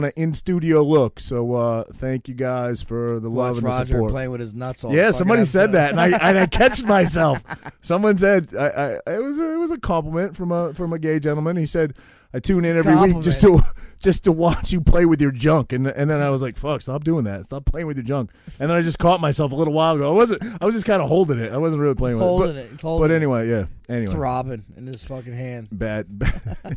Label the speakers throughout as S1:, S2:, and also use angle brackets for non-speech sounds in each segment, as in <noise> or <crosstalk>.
S1: an in studio look. So uh, thank you guys for the love
S2: Watch
S1: and the
S2: Roger
S1: support.
S2: playing with his nuts all
S1: yeah,
S2: fucking
S1: somebody said
S2: episode.
S1: that, and I and I
S2: <laughs>
S1: catch myself. Someone said I, I it was a, it was a compliment from a from a gay gentleman. He said I tune in every week just to <laughs> just to watch you play with your junk, and and then I was like, fuck, stop doing that, stop playing with your junk. And then I just caught myself a little while ago. I wasn't I was just kind of holding it. I wasn't really playing with
S2: Holding
S1: it.
S2: it. It's
S1: But,
S2: holding
S1: but
S2: it.
S1: anyway, yeah.
S2: It's
S1: Anyway,
S2: throbbing in his fucking hand.
S1: bad. bad.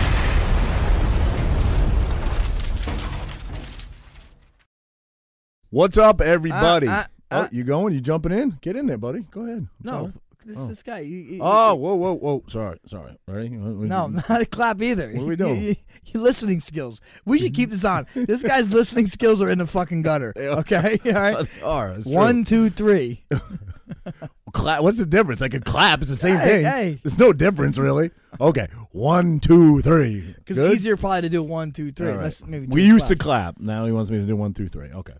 S1: What's up, everybody?
S2: Uh, uh,
S1: oh,
S2: uh.
S1: you going? You jumping in? Get in there, buddy. Go ahead.
S2: No,
S1: Sorry.
S2: this, this guy. You, you-
S1: Oh, whoa, whoa, whoa. Sorry, sorry. Ready?
S2: No, <laughs> not a clap either.
S1: What are we doing?
S2: <laughs> Your, listening skills. We should keep
S1: <laughs>
S2: this on. This guy's listening skills are in the fucking gutter. Okay, <laughs>
S1: <laughs>
S2: all right.
S1: Are, it's true.
S2: <laughs> One,
S1: <laughs>
S2: two, three.
S1: Clap. What's the difference? I could clap. It's the same
S2: Hey,
S1: thing.
S2: hey.
S1: It's no difference, really. Okay. One, two, three.
S2: Because
S1: Good?
S2: easier probably to do one, two, three.
S1: All right.
S2: That's maybe
S1: we
S2: two
S1: used to
S2: claps.
S1: clap. Now he wants me to do one, two, three. Okay.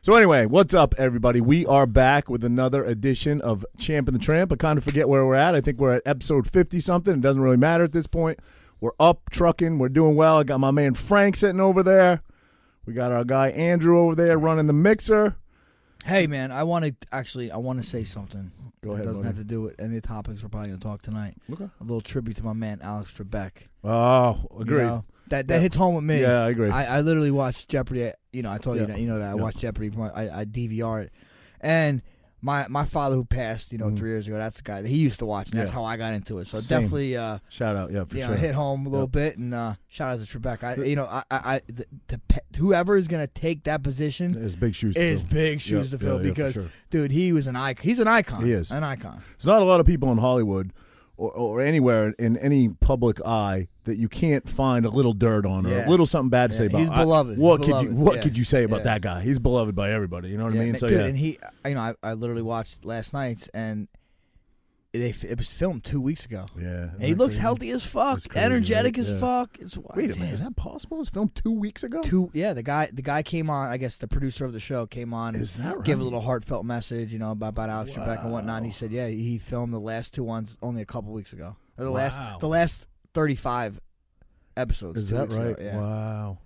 S1: So anyway, what's up, everybody? We are back with another edition of Champ and the Tramp. I kind of forget where we're at. I think we're at episode fifty something. It doesn't really matter at this point. We're up trucking. We're doing well. I got my man Frank sitting over there. We got our guy Andrew over there running the mixer.
S2: Hey, man, I want to actually, I want to say something.
S1: Go
S2: that
S1: ahead,
S2: doesn't
S1: Moni.
S2: have to do with any of the topics we're probably going to talk tonight.
S1: Okay.
S2: A little tribute to my man Alex Trebek.
S1: Oh,
S2: you
S1: agreed.
S2: know? That that
S1: Yeah.
S2: hits home with me.
S1: Yeah, I agree.
S2: I, I literally watched Jeopardy. uh, You know, I told
S1: Yeah.
S2: you that. You know that I
S1: Yeah.
S2: watched Jeopardy. From, I, I DVR it, and my my father who passed, you know, three years ago. That's the guy that he used to watch. And that's
S1: Mm-hmm. Yeah.
S2: how I got into it. So
S1: Same.
S2: definitely, uh,
S1: Shout out, yeah, for
S2: you
S1: sure.
S2: know, hit home a little
S1: Yep.
S2: bit. And uh, shout out to Trebek. I, you know, I, I, I the, the, pe- whoever is gonna take that position
S1: It's big shoes. to
S2: is
S1: fill.
S2: big shoes
S1: Yeah,
S2: to fill
S1: yeah, yeah, for
S2: because,
S1: sure.
S2: dude, he was an icon. He's an icon.
S1: He is.
S2: an icon.
S1: There's not a lot of people in Hollywood or, or anywhere in any public eye that you can't find a little dirt on or a
S2: Yeah.
S1: little something bad to
S2: Yeah,
S1: say about.
S2: he's
S1: I-
S2: beloved.
S1: what
S2: He's
S1: could you
S2: beloved.
S1: What
S2: Yeah.
S1: could you say about
S2: Yeah.
S1: that guy? He's beloved by everybody. You know what I
S2: Yeah,
S1: mean?
S2: man,
S1: So
S2: dude,
S1: yeah,
S2: and he, you know, I, I literally watched last night's and they f- it was filmed two weeks ago.
S1: yeah. isn't
S2: And he
S1: that
S2: looks
S1: crazy?
S2: healthy as fuck,
S1: That's crazy,
S2: energetic
S1: right?
S2: as
S1: Yeah.
S2: fuck. It's wild.
S1: Wait a minute, is that possible? It was filmed two weeks ago.
S2: two? Yeah, the guy, the guy came on. I guess the producer of the show came on.
S1: Is that right?
S2: Give a little heartfelt message, you know, about, about Alex Trebek and whatnot. And he said, yeah, he filmed the last two ones only a couple weeks ago. Or the
S1: Wow.
S2: last, the last thirty-five episodes.
S1: Is
S2: two
S1: that
S2: weeks
S1: right?
S2: Ago, yeah.
S1: Wow.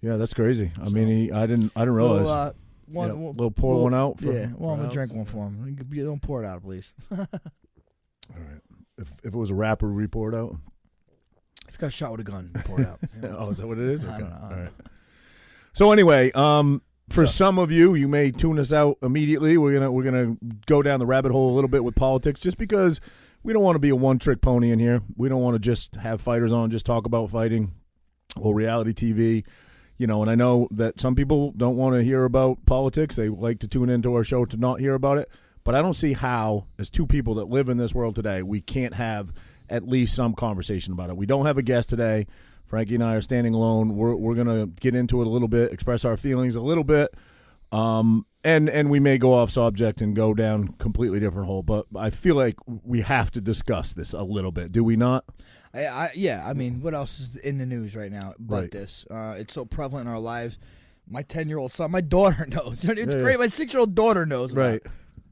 S1: Yeah, that's crazy. I mean, he, I didn't, I didn't realize.
S2: Little, uh, one,
S1: Yeah,
S2: we'll-
S1: little pour
S2: we'll-
S1: one out for-
S2: yeah, well,
S1: for
S2: I'm gonna
S1: Alex.
S2: drink one for him. You- you Don't pour it out, please. <laughs>
S1: if, if it was a rapper, we poured
S2: <laughs>
S1: out.
S2: If you got shot with a gun, pour
S1: <laughs>
S2: it out.
S1: Oh, is that what it is?
S2: I
S1: Okay.
S2: don't know.
S1: All right. So anyway, um, for some of you, you may tune us out immediately. We're gonna we're gonna go down the rabbit hole a little bit with politics, just because we don't want to be a one trick pony in here. We don't want to just have fighters on, just talk about fighting or reality TV. You know, and I know that some people don't want to hear about politics. They like to tune into our show to not hear about it. But I don't see how, as two people that live in this world today, we can't have at least some conversation about it. We don't have a guest today. Frankie and I are standing alone. We're, we're going to get into it a little bit, express our feelings a little bit. Um, and, and we may go off subject and go down completely different hole. But I feel like we have to discuss this a little bit. Do we not?
S2: I, I, yeah, I mean, what else is in the news right now but
S1: Right.
S2: this? Uh, it's so prevalent in our lives. My ten-year-old son, my daughter <laughs> knows. You know, it's
S1: Yeah, yeah.
S2: great. My six-year-old daughter knows. about
S1: Right.
S2: it.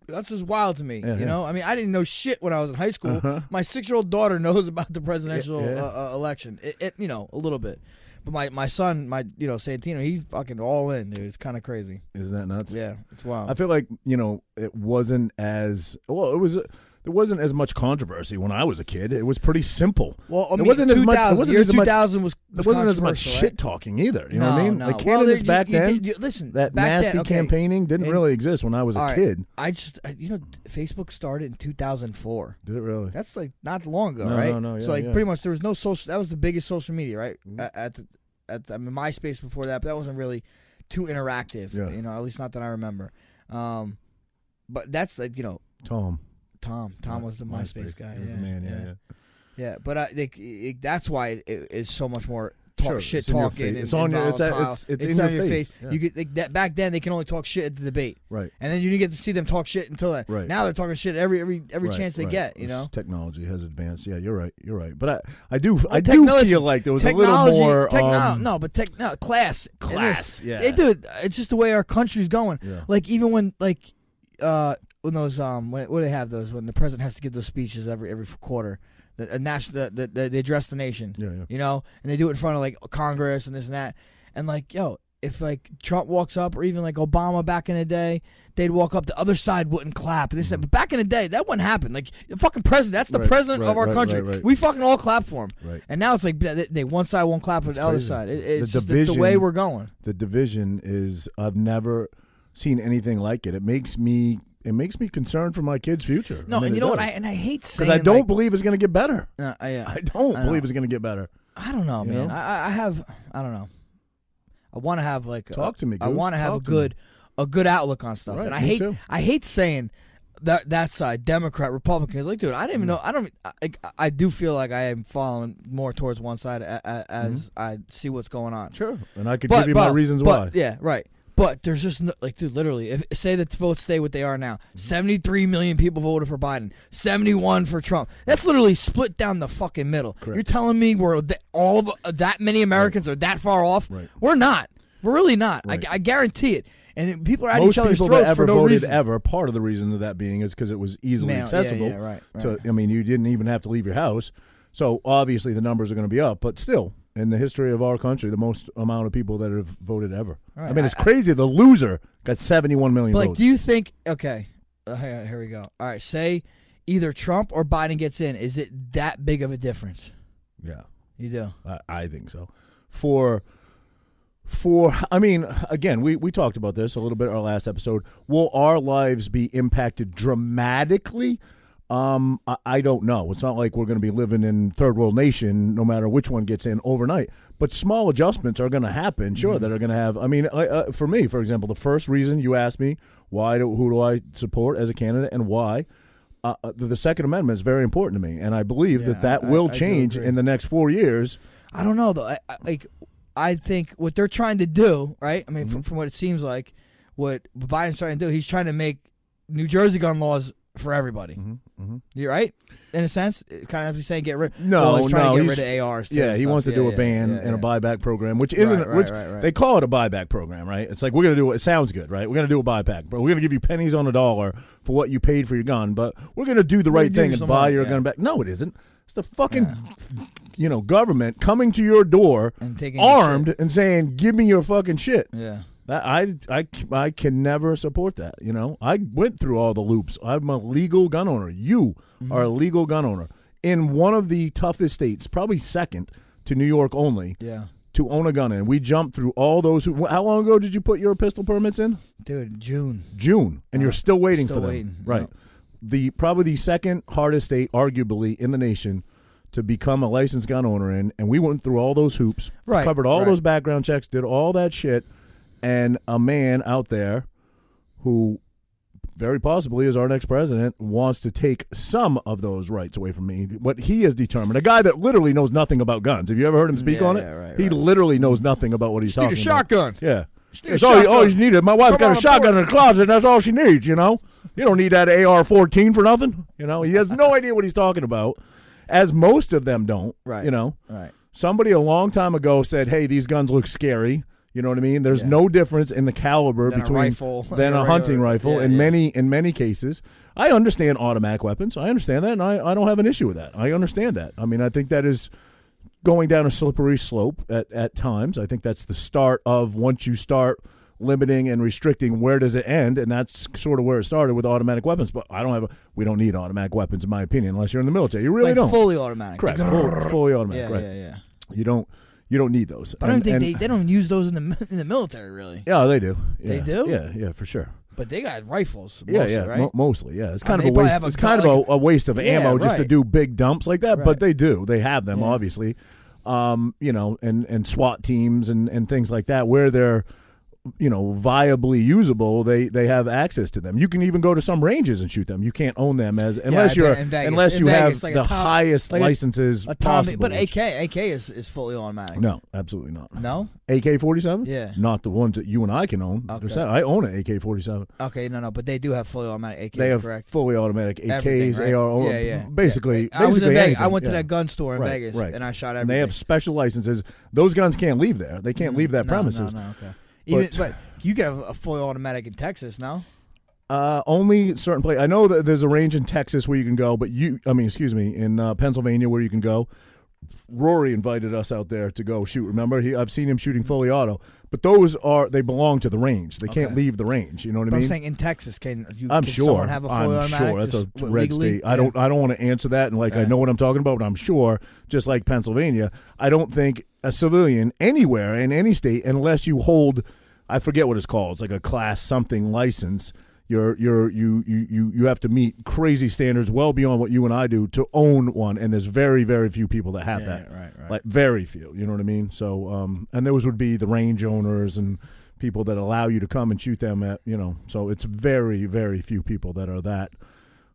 S2: That's just wild to me.
S1: Yeah,
S2: you
S1: yeah.
S2: know, I mean, I didn't know shit when I was in high school. My six-year-old daughter knows about the presidential
S1: yeah.
S2: Uh, uh, election. It, it, you know, a little bit. But my, my son, my you know Santino, he's fucking all in, dude. It's kind of crazy.
S1: Isn't that nuts?
S2: Yeah, it's wild.
S1: I feel like you know it wasn't as well. It was there wasn't as much controversy when I was a kid. It was pretty simple.
S2: well, I
S1: There
S2: mean,
S1: wasn't as
S2: 2000,
S1: much. There wasn't
S2: year
S1: as much.
S2: 2000 was,
S1: There wasn't as much
S2: controversial,
S1: shit
S2: right?
S1: talking either. You
S2: no,
S1: know what I mean?
S2: No.
S1: Like
S2: Well, there-
S1: candidates
S2: you-
S1: back
S2: you
S1: then,
S2: did- you- listen,
S1: that
S2: back
S1: nasty
S2: then, okay.
S1: campaigning didn't
S2: And-
S1: really exist when I was a
S2: All right.
S1: kid.
S2: I just, I, you know, Facebook started in 2004.
S1: Did it really?
S2: That's like not long ago,
S1: No,
S2: right?
S1: no, no, yeah,
S2: so like
S1: yeah. Mm-hmm.
S2: pretty much there was no social. That was the biggest social media, right? At, at the, at the, I mean, MySpace before that, but that wasn't really too interactive.
S1: Yeah.
S2: You know, at least not that I remember. Um, but that's like you know,
S1: Tom.
S2: Tom. Tom was the MySpace, guy.
S1: He was
S2: yeah, uh,
S1: the man. Yeah, yeah.
S2: yeah. Yeah, but I, like, it, that's why it is so much more talk
S1: Sure,
S2: shit
S1: it's in your
S2: talking.
S1: face.
S2: and-
S1: It's on
S2: and
S1: your- it's at-
S2: volatile.
S1: it's- it's in
S2: on
S1: your
S2: your
S1: face,
S2: face.
S1: yeah.
S2: You could like that back then. They can only talk shit at the debate,
S1: Right.
S2: and then you didn't get to see them talk shit until then.
S1: Right.
S2: Now they're talking shit every every every
S1: Right,
S2: chance they
S1: right.
S2: get. You
S1: This
S2: know,
S1: technology has advanced. Yeah, you're right. You're right. But I, I do, I do
S2: Technology-
S1: feel like there was a little
S2: technology-
S1: more.
S2: techno-
S1: um,
S2: no, but tech, no, class, It is.
S1: Class, yeah.
S2: It- dude, it's just the way our country's going.
S1: Yeah.
S2: Like even when like uh when those um when, what do they have those when the president has to give those speeches every every quarter, the, a national the, the, they address the nation.
S1: Yeah, yeah.
S2: You know, and they do it in front of like Congress and this and that, and like yo. If like Trump walks up, or even like Obama back in the day, they'd walk up. The other side wouldn't clap. This, and that. but back in the day, that wouldn't happen. Like the fucking president, that's the
S1: Mm-hmm. Right,
S2: president
S1: right,
S2: of our
S1: right,
S2: country.
S1: right, right.
S2: We fucking all clap for him.
S1: Right.
S2: And now it's like they, they one side won't clap for the other
S1: crazy.
S2: side. It,
S1: The
S2: it's just the, the way
S1: division-
S2: we're going.
S1: the division is I've never seen anything like it. It makes me it makes me concerned for my kids' future.
S2: No, and you know what? I and I hate saying
S1: because I don't
S2: like-
S1: believe it's going to get better.
S2: Uh, I, uh,
S1: I don't
S2: I know.
S1: believe it's going to get better.
S2: I don't know,
S1: You
S2: man.
S1: know?
S2: I I, I have I don't know. I want to have like a-
S1: Talk to me,
S2: I
S1: Goose.
S2: want to have a
S1: Talk to me.
S2: good a good outlook on stuff,
S1: Right,
S2: and I
S1: me
S2: hate
S1: too.
S2: I hate saying that that side Democrat Republican. 'Cause, Like, dude, I
S1: Mm.
S2: didn't even know. I don't. I, I- I do feel like I am falling more towards one side a, a,
S1: Mm-hmm.
S2: as I see what's going on.
S1: Sure, and I could
S2: but,
S1: give you my
S2: but-
S1: reasons
S2: but-
S1: why.
S2: Yeah, right. But there's just no, like, dude, literally, if say that the votes stay what they are now,
S1: Mm-hmm.
S2: 73 million people voted for Biden, 71 for Trump. That's literally split down the fucking middle.
S1: Correct.
S2: You're telling me we're th- all of uh, that many Americans are that far off?
S1: Right.
S2: We're not. We're really not.
S1: Right.
S2: I, I guarantee it. And then people are at
S1: Most
S2: each other's
S1: people
S2: throats
S1: that ever
S2: for no
S1: voted
S2: reason.
S1: ever. Part of the reason of that being is because it was easily
S2: Mail, yeah,
S1: accessible.
S2: yeah, right,
S1: To,
S2: right.
S1: I mean, you didn't even have to leave your house, so obviously the numbers are going to be up. But still, in the history of our country, the most amount of people that have voted ever.
S2: All right,
S1: I mean,
S2: I-
S1: it's crazy. The loser got seventy-one million
S2: But like,
S1: votes.
S2: do you think? Okay, uh, here here we go. All right, say either Trump or Biden gets in. Is it that big of a difference?
S1: yeah.
S2: You do.
S1: I, I think so. For for I mean, again, we we talked about this a little bit our last episode. Will our lives be impacted dramatically? Um, I, I don't know. It's not like we're going to be living in third world nation, no matter which one gets in overnight. But small adjustments are going to happen, sure,
S2: Mm-hmm.
S1: that are going to have. I mean, I, uh, for me, for example, the first reason you asked me why do, who do I support as a candidate and why. Uh, uh, the, the Second Amendment is very important to me, and I believe
S2: Yeah,
S1: that that
S2: I-
S1: will
S2: I do
S1: change
S2: agree.
S1: in the next four years.
S2: I don't know though. I, I, like, I think what they're trying to do, right? I mean,
S1: Mm-hmm.
S2: from, from what it seems like, what Biden's trying to do, he's trying to make New Jersey gun laws for everybody. You're right, in a sense. It kind of saying get rid.
S1: Mm-hmm. No,
S2: well, he's trying
S1: no,
S2: to
S1: he's-
S2: get rid of ARs. too
S1: Yeah,
S2: and
S1: he
S2: stuff.
S1: wants to
S2: Yeah,
S1: do a
S2: yeah,
S1: ban
S2: yeah,
S1: and
S2: yeah.
S1: a buyback program, which isn't
S2: Right, right,
S1: which
S2: right, right.
S1: they call it a buyback program, right? It's like we're gonna do it. Sounds good, right? We're gonna do a buyback, but we're gonna give you pennies on a dollar for what you paid for your gun, but we're gonna do the
S2: We're
S1: right
S2: gonna give
S1: thing
S2: you
S1: and
S2: some
S1: buy
S2: money,
S1: your
S2: yeah.
S1: gun back. No, it isn't. It's the fucking you know government coming to your door
S2: And taking your
S1: armed and saying, "Give me your fucking shit."
S2: Yeah.
S1: That I, I I can never support that. You know, I went through all the loops. I'm a legal gun owner. You are a legal gun owner in one of the toughest states, probably second to New York only,
S2: Yeah.
S1: to own a gun in. We jumped through all those. Who, how long ago did you put your pistol permits in?
S2: Dude, June.
S1: June, and you're still waiting
S2: still
S1: for them.
S2: waiting,
S1: Right.
S2: yeah.
S1: The probably the second hardest state, arguably in the nation, to become a licensed gun owner in, and we went through all those hoops,
S2: Right,
S1: covered all
S2: right.
S1: those background checks, did all that shit, and a man out there who very possibly is our next president wants to take some of those rights away from me. What he has determined, a guy that literally knows nothing about guns. Have you ever heard him speak
S2: Yeah,
S1: on it?
S2: yeah, right,
S1: he
S2: right.
S1: literally knows nothing about what he's
S2: Dude,
S1: talking
S2: a
S1: about.
S2: shotgun.
S1: Yeah.
S2: need a
S1: It's all, you-
S2: shotgun.
S1: all you needed. My wife's
S2: Come
S1: got a
S2: on,
S1: shotgun
S2: boy.
S1: in her closet, and that's all she needs, you know? You don't need that AR 14 for nothing. You know, he has
S2: <laughs>
S1: no idea what he's talking about, as most of them don't.
S2: Right.
S1: You know,
S2: Right.
S1: somebody a long time ago said, hey, these guns look scary. You know what I mean? There's
S2: Yeah.
S1: no difference in the caliber
S2: Than a
S1: between
S2: rifle. <laughs>
S1: than a
S2: Yeah, right,
S1: hunting
S2: right.
S1: rifle
S2: Yeah,
S1: in
S2: yeah.
S1: many in many cases. I understand automatic weapons. I understand that, and I, I don't have an issue with that. I understand that. I mean, I think that is going down a slippery slope at, at times. I think that's the start of once you start limiting and restricting, where does it end? And that's sort of where it started with automatic weapons. But I don't have a, we don't need automatic weapons, in my opinion, unless you're in the military. You really
S2: like
S1: don't.
S2: fully automatic.
S1: Correct.
S2: Like,
S1: Full, fully automatic.
S2: yeah,
S1: right.
S2: yeah, yeah.
S1: You don't. You don't need those.
S2: But I don't
S1: And-
S2: think
S1: and-
S2: they, they don't even use those in the <laughs> mi- in the military really.
S1: Yeah, they do.
S2: They
S1: Yeah.
S2: do?
S1: Yeah, yeah, for sure.
S2: But they got rifles.
S1: Yeah,
S2: mostly,
S1: yeah,
S2: Right.
S1: mo- mostly. Yeah, it's
S2: I
S1: kind
S2: mean,
S1: of
S2: they
S1: a
S2: probably
S1: waste.
S2: have a
S1: It's
S2: gun,
S1: kind of
S2: like-
S1: a, a waste of
S2: Yeah,
S1: ammo just to
S2: right.
S1: do big dumps like that. But
S2: Right.
S1: they do. They have them
S2: Yeah.
S1: obviously. Um, you know, and and SWAT teams and and things like that where they're you know viably usable, they they have access to them. You can even go to some ranges and shoot them. You can't own them as unless
S2: in
S1: you're
S2: Vegas-
S1: unless
S2: in
S1: you
S2: Vegas,
S1: have
S2: like a
S1: the
S2: Tom-
S1: highest
S2: like a-
S1: licenses
S2: A Tommy,
S1: possible.
S2: but
S1: which-
S2: AK AK is, is fully automatic.
S1: no, absolutely not.
S2: No?
S1: AK forty seven,
S2: Yeah.
S1: not the ones that you and I can own.
S2: Okay.
S1: There's that- I own an AK forty seven.
S2: Okay, no, no, but they do have fully automatic AKs.
S1: They have
S2: correct.
S1: fully automatic
S2: Everything,
S1: AKs,
S2: right?
S1: AR,
S2: yeah, yeah.
S1: basically.
S2: I was in
S1: basically
S2: Vegas. I
S1: anything,
S2: went to
S1: yeah.
S2: that gun store in
S1: Right,
S2: Vegas
S1: right.
S2: and I shot
S1: And
S2: everything. Mm-hmm.
S1: they have special licenses. Those guns can't leave there. They can't leave that
S2: No, no,
S1: premises.
S2: No, okay. Even,
S1: But-
S2: but, you got a fully automatic in Texas, no?
S1: Uh, only certain place. I know that there's a range in Texas where you can go, but you, I mean, excuse me, in uh, Pennsylvania where you can go. Rory invited us out there to go shoot. Remember, he, I've seen him shooting fully auto, but those are they belong to the range. They can't
S2: Okay.
S1: leave the range. You know what I
S2: But I'm
S1: mean?
S2: saying in Texas, can you?
S1: I'm
S2: can
S1: sure.
S2: Someone have a fully
S1: I'm
S2: automatic
S1: sure that's a
S2: just, what,
S1: red
S2: legally?
S1: state. I don't. I don't want to answer that, and like I
S2: Yeah.
S1: know what I'm talking about, but I'm sure. Just like Pennsylvania, I don't think a civilian anywhere in any state, unless you hold, I forget what it's called. It's like a class something license. You're you're you you you you have to meet crazy standards well beyond what you and I do to own one, and there's very very few people that have
S2: Yeah,
S1: that.
S2: right, right.
S1: Like very few. You know what I mean? So um, and those would be the range owners and people that allow you to come and shoot them at you know so it's very very few people that are that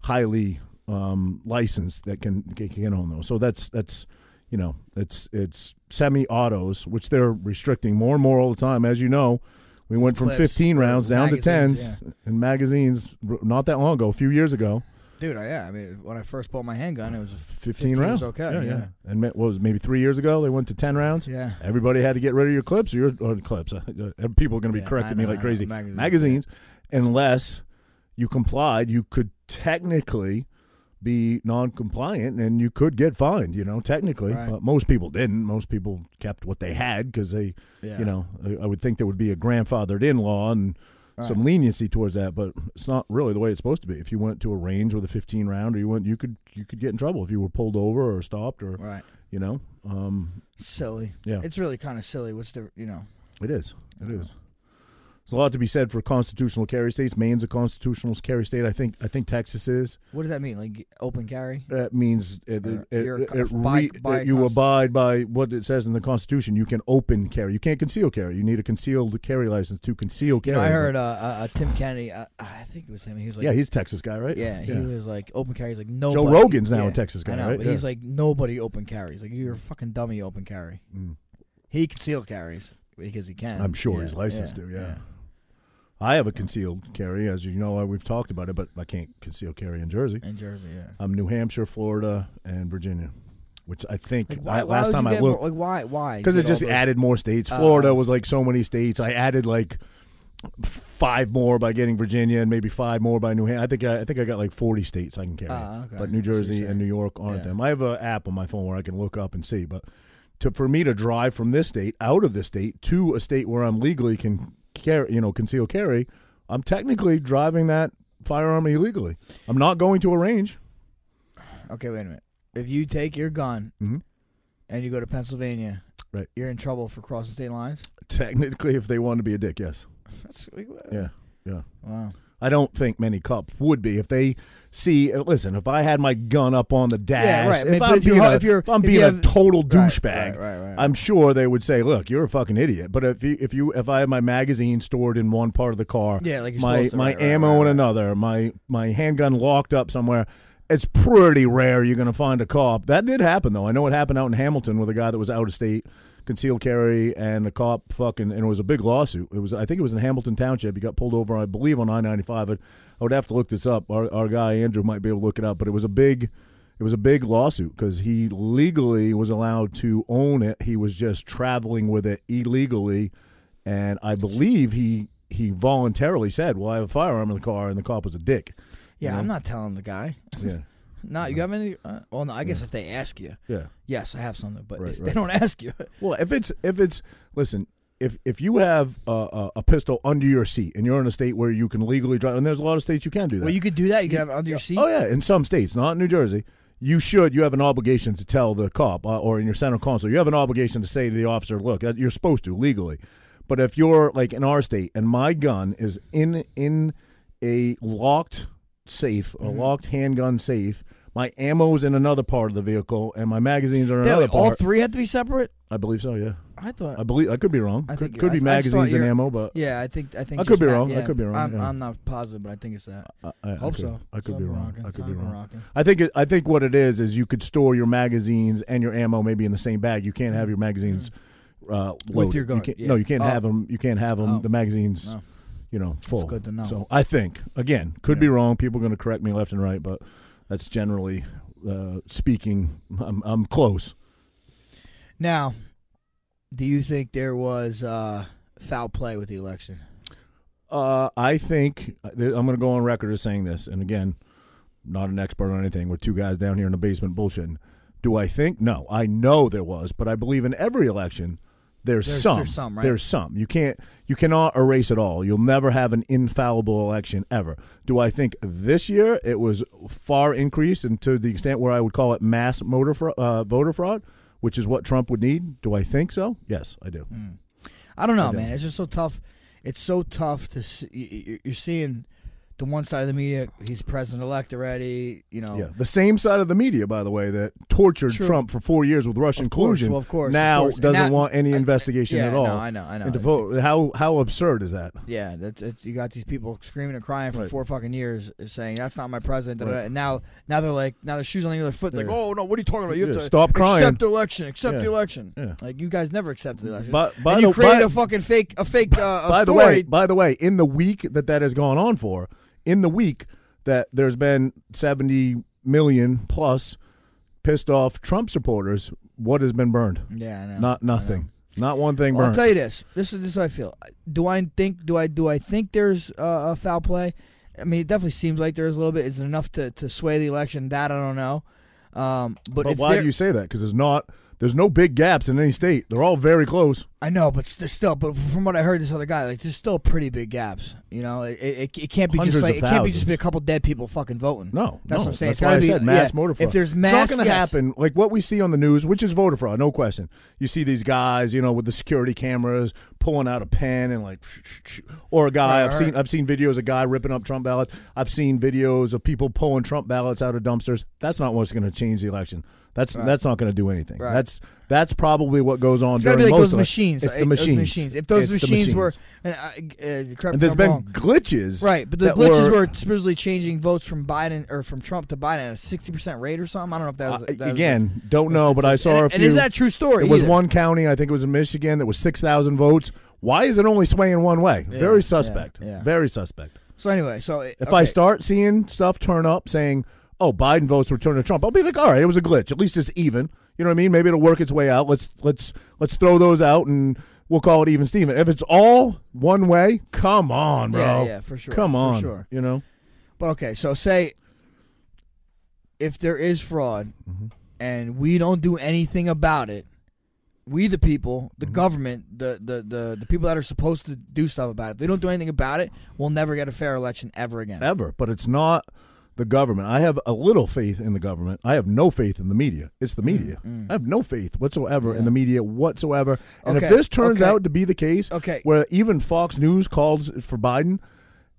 S1: highly um, licensed that can can own those so that's that's you know it's it's semi autos which they're restricting more and more all the time as you know we went from
S2: Clips,
S1: 15 rounds down to
S2: magazines,
S1: 10s in magazines r- not that long ago a few years ago
S2: Dude, I, yeah. I mean, when I first bought my handgun, it was
S1: 15,
S2: 15
S1: rounds
S2: was okay.
S1: yeah,
S2: yeah.
S1: and ma- what was it, maybe three years ago they went to 10 rounds
S2: Yeah.
S1: Everybody had to get rid of your clips or your or clips. <laughs> Uh, uh, People are going to be
S2: Yeah,
S1: correcting
S2: I
S1: me
S2: know,
S1: like
S2: I know.
S1: crazy.
S2: Magazines,
S1: Magazines, unless you complied, you could technically be non-compliant and you could get fined. You know, technically,
S2: Right.
S1: but most people didn't. Most people kept what they had because they,
S2: Yeah.
S1: you know, I, I would think there would be a grandfathered in law and. Some
S2: Right.
S1: leniency towards that, but it's not really the way it's supposed to be. If you went to a range with a 15 round, or you went, you could you could get in trouble if you were pulled over or stopped, or
S2: Right.
S1: you know, um,
S2: Silly.
S1: Yeah.
S2: It's really kind of silly. What's the you know?
S1: it is. It is. There's a lot to be said for constitutional carry states. Maine's a constitutional carry state. I think. I think Texas is.
S2: What does that mean? Like open carry?
S1: That means it,
S2: Uh,
S1: it, it,
S2: you're a
S1: it re-
S2: co- by- by
S1: it- you
S2: const-
S1: abide by what it says in the Constitution. You can open carry. You can't conceal carry. You need a concealed carry license to conceal
S2: You
S1: carry.
S2: know, I heard uh, uh, uh, Tim Kennedy. Uh, I think it was him. He was like,
S1: yeah, he's a Texas guy, right?
S2: Yeah, he was like open carries like nobody.
S1: Rogan's now a
S2: yeah,
S1: Texas guy,
S2: I know,
S1: right?
S2: But
S1: Yeah.
S2: He's like nobody open carries. Like you're a fucking dummy open carry.
S1: Mm.
S2: He conceal carries because he can.
S1: I'm sure
S2: Yeah,
S1: he's licensed to. Yeah. I have a concealed carry, as you know. We've talked about it, but I can't conceal carry in Jersey.
S2: in Jersey. Yeah.
S1: I'm New Hampshire, Florida, and Virginia, which I think
S2: Like why,
S1: I-
S2: why
S1: last
S2: would
S1: time
S2: you
S1: I
S2: get more-
S1: looked.
S2: like why why
S1: because
S2: You
S1: it
S2: get
S1: just
S2: all those-
S1: added more states.
S2: Uh,
S1: Florida was like so many states. I added like five more by getting Virginia and maybe five more by New Hampshire. I think I, I think I got like forty states I can carry,
S2: Ah, okay.
S1: but New
S2: I see what you're
S1: Jersey and
S2: saying.
S1: New York aren't
S2: Yeah.
S1: them. I have an app on my phone where I can look up and see, but to for me to drive from this state out of this state to a state where I'm legally can carry, you know, conceal carry, I'm technically driving that firearm illegally. I'm not going to a range.
S2: Okay, wait a minute. If you take your gun
S1: Mhm.
S2: and you go to Pennsylvania,
S1: Right.
S2: you're in trouble for crossing state lines.
S1: Technically, if they want to be a dick, yes,
S2: That's like,
S1: yeah, yeah.
S2: wow.
S1: I don't think many cops would be if they see. uh, Listen, if I had my gun up on the dash,
S2: Yeah, right. I mean,
S1: if,
S2: but
S1: I'm
S2: if you
S1: being,
S2: ha-
S1: a,
S2: if you're-
S1: I'm
S2: if you
S1: being a
S2: have-
S1: total
S2: Right,
S1: douchebag,
S2: right, right, right, right.
S1: I'm sure they would say, "Look, you're a fucking idiot." But if you, if you, if I had my magazine stored in one part of the car,
S2: Yeah, like you're
S1: my
S2: supposed to,
S1: my
S2: right, right,
S1: ammo
S2: right,
S1: in
S2: right.
S1: another, my my handgun locked up somewhere. It's pretty rare you're going to find a cop. That did happen though. I know it happened out in Hamilton with a guy that was out of state, concealed carry, and a cop fucking and it was a big lawsuit. It was I think it was in Hamilton Township. He got pulled over, I believe, on I-95. I, I would have to look this up. Our our guy Andrew might be able to look it up, but it was a big. It was a big lawsuit because he legally was allowed to own it. He was just traveling with it illegally, and I believe he he voluntarily said, "Well, I have a firearm in the car," and the cop was a dick.
S2: Yeah,
S1: you know?
S2: I'm not telling the guy.
S1: Yeah,
S2: No, you have any? Uh, well, no, I guess if they ask you,
S1: yeah.
S2: yes, I have something. But
S1: Right,
S2: if
S1: right.
S2: they don't <laughs> ask you,
S1: Well, if it's if it's listen, if if you have a, a, a pistol under your seat and you're in a state where you can legally drive, and there's a lot of states you can do that.
S2: well, you could do that. You could have it under your seat.
S1: Oh yeah, in some states, not in New Jersey. You should. You have an obligation to tell the cop uh, or in your center console. You have an obligation to say to the officer, "Look, that- you're supposed to legally." But if you're like in our state and my gun is
S2: Mm-hmm.
S1: in in a locked safe, a locked handgun safe, My ammo's in another part of the vehicle, and my magazines are in
S2: Yeah,
S1: another
S2: wait, all
S1: part.
S2: three had to be separate.
S1: I believe so. Yeah,
S2: I thought.
S1: I believe I could be wrong.
S2: I
S1: could,
S2: think-
S1: could
S2: I-
S1: be
S2: I just thought
S1: magazines and
S2: you're-
S1: ammo, but
S2: yeah, I think I think.
S1: I could
S2: just
S1: be
S2: that-
S1: wrong, I
S2: yeah.
S1: could be wrong,
S2: I'm,
S1: yeah.
S2: I'm not positive, but I think it's that.
S1: I, I, I
S2: Hope
S1: could,
S2: so.
S1: I could be
S2: Something
S1: wrong.
S2: rocking,
S1: I could be
S2: something
S1: wrong.
S2: rocking.
S1: I think it, I think what it is is you could store your magazines and your ammo maybe in the same bag. You can't have your magazines uh, loaded.
S2: With your
S1: You
S2: gun,
S1: can't-
S2: yeah.
S1: No, you can't
S2: Oh.
S1: have them. You can't have them.
S2: Oh.
S1: The magazines,
S2: No.
S1: you know, full.
S2: good to know.
S1: So I think again, could be wrong. People are going to correct me left and right, but that's generally uh, speaking. I'm, I'm close.
S2: Now, do you think there was uh, foul play with the election?
S1: Uh, I think I'm going to go on record as saying this, and again, not an expert on anything. We're two guys down here in the basement bullshitting. Do I think? No, I know there was, but I believe in every election there's,
S2: There's-
S1: some.
S2: there's some, right?
S1: There's some. You can't. You cannot erase it all. You'll never have an infallible election ever. Do I think this year it was far increased and to the extent where I would call it mass motor fro- uh, voter fraud, which is what Trump would need? Do I think so? Yes, I do.
S2: I don't know,
S1: don't.
S2: man. It's just so tough. It's so tough to see. you- you- You're seeing the one side of the media. He's president elect already. You know.
S1: Yeah, the same side of the media, by the way, that tortured
S2: Oh. True.
S1: Trump for four years with Russian
S2: Of course,
S1: collusion.
S2: well, of course, of
S1: now
S2: course. And
S1: doesn't
S2: that-
S1: want any
S2: I-
S1: investigation
S2: yeah,
S1: at all.
S2: no, I know, I know.
S1: And to vote- how how absurd is that?
S2: Yeah, that's it's, you got these people screaming and crying for
S1: Right.
S2: four fucking years, uh, saying that's not my president. da-da-da."
S1: Right.
S2: And now, now they're like, now their shoes on the other foot. Like,
S1: Yeah.
S2: oh no, what are you talking about? You have
S1: Yeah,
S2: to
S1: stop crying.
S2: Accept the election. Accept
S1: Yeah.
S2: the election.
S1: Yeah.
S2: Like you guys never accepted the election.
S1: But by
S2: and you
S1: the-
S2: created
S1: by-
S2: a fucking fake, a fake, uh, a
S1: by
S2: story.
S1: the way, by the way, in the week that that has gone on for, in the week that there's been 70 million plus pissed off Trump supporters, what has been burned?
S2: Mm, yeah, I know.
S1: Not
S2: I know.
S1: nothing. Not one thing
S2: Well, I'll
S1: burned.
S2: tell you this. This is this is how I feel. Do I think? Do I do I think there's uh, a foul play? I mean, it definitely seems like there is a little bit. Is it enough to, to sway the election? That I don't know. Um, but
S1: but
S2: if
S1: why
S2: there-
S1: do you say that? Because there's not there's no big gaps in any state. They're all very close.
S2: I know, but st- still, but from what I heard, this other guy, like, there's still pretty big gaps. You know, it, it, it can't be
S1: Hundreds
S2: just like
S1: of
S2: it can't be just
S1: thousands.
S2: be a couple dead people fucking voting.
S1: No,
S2: that's
S1: no,
S2: what I'm saying.
S1: That's
S2: it's
S1: why
S2: gotta
S1: I
S2: be
S1: said mass
S2: yeah,
S1: voter fraud.
S2: If there's
S1: it's not
S2: mass,
S1: going to
S2: yes.
S1: happen. Like what we see on the news, which is voter fraud, no question. You see these guys, you know, with the security cameras pulling out a pen and like, or a guy.
S2: Right,
S1: I've
S2: right.
S1: seen I've seen videos of guy ripping up Trump ballots. I've seen videos of people pulling Trump ballots out of dumpsters. That's not what's going to change the election. That's that's not going to do anything.
S2: Right.
S1: That's that's probably what goes on
S2: It's gotta
S1: during
S2: be like
S1: most
S2: those
S1: of it.
S2: machines.
S1: It's
S2: uh,
S1: the machines.
S2: Those machines. If those
S1: It's the
S2: machines, were, and, uh, uh, correct
S1: and
S2: me
S1: there's
S2: if I'm
S1: been
S2: wrong.
S1: glitches,
S2: right, but the
S1: that
S2: glitches
S1: were
S2: were supposedly changing votes from Biden or from Trump to Biden at a sixty percent rate or something. I don't know if that
S1: Uh,
S2: was that was-
S1: again, don't know, but I saw
S2: and,
S1: a few.
S2: and is that a true story?
S1: It was
S2: either?
S1: one county, I think it was in Michigan, that was 6,000 votes. Why is it only swaying one way? Very suspect.
S2: yeah, yeah.
S1: Very suspect.
S2: So anyway, so if
S1: If I start seeing stuff turn up saying, oh, Biden votes return to Trump, I'll be like, all right, it was a glitch. At least it's even. You know what I mean? Maybe it'll work its way out. Let's let's let's throw those out and we'll call it even Steven. If it's all one way, come on, bro.
S2: Yeah, yeah, for sure,
S1: Come
S2: for
S1: on.
S2: sure.
S1: You know?
S2: But okay, so say if there is fraud
S1: Mm-hmm.
S2: and we don't do anything about it, we the people,
S1: Mm-hmm.
S2: the government, the, the the the people that are supposed to do stuff about it, if they don't do anything about it, we'll never get a fair election ever again.
S1: ever, but it's not the government. I have a little faith in the government. I have no faith in the media. It's
S2: Mm,
S1: the media. I have no faith whatsoever in the media whatsoever. And if
S2: Okay,
S1: this turns
S2: okay.
S1: out to be the case,
S2: Okay.
S1: where even Fox News calls for Biden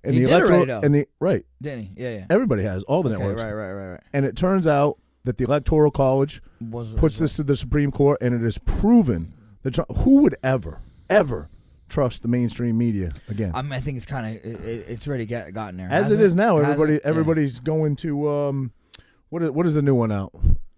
S1: and
S2: He
S1: the
S2: did already,
S1: electoral
S2: though.
S1: and the right,
S2: Denny, yeah, yeah.
S1: everybody has all the
S2: Okay,
S1: networks,
S2: right, right, right, right.
S1: and it turns out that the electoral college
S2: Was-
S1: puts
S2: was-
S1: this to the Supreme Court, and it is proven that Trump, who would ever ever trust the mainstream media again.
S2: I mean, I think it's kind of it, it- it's already get, gotten there.
S1: As
S2: hasn't
S1: it is now,
S2: Hasn't
S1: everybody
S2: it? Yeah.
S1: everybody's going to um, what is, what is the new one out,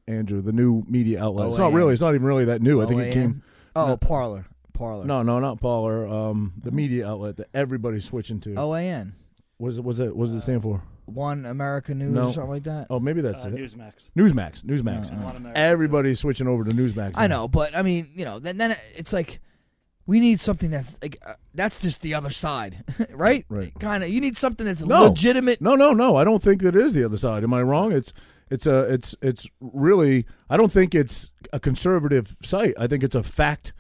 S1: Andrew? The new media outlet. It's not
S2: OAN.
S1: really. It's not even really that new. I think it
S2: OAN.
S1: came.
S2: Oh, parlor, parlor.
S1: No, no, not Paul. Um, the media outlet that everybody's switching
S2: Oh.
S1: to.
S2: OAN,
S1: What is it? What's it? What does it stand for?
S2: One America News
S1: No.
S2: or something like that.
S1: Oh, maybe that's
S3: Uh,
S1: it.
S3: Newsmax.
S1: Newsmax. Newsmax.
S3: Not American.
S1: Everybody's switching over to Newsmax.
S2: Uh, I
S1: now.
S2: know, but I mean, you know, then, then it's like we need something that's like uh, that's just the other side, <laughs> right?
S1: Right.
S2: Kind of. You need something that's
S1: No.
S2: legitimate.
S1: No, no, no. I don't think that is the other side. Am I wrong? It's it's a it's it's really. I don't think it's a conservative site. I think it's a fact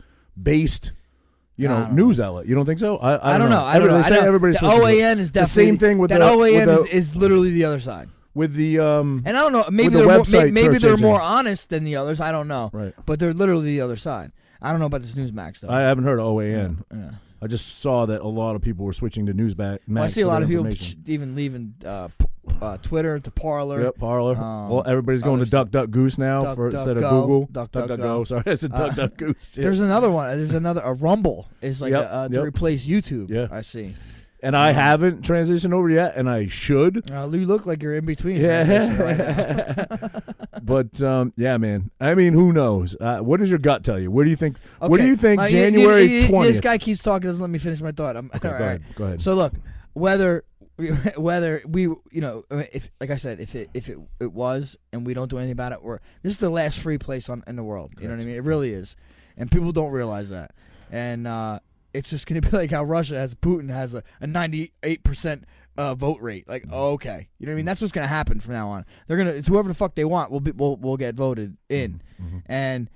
S1: based. You
S2: I
S1: know,
S2: don't know.
S1: news outlet. You don't think so? I, I,
S2: I don't know. I
S1: Everybody-
S2: don't know.
S1: They say
S2: I don't,
S1: everybody's
S2: the
S1: supposed to do it.
S2: OAN is
S1: the
S2: definitely
S1: same thing with
S2: that
S1: the
S2: OAN
S1: with the,
S2: is, is literally the other side.
S1: with the um.
S2: And I don't know. Maybe
S1: the
S2: they're more,
S1: website
S2: may- maybe
S1: search
S2: they're
S1: engine.
S2: more honest than the others. I don't know.
S1: Right.
S2: But they're literally the other side. I don't know about this Newsmax though.
S1: I haven't heard of OAN.
S2: yeah.
S1: I just saw that a lot of people were switching to Newsmax.
S2: Well, I see a lot of people
S1: information.
S2: even leaving uh, p- uh, Twitter to Parlor.
S1: Yep, Parlor.
S2: Um,
S1: well, everybody's going to
S2: other
S1: Duck Duck Goose now
S2: Duck,
S1: for
S2: Duck,
S1: instead of
S2: Go.
S1: Google.
S2: Duck,
S1: Duck
S2: Duck, Go.
S1: Sorry, it's a Duck
S2: Uh,
S1: Duck
S2: <laughs>
S1: Goose. Yeah.
S2: There's another one. There's another a Rumble is like
S1: Yep,
S2: a, uh, to
S1: yep.
S2: replace YouTube.
S1: Yeah.
S2: I see.
S1: and I haven't transitioned over yet, and I should.
S2: <laughs> Uh, you look like you're in between.
S1: <laughs> Yeah. but um, yeah, man. I mean, who knows? Uh, what does your gut tell you? What do you think? What do
S2: Okay.
S1: you think?
S2: Uh, you- you- you-
S1: January
S2: you-
S1: twentieth.
S2: This guy keeps talking. Doesn't let me finish my thought. I'm, all
S1: go
S2: right.
S1: ahead. Go ahead.
S2: So look, whether <laughs> whether we you know I mean, if like I said if it if it, it was and we don't do anything about it, we're this is the last free place on in the world. You know what I mean? It really is, and people don't realize that. And uh, it's just going to <laughs> be like how Russia has Putin has a, a 98 percent. Uh, vote rate, like
S1: Mm.
S2: oh, okay, you know what I mean. That's what's gonna happen from now on. They're gonna it's whoever the fuck they want will be will will get voted
S1: Mm-hmm, Mm.
S2: in, and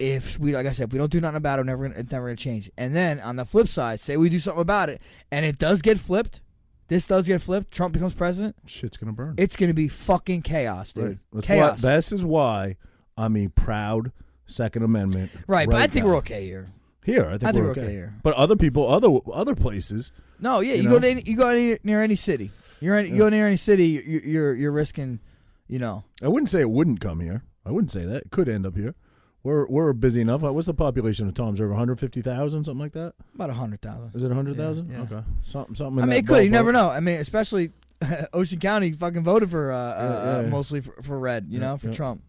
S2: if we like I said, if we don't do nothing about it, we're never gonna, it's never gonna change. And then on the flip side, say we do something about it, and it does get flipped. This does get flipped. Trump becomes president.
S1: Shit's gonna burn.
S2: It's gonna be fucking chaos, dude.
S1: That's why-
S2: chaos.
S1: this is why I'm a proud Second Amendment.
S2: right, but I think
S1: now.
S2: we're okay here.
S1: here. I think,
S2: I think
S1: we're,
S2: we're
S1: okay.
S2: okay here.
S1: But other people, other other places,
S2: No, yeah,
S1: You
S2: you,
S1: know?
S2: go to any, you go any, near any city. You're in, you go near any city. You're, you're you're risking, you know.
S1: I wouldn't say it wouldn't come here. I wouldn't say that. It could end up here. We're we're busy enough. What's the population of Tom's River? 150,000, something like that?
S2: About a hundred thousand.
S1: Is it 100,000?
S2: Yeah, yeah.
S1: Okay. Something something in
S2: I mean,
S1: that
S2: it could. You
S1: ballpark.
S2: never know. I mean, especially <laughs> Ocean County fucking voted for uh, uh,
S1: Yeah, yeah.
S2: mostly for, for red. You
S1: Yeah,
S2: know, for
S1: yeah.
S2: Trump.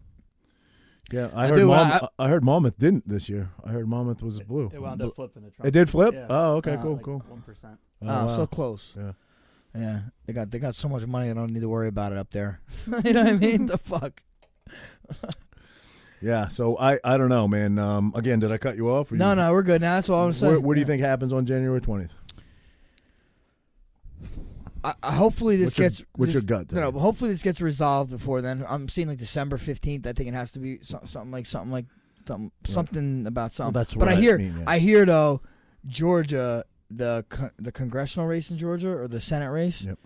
S1: Yeah, I,
S2: I
S1: heard
S2: do,
S1: Monmouth,
S2: I-
S1: I, heard Monmouth didn't this year. I heard Monmouth was blue.
S3: It wound up flipping the Trump.
S1: It did flip?
S3: Yeah.
S1: Oh, okay,
S2: Uh,
S1: cool,
S3: Like
S1: cool.
S3: 1%.
S1: Oh,
S2: Oh, so
S1: wow.
S2: close.
S1: Yeah.
S2: Yeah, they got they got so much money. I don't need to worry about it up there. <laughs>
S1: <laughs>
S2: you know what I mean? The fuck.
S1: Yeah, so I, I don't know, man. Um, again, did I cut you off? or
S2: No,
S1: you-
S2: no, we're good now. That's all I'm saying.
S1: What, what do you think happens on January 20th?
S2: I, I, hopefully this
S1: What's your-
S2: gets.
S1: what's
S2: this-
S1: your gut
S2: No, no,
S1: tell
S2: but hopefully this gets resolved before then. I'm seeing like December fifteenth. I think it has to be some, something like something like something something about something.
S1: that's
S2: but
S1: what
S2: I
S1: I
S2: hear
S1: mean, yeah.
S2: I hear though Georgia the con- the congressional race in Georgia or the Senate race
S1: Yep.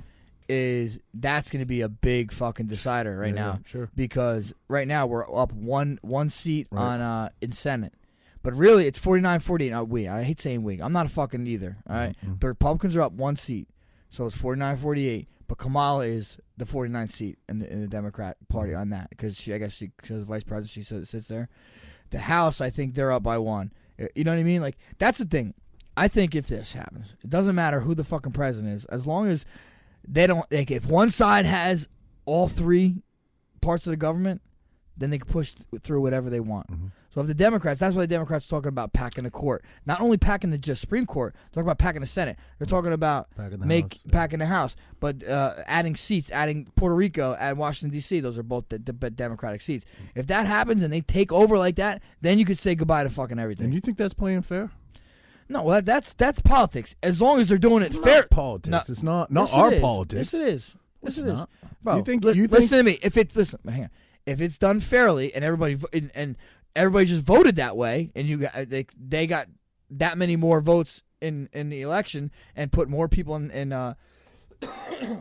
S2: is that's going to be a big fucking decider right
S1: Yeah,
S2: now.
S1: yeah, sure.
S2: because right now we're up one one seat
S1: Right.
S2: on uh in Senate. But really it's 49-48. Not we. I hate saying we. I'm not a fucking either. All right?
S1: Mm-hmm.
S2: The Republicans are up one seat. So it's 49-48, but Kamala is the 49th seat in the, in the Democrat party on that cuz she I guess she cuz vice president she sits sits there. The House, I think they're up by one. Uh, You know what I mean? Like that's the thing. I think if this happens, it doesn't matter who the fucking president is, as long as they don't like if one side has all three parts of the government, then they can push th- through whatever they want.
S1: mm-hmm.
S2: So if the Democrats, that's why the Democrats are talking about packing the court, not only packing the just Supreme Court, they're talking about packing the Senate. They're talking about
S1: Packing the
S2: make
S1: House, yeah.
S2: packing the House, but uh, adding seats, adding Puerto Rico, add Washington D.C. Those are both the, the b- Democratic seats. If that happens and they take over like that, then you could say goodbye to fucking everything.
S1: And you think that's playing fair?
S2: no, well, that, that's that's politics. As long as they're doing it fair.
S1: politics.
S2: No.
S1: It's not not
S2: Yes, it
S1: our
S2: is.
S1: politics.
S2: Yes, it is. Yes,
S1: It's
S2: it is.
S1: not.
S2: Bro,
S1: You think-
S2: li-
S1: you
S2: listen
S1: think-
S2: to me. If it's listen, hang on. If it's done fairly and everybody vo- and, and everybody just voted that way, and you got they they got that many more votes in in the election and put more people in, in uh <coughs>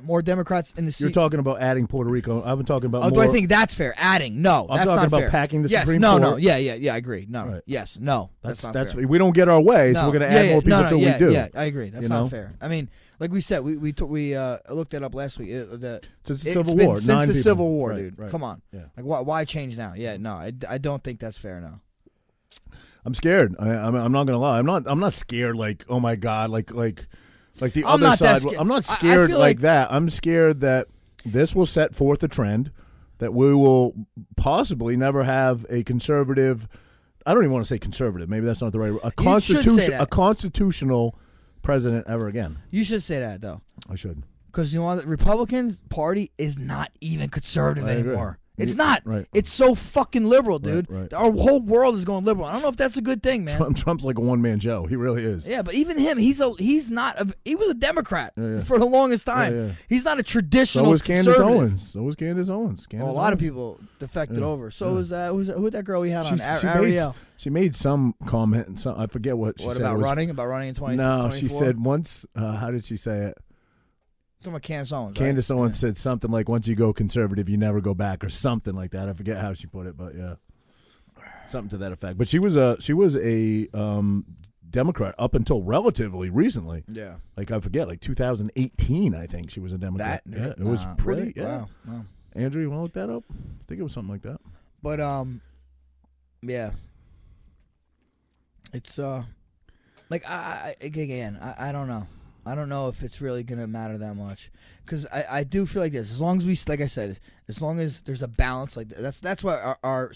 S2: more Democrats in the seat.
S1: You're talking about adding Puerto Rico. I've been talking about.
S2: Oh,
S1: more,
S2: do I think that's fair? Adding no,
S1: I'm
S2: that's
S1: talking
S2: not
S1: about
S2: fair.
S1: packing the
S2: yes,
S1: Supreme
S2: no, no,
S1: Court.
S2: yeah, yeah, yeah. I agree. No,
S1: Right.
S2: yes, no.
S1: that's
S2: not
S1: that's
S2: fair.
S1: we don't get our way, so
S2: No,
S1: we're going to
S2: yeah,
S1: add
S2: yeah,
S1: more people
S2: no, no,
S1: till
S2: yeah,
S1: we do.
S2: Yeah, I agree. That's
S1: You know?
S2: not fair. I mean, like we said, we we took we uh, looked that up last week. Uh, the,
S1: Since the
S2: it's
S1: Civil
S2: been
S1: War,
S2: since
S1: nine
S2: the
S1: people.
S2: Civil War,
S1: Right,
S2: dude.
S1: right.
S2: Come on,
S1: Yeah. Mm-hmm.
S2: like why why change now? Yeah, no, I, I don't think that's fair. No,
S1: I'm scared. I, I'm, I'm not going to lie. I'm not. I'm not scared. Like, oh my god, like like like the
S2: I'm
S1: other
S2: not that
S1: side.
S2: sca-
S1: I'm not
S2: I- I
S1: scared
S2: feel
S1: like,
S2: like-
S1: that. I'm scared that this will set forth a trend that we will possibly never have a conservative. I don't even want to say conservative. Maybe that's not the right. word. A
S2: You should say
S1: constitution.
S2: that.
S1: A constitutional president ever again.
S2: you should say that though,
S1: I should. <laughs>
S2: because you know what? the Republican Party is not even conservative
S1: I agree.
S2: anymore. It's
S1: You-
S2: not.
S1: right.
S2: It's so fucking liberal, dude.
S1: right.
S2: Our whole world is going liberal. I don't know if that's a good thing, man.
S1: Trump, Trump's like a one man show. He really is.
S2: Yeah, but even him, he's a he's not a he was a Democrat
S1: yeah.
S2: for the longest time.
S1: yeah.
S2: He's not a
S1: So
S2: traditional.
S1: was Candace
S2: conservative.
S1: Owens. So was Candace Owens. Candace
S2: Well, a lot of
S1: Owens.
S2: people defected over. So was uh, was who that girl we had on Ar-
S1: She, she, made,
S2: Ariel?
S1: she made some comment. And some, I forget what she
S2: What
S1: said. It
S2: about
S1: was-
S2: running? About running in twenty?
S1: No, she
S2: 24?
S1: said once. Uh, how did she say it?
S2: talking about Candace Owens. right?
S1: Candace Owens said something like, "Once you go conservative, you never go back," or something like that. I forget how she put it, but yeah, something to that effect. But she was a she was a um, Democrat up until relatively recently.
S2: Yeah.
S1: Like I forget, like 2018, I think she was a Democrat.
S2: That
S1: yeah, it was
S2: Nah,
S1: pretty.
S2: really?
S1: Yeah.
S2: Wow, wow.
S1: Andrew, you want to look that up? I think it was something like that.
S2: But um, yeah, it's uh, like I, I again, I, I don't know, I don't know if it's really gonna matter that much, because I, I do feel like this. As long as we, like I said, as, as long as there's a balance, like that's that's why our, our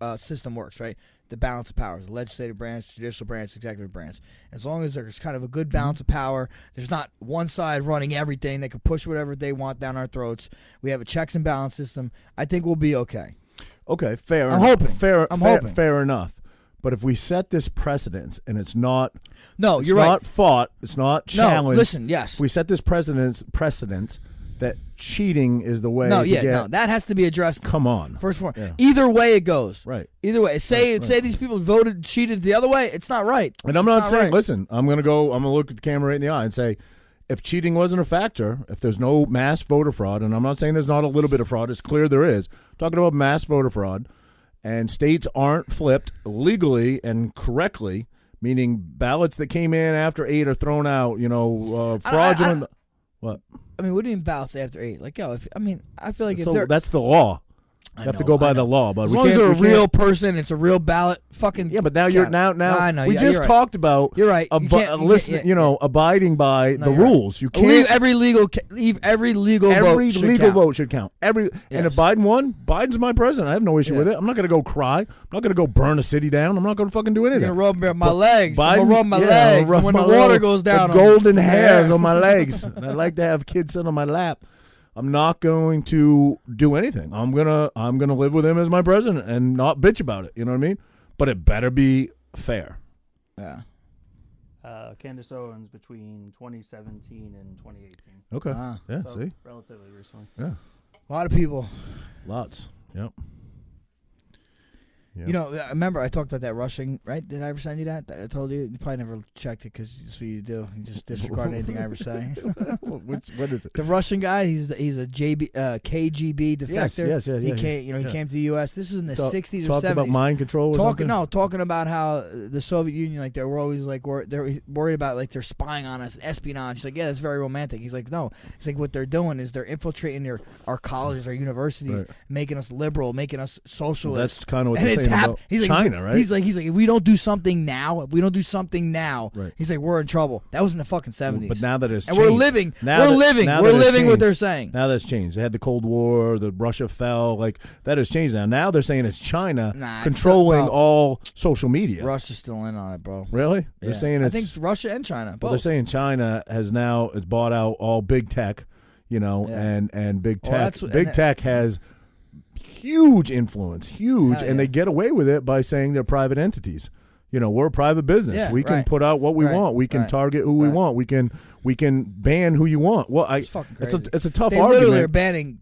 S2: uh, system works, right? The balance of powers, the legislative branch, judicial branch, executive branch. As long as there's kind of a good balance of power, there's not one side running everything. They can push whatever they want down our throats. We have a checks and balance system. I think we'll be okay.
S1: Okay, fair.
S2: I'm
S1: enough.
S2: hoping.
S1: Fair.
S2: I'm
S1: fair,
S2: hoping.
S1: fair enough. But if we set this precedence and it's not,
S2: No,
S1: it's
S2: you're
S1: not
S2: right.
S1: fought, it's not challenged.
S2: No, listen, yes.
S1: If we set this precedence, precedence that cheating is the way.
S2: no,
S1: to
S2: yeah,
S1: get-
S2: no. That has to be addressed
S1: come on.
S2: first and foremost.
S1: Yeah.
S2: Either way it goes.
S1: Right.
S2: Either way. Say
S1: Right, right.
S2: say these people voted cheated the other way, it's not right.
S1: And I'm
S2: It's
S1: not, saying,
S2: right.
S1: listen, I'm going to go, I'm going to look at the camera right in the eye and say, if cheating wasn't a factor, if there's no mass voter fraud, and I'm not saying there's not a little bit of fraud, it's clear there is. Talking about mass voter fraud, and states aren't flipped legally and correctly, meaning ballots that came in after eight are thrown out, you know, uh,
S2: I- I- I-
S1: fraudulent. what?
S2: I mean, what do you mean balance after eight? Like, yo, if, I mean, I feel like if
S1: So
S2: they're
S1: that's the law.
S2: I
S1: You have to go
S2: know,
S1: by
S2: I know.
S1: the law, but
S2: as
S1: we
S2: long as
S1: can't-
S2: they're a
S1: we can't-
S2: real person, it's a real ballot. Fucking
S1: Yeah, but now you're
S2: count.
S1: now now
S2: No, I know,
S1: we
S2: yeah,
S1: just
S2: you're right.
S1: talked about
S2: You're right. You
S1: abu-
S2: can't- you can't-
S1: listen,
S2: yeah,
S1: you know, abiding by
S2: No,
S1: the
S2: you're right.
S1: rules. You
S2: Leave-
S1: can't
S2: every legal ca- leave every legal
S1: every
S2: vote should
S1: legal
S2: count.
S1: vote should count. Every and if
S2: Yes.
S1: Biden won, Biden's my president. I have no issue
S2: Yeah.
S1: with it. I'm not going to go cry. I'm not going to go burn a city down. I'm not going to fucking do
S2: I'm
S1: anything.
S2: gonna rub my
S1: But
S2: legs. I'm gonna
S1: Biden-
S2: rub my
S1: yeah, I'm gonna
S2: legs.
S1: rub
S2: and when
S1: my
S2: the water
S1: leg-
S2: goes down,
S1: the
S2: on me.
S1: golden hairs
S2: Yeah.
S1: on my legs. And I like to have kids sit on my lap. I'm not going to do anything. I'm gonna I'm gonna live with him as my president and not bitch about it. You know what I mean? But it better be fair.
S2: Yeah.
S3: Uh, Candace Owens between 2017 and 2018.
S1: Okay.
S2: Ah.
S1: yeah.
S3: so
S1: See.
S3: relatively recently.
S1: Yeah.
S2: A lot of people
S1: Lots. <laughs> Yep.
S2: You know, I remember I talked about that rushing, right? Did I ever send you that? I told you. You probably never checked it because that's what you do. You
S1: <laughs>
S2: just disregard anything I ever say.
S1: Which, what is it?
S2: The Russian guy, he's he's a JB, uh, KGB defector.
S1: Yes, yes, yeah,
S2: He
S1: yeah,
S2: came, you know, he
S1: yeah.
S2: came to the U.S. This was in the
S1: Talk-
S2: '60s or
S1: Talked
S2: '70s.
S1: about mind control. Or
S2: talking,
S1: something?
S2: no, talking about how uh, the Soviet Union, like they were always like wor- they're worried about like they're spying on us, espionage. He's like, yeah, that's very romantic. He's like, no, it's like what they're doing is they're infiltrating their our colleges, our universities,
S1: Right.
S2: making us liberal, making us socialist.
S1: that's kind of what
S2: and
S1: they're
S2: it's
S1: saying
S2: hap-
S1: about
S2: he's like,
S1: China, right?
S2: He's like, he's like, if we don't do something now, if we don't do something now,
S1: Right.
S2: he's like, we're in trouble. That was in the fucking seventies.
S1: But now that it's
S2: And we're
S1: changed-
S2: living-
S1: now
S2: we're
S1: that-
S2: living-
S1: now
S2: we're
S1: that it's
S2: living what they're
S1: changed.
S2: saying.
S1: Now that's changed. They had the Cold War. The Russia fell. Like that has changed now. Now they're saying it's China
S2: Nah, it's
S1: controlling
S2: still- bro.
S1: all social media.
S2: Russia's still in on it, bro.
S1: Really? They're
S2: Yeah.
S1: saying
S2: I
S1: it's.
S2: think Russia and China.
S1: well,
S2: both.
S1: they're saying China has now has bought out all big tech, you know,
S2: Yeah.
S1: and and big
S2: Well,
S1: tech.
S2: that's what-
S1: big
S2: and that-
S1: tech has huge influence, huge,
S2: Hell
S1: and they
S2: yeah.
S1: get away with it by saying they're private entities. You know, we're a private business.
S2: Yeah,
S1: we can
S2: right.
S1: put out what we
S2: Right,
S1: want. We can
S2: right,
S1: target who we
S2: right.
S1: want. We can we can ban who you want. Well, I
S2: It's fucking
S1: it's a
S2: crazy.
S1: it's a tough
S2: they literally are
S1: argument.
S2: banning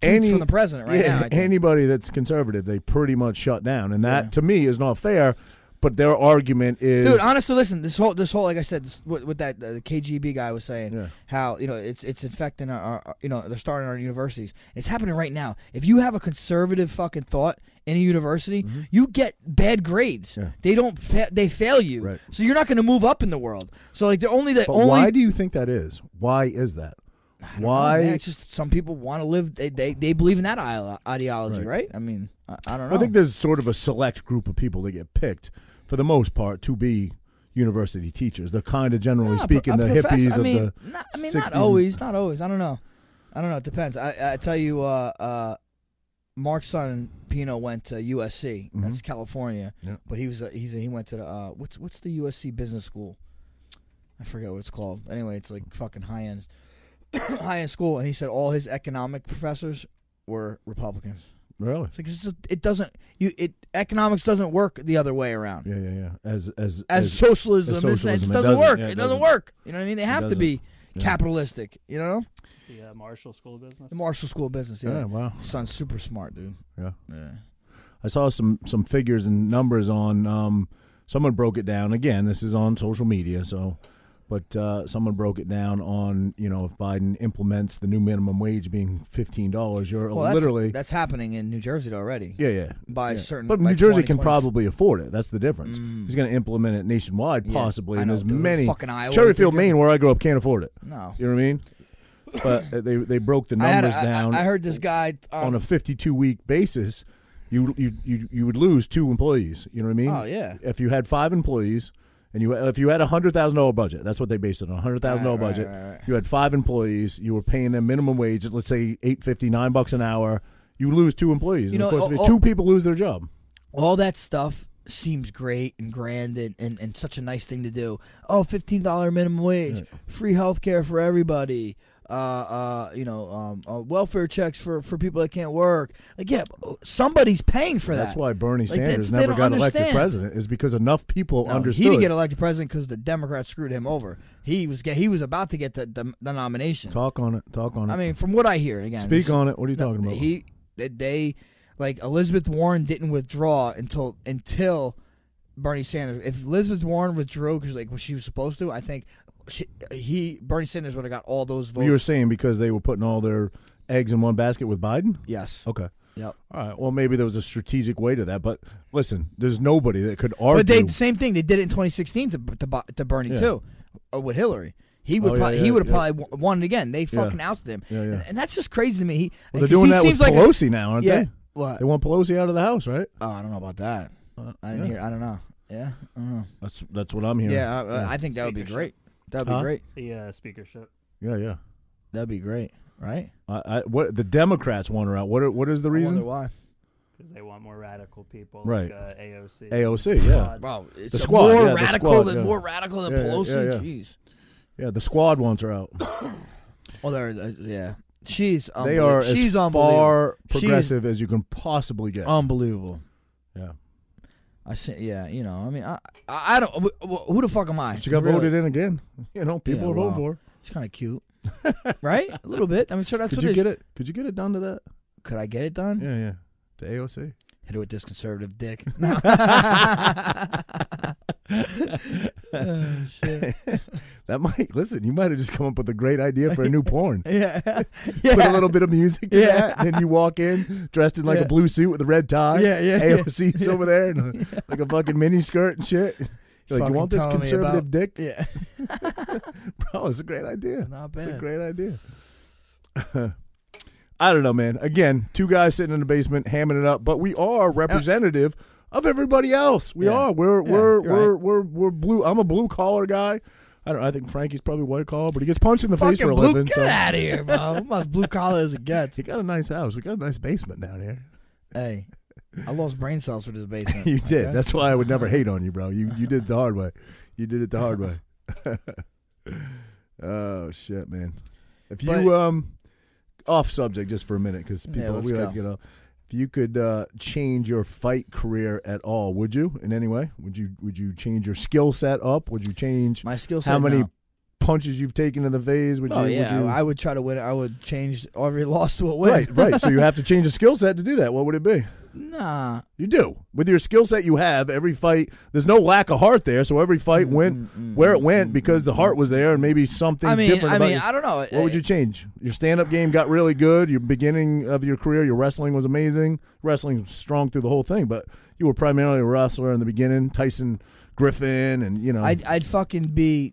S2: tweets
S1: Any-
S2: from the president
S1: <laughs>
S2: right
S1: yeah,
S2: now. I think.
S1: anybody that's conservative, they pretty much shut down, and that
S2: Yeah.
S1: to me is not fair. But their argument is
S2: Dude, honestly, listen. This whole, this whole, like I said, this, what, what that uh, KGB guy was saying,
S1: Yeah.
S2: how you know it's it's infecting our, our, you know, they're starting our universities. It's happening right now. If you have a conservative fucking thought in a university, you get bad grades.
S1: Mm-hmm. Yeah.
S2: They don't, fa- they fail you.
S1: Right.
S2: So you're not going to move up in the world. So like the only the
S1: But
S2: only
S1: why do you think that is? Why is that? Why?
S2: Oh, man, it's just some people want to live. They, they they believe in that ide- ideology,
S1: Right.
S2: right? I mean, I, I don't know.
S1: I think there's sort of a select group of people that get picked for the most part to be university teachers. They're kind of generally
S2: Nah,
S1: speaking
S2: a
S1: the
S2: professor-
S1: hippies
S2: I mean,
S1: of the.
S2: not, I mean,
S1: 60s
S2: not
S1: and-
S2: always, not always. I don't know. I don't know. It depends. I, I tell you, uh, uh, Mark's son Pino went to USC. That's California,
S1: Mm-hmm. Yeah.
S2: but he was a, he's a, he went to the, uh, what's what's the USC business school? I forget what it's called. Anyway, it's like fucking high <coughs> end, high end school. And he said all his economic professors were Republicans.
S1: Really?
S2: It's like it's just, it doesn't you it economics doesn't work the other way around
S1: Yeah, yeah, yeah. As as
S2: as socialism.
S1: as
S2: this and that.
S1: socialism,
S2: It just
S1: it
S2: doesn't,
S1: doesn't-
S2: work.
S1: yeah,
S2: it,
S1: it
S2: doesn't,
S1: doesn't.
S2: work. You know what I mean? They have to
S1: doesn't.
S2: be
S1: Yeah.
S2: capitalistic. You know,
S3: The uh, Marshall School of Business.
S2: the Marshall School of Business. Yeah,
S1: yeah, wow.
S2: son's super smart, dude.
S1: Yeah.
S2: Yeah.
S1: I saw some some figures and numbers on um, someone broke it down again. This is on social media, so But uh, someone broke it down on you know if Biden implements the new minimum wage being fifteen dollars, you're
S2: Well, that's,
S1: literally
S2: that's happening in New Jersey already.
S1: yeah yeah
S2: by
S1: yeah.
S2: certain-
S1: But
S2: by
S1: New Jersey can
S2: 2020s.
S1: probably afford it. That's the difference. He's going to implement it nationwide,
S2: Mm. Yeah,
S1: possibly,
S2: I
S1: and
S2: know,
S1: there's
S2: dude.
S1: many
S2: Fucking Iowa, they
S1: Cherryfield,
S2: think
S1: Maine,
S2: of-
S1: where I grew up, can't afford it.
S2: No.
S1: You know what I
S2: <coughs>
S1: mean? But uh, they they broke the
S2: I, had a-
S1: numbers
S2: I- I-
S1: down.
S2: I heard this guy
S1: on
S2: um,
S1: a 52 week basis, you you you you would lose two employees. You know what I mean?
S2: Oh, yeah.
S1: If you had five employees, and you if you had a hundred thousand dollar budget, that's what they based it on. A hundred thousand dollar
S2: Right, right,
S1: budget.
S2: right, right.
S1: You had five employees. You were paying them minimum wage. at, Let's say eight fifty nine bucks an hour. You lose two employees.
S2: You
S1: and
S2: know,
S1: of course, if
S2: oh,
S1: two
S2: oh.
S1: people lose their job.
S2: all that stuff seems great and grand and, and, and such a nice thing to do. Oh, fifteen dollar minimum wage, free health care for everybody. Uh, uh, you know, um, uh, welfare checks for, for people that can't work. Like, yeah, but oh, somebody's paying for that.
S1: That's why Bernie
S2: Like,
S1: Sanders
S2: that's- they
S1: never
S2: don't
S1: got elected
S2: understand.
S1: president is because enough people
S2: No,
S1: understood.
S2: He didn't get elected president because the Democrats screwed him over. He was get, he was about to get the the, the nomination.
S1: Talk on it. Talk on it.
S2: I mean, from what I hear, again,
S1: speak
S2: this-
S1: on it. What are you talking
S2: No,
S1: about?
S2: He that they like Elizabeth Warren didn't withdraw until until Bernie Sanders. If Elizabeth Warren withdrew because like what she was supposed to, I think she, he Bernie Sanders would have got all those votes.
S1: you were saying because they were putting all their eggs in one basket with Biden.
S2: yes.
S1: Okay.
S2: Yep.
S1: All right. Well, maybe there was a strategic way to that, but listen, there's nobody that could argue.
S2: But they same thing. They did it in 2016 to to, Bo- to Bernie
S1: Yeah.
S2: too, uh, with Hillary. He would
S1: Oh, yeah,
S2: probably,
S1: yeah,
S2: he would have
S1: yeah.
S2: probably won- won it again. They fucking ousted him,
S1: Yeah, yeah.
S2: And, and that's just crazy to me. He,
S1: well, they're
S2: 'cause
S1: doing
S2: he
S1: that
S2: seems
S1: with
S2: like a-
S1: Pelosi now, aren't
S2: yeah,
S1: they?
S2: What?
S1: They want Pelosi out of the house, right?
S2: Oh, I don't know about that. Uh, I didn't
S1: yeah.
S2: hear. I don't know. Yeah, I don't know.
S1: That's that's what I'm hearing.
S2: Yeah, I, I think that would be
S3: Speakership.
S2: great. That would be
S1: Huh?
S2: great.
S3: The uh, speakership.
S1: yeah, yeah.
S2: That'd be great, right?
S1: I, I, what the Democrats want her out? What are, what is the
S2: I wonder
S1: reason?
S2: why.
S3: Because they want more radical people,
S1: Right.
S3: Like, uh, AOC.
S1: AOC, yeah.
S3: Squad.
S2: Wow, it's
S1: The
S2: a
S1: squad,
S2: more
S1: yeah, the
S2: radical
S1: squad,
S2: than
S1: yeah.
S2: more radical than
S1: Yeah, yeah,
S2: Pelosi.
S1: yeah, yeah.
S2: Jeez.
S1: Yeah, the squad wants her out.
S2: Well, there. Uh, yeah, she's.
S1: They are
S2: Unbelievable.
S1: as
S2: she's Um, unbelievable.
S1: far
S2: She is-
S1: progressive as you can possibly get.
S2: unbelievable.
S1: yeah,
S2: I see. Yeah, you know. I mean, I. I, I don't. wh- wh- Who the fuck am I?
S1: she got
S2: Really?
S1: voted in again. <laughs> You know, people
S2: Yeah,
S1: are voting
S2: wow.
S1: for. her.
S2: She's kind
S1: <laughs>
S2: of cute, right? A little bit. I mean, sure. That's
S1: Could
S2: what Mm.
S1: you
S2: it is.
S1: get it? Could you get it done to that?
S2: Could I get it done?
S1: Yeah, yeah. To AOC.
S2: Hit her with this conservative dick.
S1: <laughs>
S2: No. <laughs> Oh, shit.
S1: <laughs> That might listen. You might have just come up with a great idea for a
S2: <laughs>
S1: new porn.
S2: Yeah.
S1: put
S2: <laughs>
S1: a
S2: Yeah.
S1: little bit of music to
S2: Yeah.
S1: that. Then you walk in dressed in like
S2: Yeah.
S1: a blue suit with a red tie.
S2: Yeah, <laughs> yeah, yeah.
S1: AOC's over there and a, like a fucking mini skirt and shit. <laughs> You're like,
S2: Fucking
S1: you want this
S2: telling me
S1: conservative
S2: about-
S1: dick?
S2: Yeah.
S1: <laughs>
S2: <laughs>
S1: Bro, it's a great idea.
S2: Not
S1: It's a
S2: bad.
S1: great idea. <laughs> I don't know, man. Again, two guys sitting in the basement hamming it up, but we are representative of everybody else. We
S2: Uh, Yeah.
S1: are. We're
S2: Yeah,
S1: we're
S2: you're
S1: we're, we're we're blue. I'm a blue collar guy. I don't. I think Frankie's probably white collar, but he gets punched in the face for a
S2: blue,
S1: living.
S2: Get
S1: So
S2: out of
S1: <laughs>
S2: here, bro. I'm as blue collar as it gets.
S1: he got a nice house. We got a nice basement down here.
S2: Hey, I lost brain cells for this basement.
S1: <laughs> You did.
S2: okay?
S1: That's why I would never hate on you, bro. You you did it the hard way. You did it the hard way. <laughs> oh shit, man. If you
S2: But-
S1: um off subject just for a minute because
S2: Yeah,
S1: people
S2: let's
S1: we like
S2: go.
S1: to get off. If you could uh, change your fight career at all, would you? In any way, would you? Would you change your skill set up? Would you change
S2: my skill set.
S1: how many
S2: now.
S1: punches you've taken in the face? Would
S2: Oh
S1: you?
S2: yeah,
S1: would you
S2: I would try to win. I would change every <laughs> loss to a win.
S1: right, right. So you <laughs> have to change the skill set to do that. What would it be?
S2: <laughs> Nah.
S1: You do. With your skill set you have, every fight, there's no lack of heart there. So every
S2: Mm,
S1: fight went where it went because the heart was there and maybe something
S2: I mean,
S1: different
S2: I
S1: about
S2: mean,
S1: you.
S2: I don't know.
S1: What would you change? Your stand up game got really good. Your beginning of your career, your wrestling was amazing. Wrestling was strong through the whole thing, but you were primarily a wrestler in the beginning. Tyson Griffin and, you know.
S2: I'd, I'd fucking be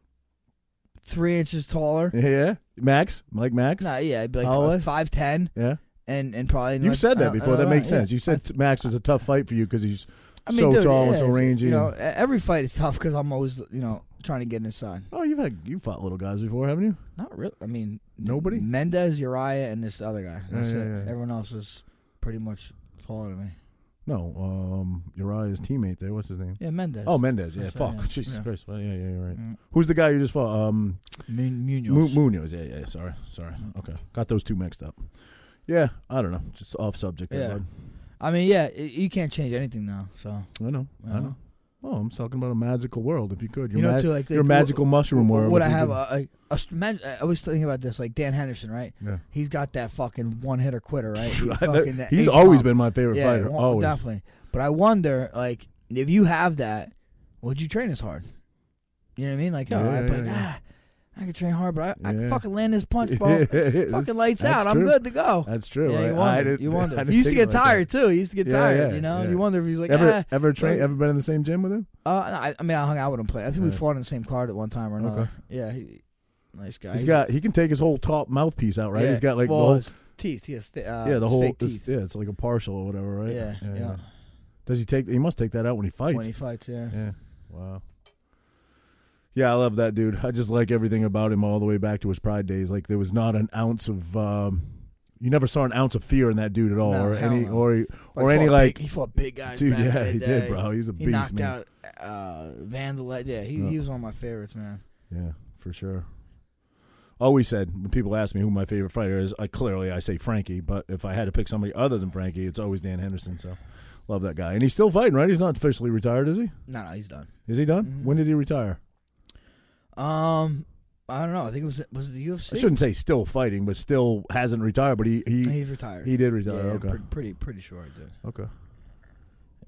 S2: three inches taller.
S1: yeah. Max, like Max.
S2: Nah, yeah, I'd be
S1: Holloway?
S2: like five ten,
S1: Yeah.
S2: and and probably.
S1: You've said that before. That makes sense.
S2: You
S1: You said t- Max was a tough fight for you because he's
S2: I mean,
S1: so
S2: dude,
S1: tall and
S2: yeah,
S1: so
S2: it's-
S1: rangy.
S2: You know,
S1: and-
S2: e- every fight is tough because I'm always you know trying to get inside.
S1: oh, you've had you fought little guys before, haven't you?
S2: Not really. I mean,
S1: Nobody?
S2: Mendez, Uriah, and this other guy. That's
S1: yeah,
S2: it.
S1: yeah.
S2: Everyone else is pretty much taller than me.
S1: No, um, Uriah's teammate there. What's his name?
S2: Yeah, Mendez.
S1: Oh, Mendez. Yeah,
S2: That's
S1: fuck. <laughs>
S2: right, yeah.
S1: Jesus
S2: Yeah.
S1: Christ. Well, yeah, yeah, you're right.
S2: Mm.
S1: Who's the guy you just fought? Um,
S2: Mu- Munoz.
S1: Mu- Munoz. Yeah, yeah. Sorry, sorry.
S2: Mm-hmm.
S1: Okay, got those two mixed up. Yeah, I don't know. Just off subject. there,
S2: Yeah.
S1: bud.
S2: I mean, yeah, i you can't change anything now. So
S1: I know. I know. Oh, I'm talking about a magical world. If you could, your
S2: Uh-huh. You know,
S1: ma-
S2: too, like,
S1: your
S2: like,
S1: magical mushroom world.
S2: Would
S1: if
S2: I
S1: you
S2: have
S1: could-
S2: a, a, a st- man- I was thinking about this, like Dan Henderson, right?
S1: Yeah.
S2: He's got that fucking one hitter
S1: <laughs>
S2: quitter, right? He
S1: I-
S2: fucking- that
S1: He's
S2: H
S1: always
S2: bomb.
S1: been my favorite
S2: yeah,
S1: fighter.
S2: well,
S1: always.
S2: definitely. But I wonder, like, if you have that, would you train as hard? You know what I mean? Like,
S1: Yeah,
S2: oh, I
S1: yeah,
S2: played,
S1: yeah, yeah.
S2: ah, I could train hard, but I, I
S1: Yeah.
S2: could fucking land
S1: <laughs>
S2: this punch, bro. It's fucking lights
S1: That's
S2: out. I'm
S1: true.
S2: good to go.
S1: That's true.
S2: Yeah, you
S1: I-
S2: wonder.
S1: I didn't- <laughs>
S2: you
S1: I
S2: wonder.
S1: didn't
S2: He used to
S1: think
S2: get
S1: about that.
S2: tired too. He used to get
S1: Yeah,
S2: tired.
S1: yeah,
S2: you know,
S1: yeah.
S2: you wonder if he's like,
S1: ever
S2: "Ah,
S1: ever train?
S2: well-
S1: Ever been in the same gym with him?
S2: Uh, no, I, I mean, I hung out with him. Play. I think we
S1: Yeah.
S2: fought in the same card at one time or another.
S1: Okay.
S2: Yeah, he, nice guy.
S1: He's got. He can take his whole top mouthpiece out, right?
S2: yeah,
S1: He's got like
S2: well,
S1: the whole.
S2: his teeth. He has fi- uh,
S1: yeah, the whole.
S2: fake
S1: it's-
S2: teeth.
S1: yeah, it's like a partial or whatever, right?
S2: yeah, yeah.
S1: Does he take? He must take that out when he fights.
S2: When he fights, yeah.
S1: Yeah. Wow. Yeah, I love that dude. I just like everything about him all the way back to his pride days. Like there was not an ounce of um you never saw an ounce of fear in that dude at all
S2: No,
S1: or
S2: hell
S1: any
S2: no.
S1: or or
S2: He
S1: any
S2: fought
S1: like
S2: big, he fought big guys.
S1: dude,
S2: back in
S1: yeah,
S2: the
S1: he did,
S2: day.
S1: bro. He's a
S2: He
S1: beast,
S2: knocked
S1: man.
S2: out uh, Vandalette. Yeah, he,
S1: Yeah.
S2: he was one of my favorites, man.
S1: Yeah, for sure. Always said when people ask me who my favorite fighter is, I clearly I say Frankie, but if I had to pick somebody other than Frankie, it's always Dan Henderson, so love that guy. And he's still fighting, right? He's not officially retired, is he?
S2: No, no, he's done.
S1: Is he done?
S2: Mhm.
S1: When did he retire?
S2: Um, I don't know. I think it was was it the UFC.
S1: I shouldn't say still fighting, but still hasn't retired, but he he,
S2: He's retired.
S1: He did retire.
S2: yeah, I'm
S1: uh, okay.
S2: pretty, pretty pretty sure I did.
S1: okay.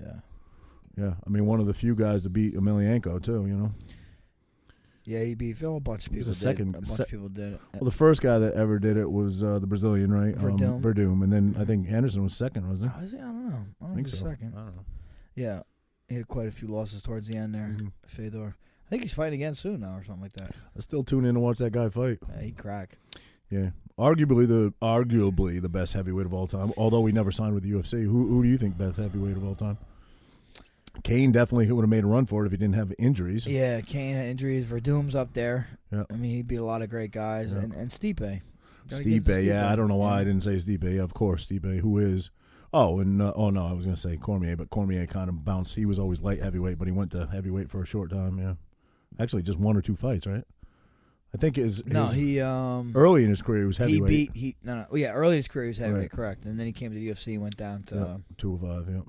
S2: Yeah.
S1: Yeah. I mean, one of the few guys to beat Emelianenko too. You know,
S2: Yeah, he beat Phil. A bunch of
S1: He was
S2: people.
S1: the second-
S2: Did. A bunch
S1: se-
S2: of people did. it.
S1: well, the first guy that ever did it was uh, the Brazilian, right?
S2: Verdum.
S1: Verdum, and then I think Anderson was second, wasn't he?
S2: Uh, I, was- I don't know. I
S1: I
S2: don't
S1: think
S2: think
S1: so. Uh,
S2: second.
S1: I don't know.
S2: Yeah, he had quite a few losses towards the end there.
S1: Mhm.
S2: Fedor, I think he's fighting again soon now or something like that.
S1: I still tune in to watch that guy fight.
S2: Yeah, he crack.
S1: Yeah, arguably the arguably the best heavyweight of all time. Although we never signed with the UFC, who who do you think best heavyweight of all time? Kane definitely would have made a run for it if he didn't have injuries.
S2: Yeah, Kane had injuries. Verdum's up there.
S1: Yeah.
S2: I mean, he beat a lot of great guys,
S1: Yeah.
S2: and and Stipe. Gotta give it to
S1: Stipe, yeah, I don't know why I didn't say Stipe. Yeah, of course, Stipe, who is. Oh, and uh, oh no, I was gonna say Cormier, but Cormier kind of bounced. He was always light heavyweight, but he went to heavyweight for a short time. Yeah, actually, just one or two fights, right? I think his, his
S2: No, he um
S1: early in his career he was
S2: he
S1: heavyweight,
S2: beat he no no well, yeah early in his career he was heavyweight
S1: Right.
S2: correct, and then he came to the UFC and went down to
S1: Yeah.
S2: uh,
S1: two or five. Yeah,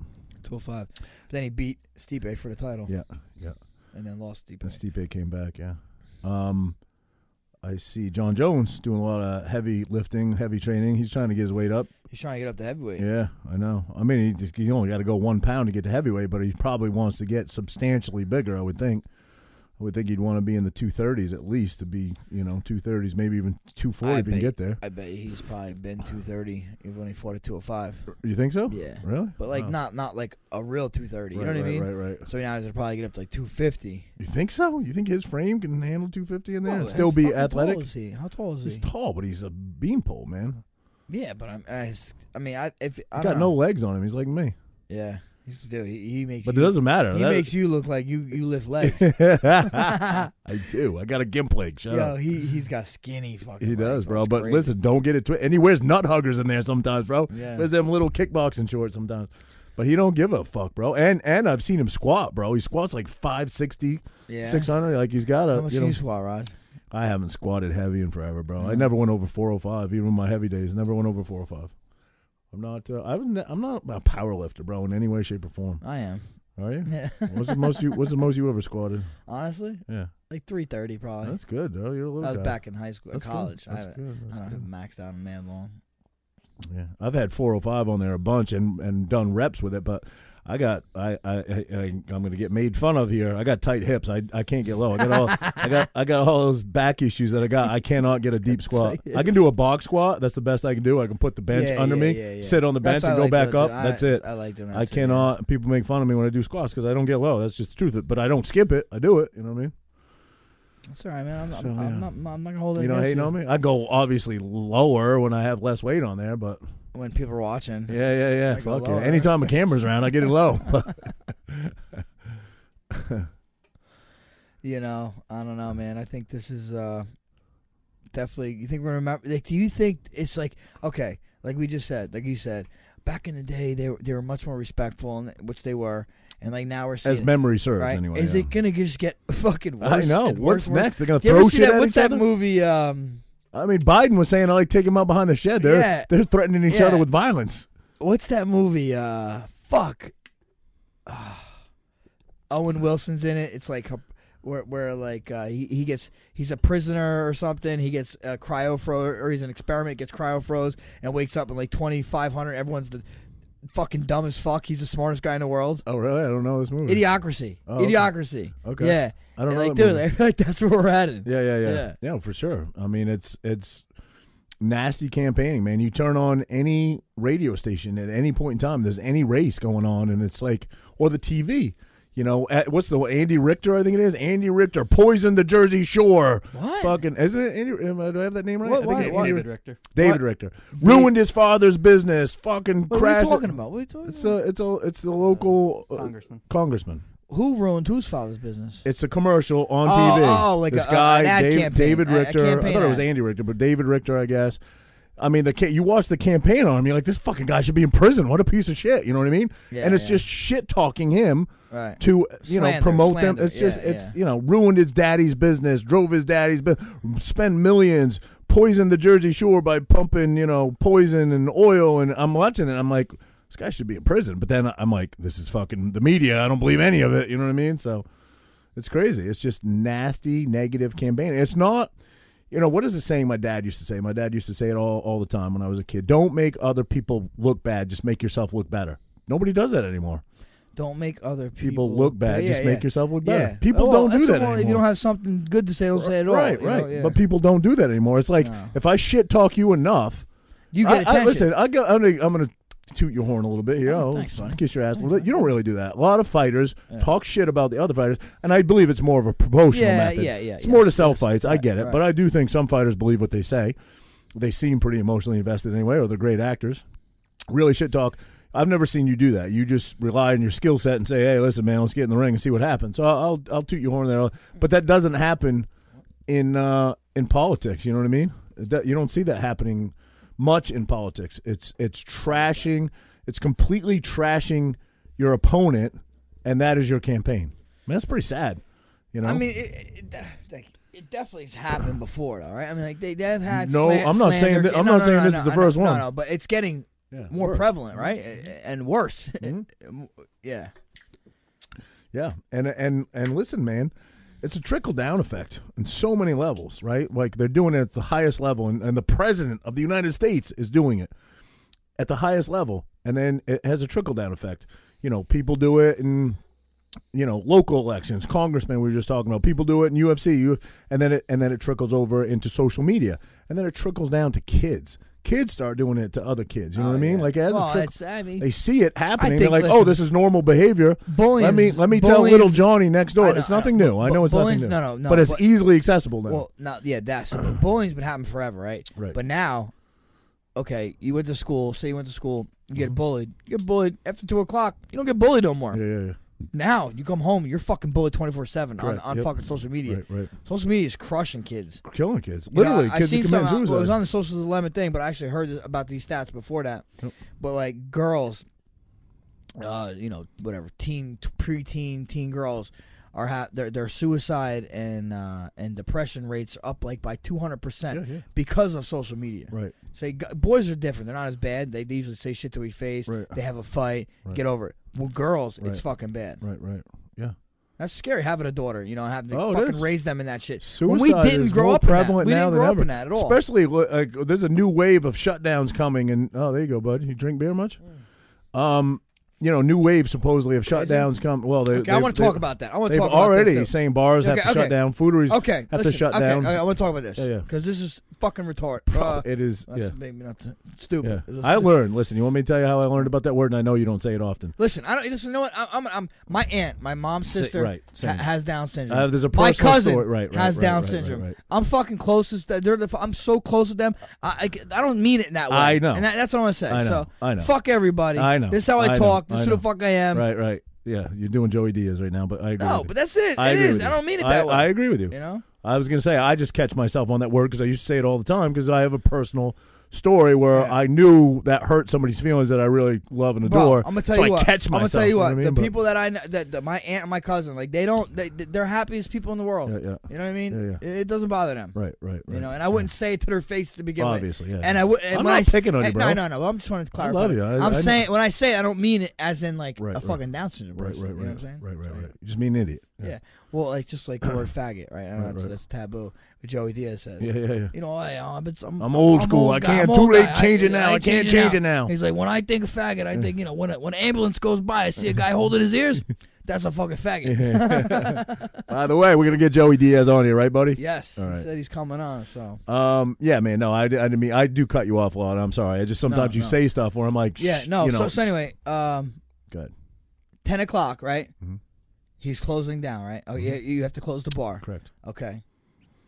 S2: 205. But then he beat Stipe for the title,
S1: yeah, yeah.
S2: and then lost Stipe.
S1: And Stipe came back. Yeah, um, I see John Jones doing a lot of heavy lifting, heavy training. He's trying to get his weight up.
S2: He's trying to get up to heavyweight.
S1: Yeah, I know. I mean, he, he only got to go one pound to get to heavyweight, but he probably wants to get substantially bigger. I would think. I would think he'd want to be in the two thirties at least to be, you know, two thirties, maybe even two forty
S2: I
S1: if he can
S2: bet-
S1: get there.
S2: I bet he's probably been 230 even when he fought at 205.
S1: You think so?
S2: Yeah.
S1: Really?
S2: But like
S1: Wow.
S2: not not like a real 230. you know
S1: Right,
S2: what I
S1: right,
S2: mean?
S1: Right, right.
S2: So now he's gonna probably get up to like 250.
S1: You think so? You think his frame can handle two fifty in there
S2: Well,
S1: and still be
S2: he's fucking tall
S1: athletic?
S2: is he? How tall is
S1: He's
S2: he?
S1: tall, but he's a beanpole man.
S2: Yeah, but I'm. I, s- I mean, I if I
S1: He's
S2: don't
S1: got
S2: know.
S1: no legs on him. He's like me.
S2: Yeah, he's dude. He, he makes.
S1: But
S2: you,
S1: it doesn't matter.
S2: He
S1: That- <laughs>
S2: makes you look like you you lift legs.
S1: I do. I got a gimp leg. Shut
S2: <laughs> Yo,
S1: up.
S2: he he's got skinny fucking.
S1: He
S2: legs,
S1: does, bro.
S2: It's
S1: But
S2: crazy.
S1: listen, don't get it twisted. And he wears nut huggers in there sometimes, bro.
S2: Yeah.
S1: Wears them little kickboxing shorts sometimes. But he don't give a fuck, bro. And and I've seen him squat, bro. He squats like 560,
S2: yeah.
S1: 600. Like he's got
S2: How
S1: a,
S2: much
S1: you
S2: do
S1: know.
S2: you squat, Rod?
S1: I haven't squatted heavy in forever, bro. I
S2: Yeah.
S1: never went over 405, even my heavy days. Never went over 405. I'm not. Uh, I'm not- I'm not a power lifter, bro, in any way, shape, or form.
S2: I am.
S1: Are you?
S2: Yeah.
S1: <laughs> What's the most you? What's the most you ever squatted?
S2: <laughs> Honestly,
S1: Yeah,
S2: <laughs> like 330 probably.
S1: that's good, though. You're a little.
S2: I was
S1: guy.
S2: back in high school,
S1: That's good.
S2: college. I,
S1: That's
S2: haven't-
S1: good.
S2: I
S1: That's
S2: don't
S1: good.
S2: have maxed out a man
S1: <laughs>
S2: long.
S1: Yeah, I've had 405 on there a bunch and and done reps with it, but I got I I, I I'm going to get made fun of here. I got tight hips. I I can't get low. I got
S2: <laughs>
S1: all I got I got all those back issues that I got. I cannot
S2: <laughs>
S1: get a deep squat. I can do a box squat. That's the best I can do. I can put the bench
S2: Yeah,
S1: under
S2: yeah,
S1: me,
S2: yeah, yeah.
S1: sit on the bench
S2: That's what
S1: and
S2: I
S1: go back
S2: like doing,
S1: up.
S2: too. I-
S1: That's it.
S2: I like doing that.
S1: I uh,
S2: too,
S1: cannot. People make fun of me when I do squats because I don't get low. That's just the truth. of it. But I don't skip it. I do it. You know what I mean?
S2: yeah. It's all right, man. I'm,
S1: So,
S2: I'm,
S1: yeah.
S2: I'm, not, I'm not gonna hold it.
S1: You don't
S2: against
S1: hating on me? I go obviously lower when I have less weight on there, but
S2: when people are watching.
S1: Yeah, yeah, yeah.
S2: I go
S1: Fuck
S2: lower.
S1: it. Anytime a camera's around, I get it
S2: <laughs>
S1: low. <laughs>
S2: You know, I don't know, man. I think this is uh definitely. You think we're gonna remember? Like, do you think it's like okay, like we just said, like you said, back in the day, they were, they were much more respectful, and which they were, and like now we're seeing.
S1: As memory serves,
S2: Right?
S1: anyway.
S2: is
S1: yeah.
S2: it gonna just get <laughs> fucking worse?
S1: I know.
S2: and
S1: What's
S2: worse and worse?
S1: next? They're gonna
S2: You ever
S1: throw
S2: see
S1: shit
S2: that?
S1: at
S2: What's
S1: each
S2: that
S1: other?
S2: movie? Um,
S1: I mean, Biden was saying, "I like take him out behind the shed." They're
S2: Yeah.
S1: they're threatening each
S2: Yeah.
S1: other with violence.
S2: what's that movie? Uh, fuck. Ah. Owen Wilson's in it. It's like her- where where like uh, he he gets he's a prisoner or something. He gets uh, cryo froze or he's an experiment gets cryo froze and wakes up in like twenty five hundred. Everyone's the fucking dumb as fuck. He's the smartest guy in the world.
S1: Oh, really? I don't know this movie.
S2: Idiocracy.
S1: Oh, okay.
S2: Idiocracy.
S1: Okay.
S2: Yeah.
S1: I don't
S2: And,
S1: know
S2: Like,
S1: that
S2: dude,
S1: movie.
S2: I feel <laughs> like that's where we're at.
S1: Yeah, yeah, yeah,
S2: Yeah.
S1: yeah. for sure. I mean, it's it's nasty campaigning, man. You turn on any radio station at any point in time, there's any race going on, and it's like, or the TV. You know, at, what's the Andy Richter? I think it is Andy Richter poisoned the Jersey Shore.
S2: What?
S1: Fucking isn't it? Andy, am I- do I have that name right?
S2: What-
S1: I think
S2: why-
S1: it's
S2: why-
S1: Andy,
S3: David
S1: Ri-
S3: Richter.
S1: David Richter ruined his father's business. Fucking
S2: What
S1: crashed.
S2: are we talking about? What are we talking
S1: It's
S2: about?
S1: a, it's a, it's the local uh,
S3: Congressman.
S1: Congressman.
S2: Who ruined whose father's business?
S1: It's a commercial on
S2: Oh,
S1: TV.
S2: oh, like
S1: this
S2: a-
S1: guy,
S2: an ad
S1: Dave-
S2: campaign.
S1: David
S2: A- a
S1: Richter. I
S2: campaign
S1: thought it was
S2: ad.
S1: Andy Richter, but David Richter, I guess. I mean, the ca- you watch the campaign on him, you're like, this fucking guy should be in prison. What a piece of shit. You know what I mean?
S2: Yeah,
S1: and it's
S2: yeah.
S1: just shit talking him
S2: Right.
S1: to you know
S2: Slander,
S1: promote
S2: slander,
S1: them. It's just
S2: yeah,
S1: it's
S2: yeah.
S1: you know ruined his daddy's business, drove his daddy's bu- spend millions, poisoned the Jersey Shore by pumping you know poison and oil. And I'm watching it, I'm like, this guy should be in prison. But then I'm like, this is fucking the media. I don't believe any of it. You know what I mean? So. It's crazy. It's just nasty, negative campaigning. It's not, you know, what is the saying my dad used to say? My dad used to say it all, all the time when I was a kid. Don't make other people look bad. Just make yourself look better. Nobody does that anymore.
S2: Don't make other people,
S1: People look bad.
S2: Yeah,
S1: Just
S2: yeah.
S1: make yourself look better.
S2: Yeah. Oh,
S1: People
S2: Well,
S1: don't do
S2: that's
S1: that
S2: all.
S1: anymore.
S2: If you don't have something good to say, don't say it at all.
S1: right,
S2: you know?
S1: right.
S2: Yeah.
S1: But people don't do that anymore. It's like
S2: No.
S1: if I shit talk you enough,
S2: you
S1: I-
S2: get attention.
S1: I, listen, I got, I'm going to I'm gonna toot your horn a little bit here.
S2: Oh,
S1: Oh,
S2: thanks, buddy.
S1: kiss your ass a little bit. You don't really do that. A lot of fighters talk shit about the other fighters, and I believe it's more of a promotional
S2: Yeah,
S1: method.
S2: yeah, yeah,
S1: It's more
S2: yes,
S1: to sell fights. I
S2: Right,
S1: get it,
S2: right.
S1: but I do think some fighters believe what they say. They seem pretty emotionally invested anyway, or they're great actors. Really shit talk. I've never seen you do that. You just rely on your skill set and say, "Hey, listen, man, let's get in the ring and see what happens." So I'll I'll, I'll toot your horn there, but that doesn't happen in uh, in politics. You know what I mean? That- you don't see that happening much in politics. It's it's trashing. It's completely trashing your opponent, and that is your campaign. Man, that's pretty sad. You know.
S2: I mean, it, it, it, like, it definitely has happened before, though, right? I mean, like they, they have had.
S1: No,
S2: slant-
S1: I'm not saying
S2: slander-
S1: that- I'm
S2: no,
S1: not
S2: no,
S1: saying
S2: no,
S1: this
S2: no,
S1: is the
S2: I know-
S1: first one.
S2: No, no, but it's getting
S1: Yeah,
S2: more
S1: worse.
S2: prevalent, right? A- And worse. <laughs>
S1: Mm-hmm.
S2: yeah.
S1: Yeah, and and and listen, man, it's a trickle down effect in so many levels, right? Like they're doing it at the highest level, and, and the president of the United States is doing it at the highest level, and then it has a trickle down effect. You know, people do it in you know local elections, congressmen. We were just talking about people do it in UFC, you, and then it and then it trickles over into social media, and then it trickles down to kids. Kids start doing it to other kids. You know what I mean?
S2: Oh, yeah.
S1: Like as
S2: Well,
S1: a trickle,
S2: it's- I mean-
S1: they see it happening.
S2: I
S1: they're like,
S2: think,
S1: oh,
S2: listen,
S1: this is normal behavior.
S2: bullying
S1: Let me
S2: is-
S1: let me tell
S2: bullying
S1: little
S2: is-
S1: Johnny next
S2: I
S1: door.
S2: know,
S1: it's
S2: I know,
S1: nothing new. I
S2: bu-
S1: know it's nothing
S2: bullying's-
S1: new.
S2: no, no, no,
S1: But it's
S2: but-
S1: easily accessible now.
S2: Well, not yeah, that's but bullying's been happening forever, right?
S1: Right.
S2: But now, okay, you went to school. Say you went to school, you
S1: Mm-hmm.
S2: get bullied. You get bullied after two o'clock. You don't get bullied no more.
S1: yeah, yeah, yeah.
S2: Now you come home, you're fucking bullied twenty four seven on
S1: Correct,
S2: on
S1: yep.
S2: fucking social media.
S1: Right, right.
S2: Social media is crushing kids.
S1: Killing kids.
S2: You know,
S1: Literally,
S2: I- I've
S1: kids who
S2: seen
S1: commit
S2: some-
S1: suicide.
S2: I was on the social dilemma thing, but I actually heard about these stats before that.
S1: Yep.
S2: But like girls, uh, you know, whatever, teen, t- preteen, teen girls are ha- their their suicide and uh, and depression rates are up like by two hundred
S1: Yeah, yeah.
S2: percent because of social media.
S1: Right.
S2: Say g- boys are different; they're not as bad. They, they usually say shit to his face.
S1: Right.
S2: They have a fight,
S1: Right.
S2: get over it. Well, girls,
S1: Right.
S2: it's fucking bad.
S1: Right, right. Yeah.
S2: That's scary having a daughter, you know, and having to
S1: Oh, it
S2: fucking
S1: is.
S2: raise them in that shit.
S1: Suicide
S2: when we didn't
S1: is
S2: grow
S1: more
S2: up in that.
S1: prevalent
S2: We
S1: now
S2: didn't
S1: than
S2: grow up
S1: ever.
S2: in that at all.
S1: Especially like there's a new wave of shutdowns coming, and oh, there you go, bud. You drink beer much?
S2: Mm.
S1: Um, you know, new wave supposedly of shutdowns come. Well, they.
S2: Okay, I
S1: they-
S2: wanna
S1: they-
S2: talk about that. I wanna
S1: they've
S2: talk about
S1: already
S2: this, too.
S1: saying bars have
S2: Okay,
S1: to shut
S2: okay.
S1: down, fooderies
S2: Okay,
S1: have
S2: listen,
S1: to shut
S2: okay,
S1: down.
S2: okay, I want to talk about this
S1: Yeah, yeah.
S2: because this is fucking retarded. Uh,
S1: it is.
S2: that's
S1: yeah.
S2: maybe not t- stupid.
S1: Yeah.
S2: Listen-
S1: I learned. Listen, you want me to tell you how I learned about that word? And I know you don't say it often.
S2: Listen, I don't. Listen, you know what? I, I'm, I'm. My aunt, my mom's
S1: Si-
S2: sister,
S1: right,
S2: ha-
S1: same.
S2: has Down syndrome.
S1: Uh, there's a
S2: my
S1: personal
S2: cousin
S1: story- right, right,
S2: has
S1: right, right,
S2: Down
S1: right,
S2: syndrome.
S1: right.
S2: I'm fucking closest. They're the. I'm so close with them. I, I, I don't mean it in that way.
S1: I know.
S2: and that, that's what I want to say.
S1: I know,
S2: So
S1: I know.
S2: Fuck everybody.
S1: I know,
S2: This is how I,
S1: I know,
S2: talk.
S1: I
S2: This is who the
S1: know.
S2: fuck I am.
S1: Right, right. Yeah, you're doing Joey Diaz right now, but I agree.
S2: Um, No,
S1: with
S2: but
S1: you.
S2: that's it.
S1: I
S2: it
S1: agree
S2: is.
S1: with
S2: I
S1: you.
S2: don't mean it
S1: I-
S2: that way.
S1: I agree with you.
S2: You know.
S1: I was gonna say I just catch myself on that word because I used to say it all the time because I have a personal story where
S2: Yeah.
S1: I knew that hurt somebody's feelings that I really love and
S2: Bro,
S1: adore.
S2: I'm gonna tell
S1: so
S2: you
S1: I
S2: what.
S1: catch
S2: I'm gonna
S1: myself.
S2: tell you what.
S1: know I mean?
S2: The
S1: But-
S2: people that I know, that, that my aunt and my cousin, like they don't, they they're happiest people in the world.
S1: Yeah, yeah.
S2: You know what I mean?
S1: Yeah, yeah.
S2: It, it doesn't bother them.
S1: Right, right, right.
S2: You know, and I wouldn't say it to their face to begin
S1: Obviously,
S2: with.
S1: yeah.
S2: And I would.
S1: I'm
S2: and when
S1: not
S2: I, s-
S1: picking on you,
S2: and-
S1: bro.
S2: No, no, no. I'm just trying to clarify.
S1: love you. I-
S2: am
S1: I-
S2: saying when I say it, I don't mean it as in like
S1: Right,
S2: a
S1: right.
S2: fucking Down syndrome
S1: right,
S2: person.
S1: right,
S2: you know what I'm
S1: right,
S2: saying?
S1: right, right,
S2: So,
S1: right. You just mean an idiot. <coughs>
S2: Yeah. Well, like just like the word faggot, right? I know that's,
S1: right.
S2: that's taboo. what Joey Diaz
S1: <laughs>
S2: says.
S1: Yeah, yeah, yeah.
S2: You know, I, uh, but I'm,
S1: I'm old school. I
S2: guy.
S1: can't-
S2: I'm
S1: too
S2: old
S1: late
S2: guy.
S1: changing now. I
S2: ain't
S1: can't
S2: changing
S1: change it now.
S2: He's like, when I think of faggot, I think you know when a, when an ambulance goes by, I see a guy holding
S1: <laughs>
S2: his ears. That's a fucking faggot. <laughs>
S1: By the way, we're gonna get Joey Diaz on here, right, buddy?
S2: Yes,
S1: All right.
S2: he said he's coming on. So
S1: Um. Yeah, man. No, I, I didn't mean I do cut you off a lot. I'm sorry. I just sometimes you
S2: no.
S1: say stuff where I'm like,
S2: yeah,
S1: "Shh,"
S2: no.
S1: You know,
S2: so, so anyway, um,
S1: good.
S2: ten o'clock, right?
S1: Mm-hmm.
S2: He's closing down, right? Oh, yeah, you have to close the bar.
S1: Correct.
S2: Okay.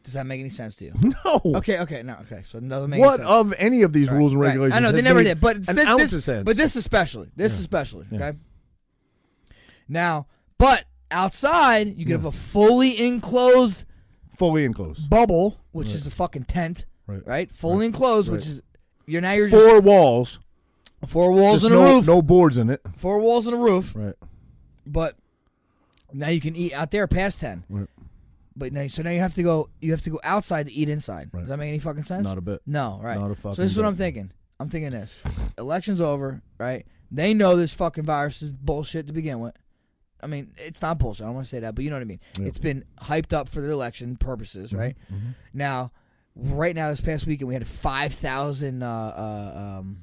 S2: Does that make any sense to you?
S1: <laughs> No.
S2: Okay, okay, no, okay. So another make
S1: What
S2: sense.
S1: of any of these
S2: Right,
S1: rules and
S2: right.
S1: regulations?
S2: I know they
S1: has
S2: never
S1: made
S2: did, but
S1: an
S2: this,
S1: ounce
S2: this-
S1: of sense.
S2: But this especially, this especially, okay. Now, but outside, you can have a fully enclosed
S1: fully enclosed,
S2: bubble, which is a fucking tent,
S1: Right.
S2: Fully enclosed, which
S1: Right.
S2: is you're now you're
S1: four walls,
S2: just four walls
S1: just
S2: and a
S1: no,
S2: roof,
S1: no boards in it.
S2: four walls and a roof,
S1: Right.
S2: but now you can eat out there past ten.
S1: Right.
S2: But now, so now you have to go. You have to go outside to eat inside.
S1: Right.
S2: Does that make any fucking sense?
S1: Not a bit.
S2: No, right.
S1: Not a
S2: so
S1: fucking
S2: this is what I'm
S1: bit.
S2: thinking. I'm thinking this. Election's over, right? They know this fucking virus is bullshit to begin with. I mean, it's not bullshit. I don't want to say that, but you know what I mean. It's been hyped up for the election
S1: Mm-hmm.
S2: purposes, right? Now, right now, this past weekend, we had 5,000 uh, uh, um,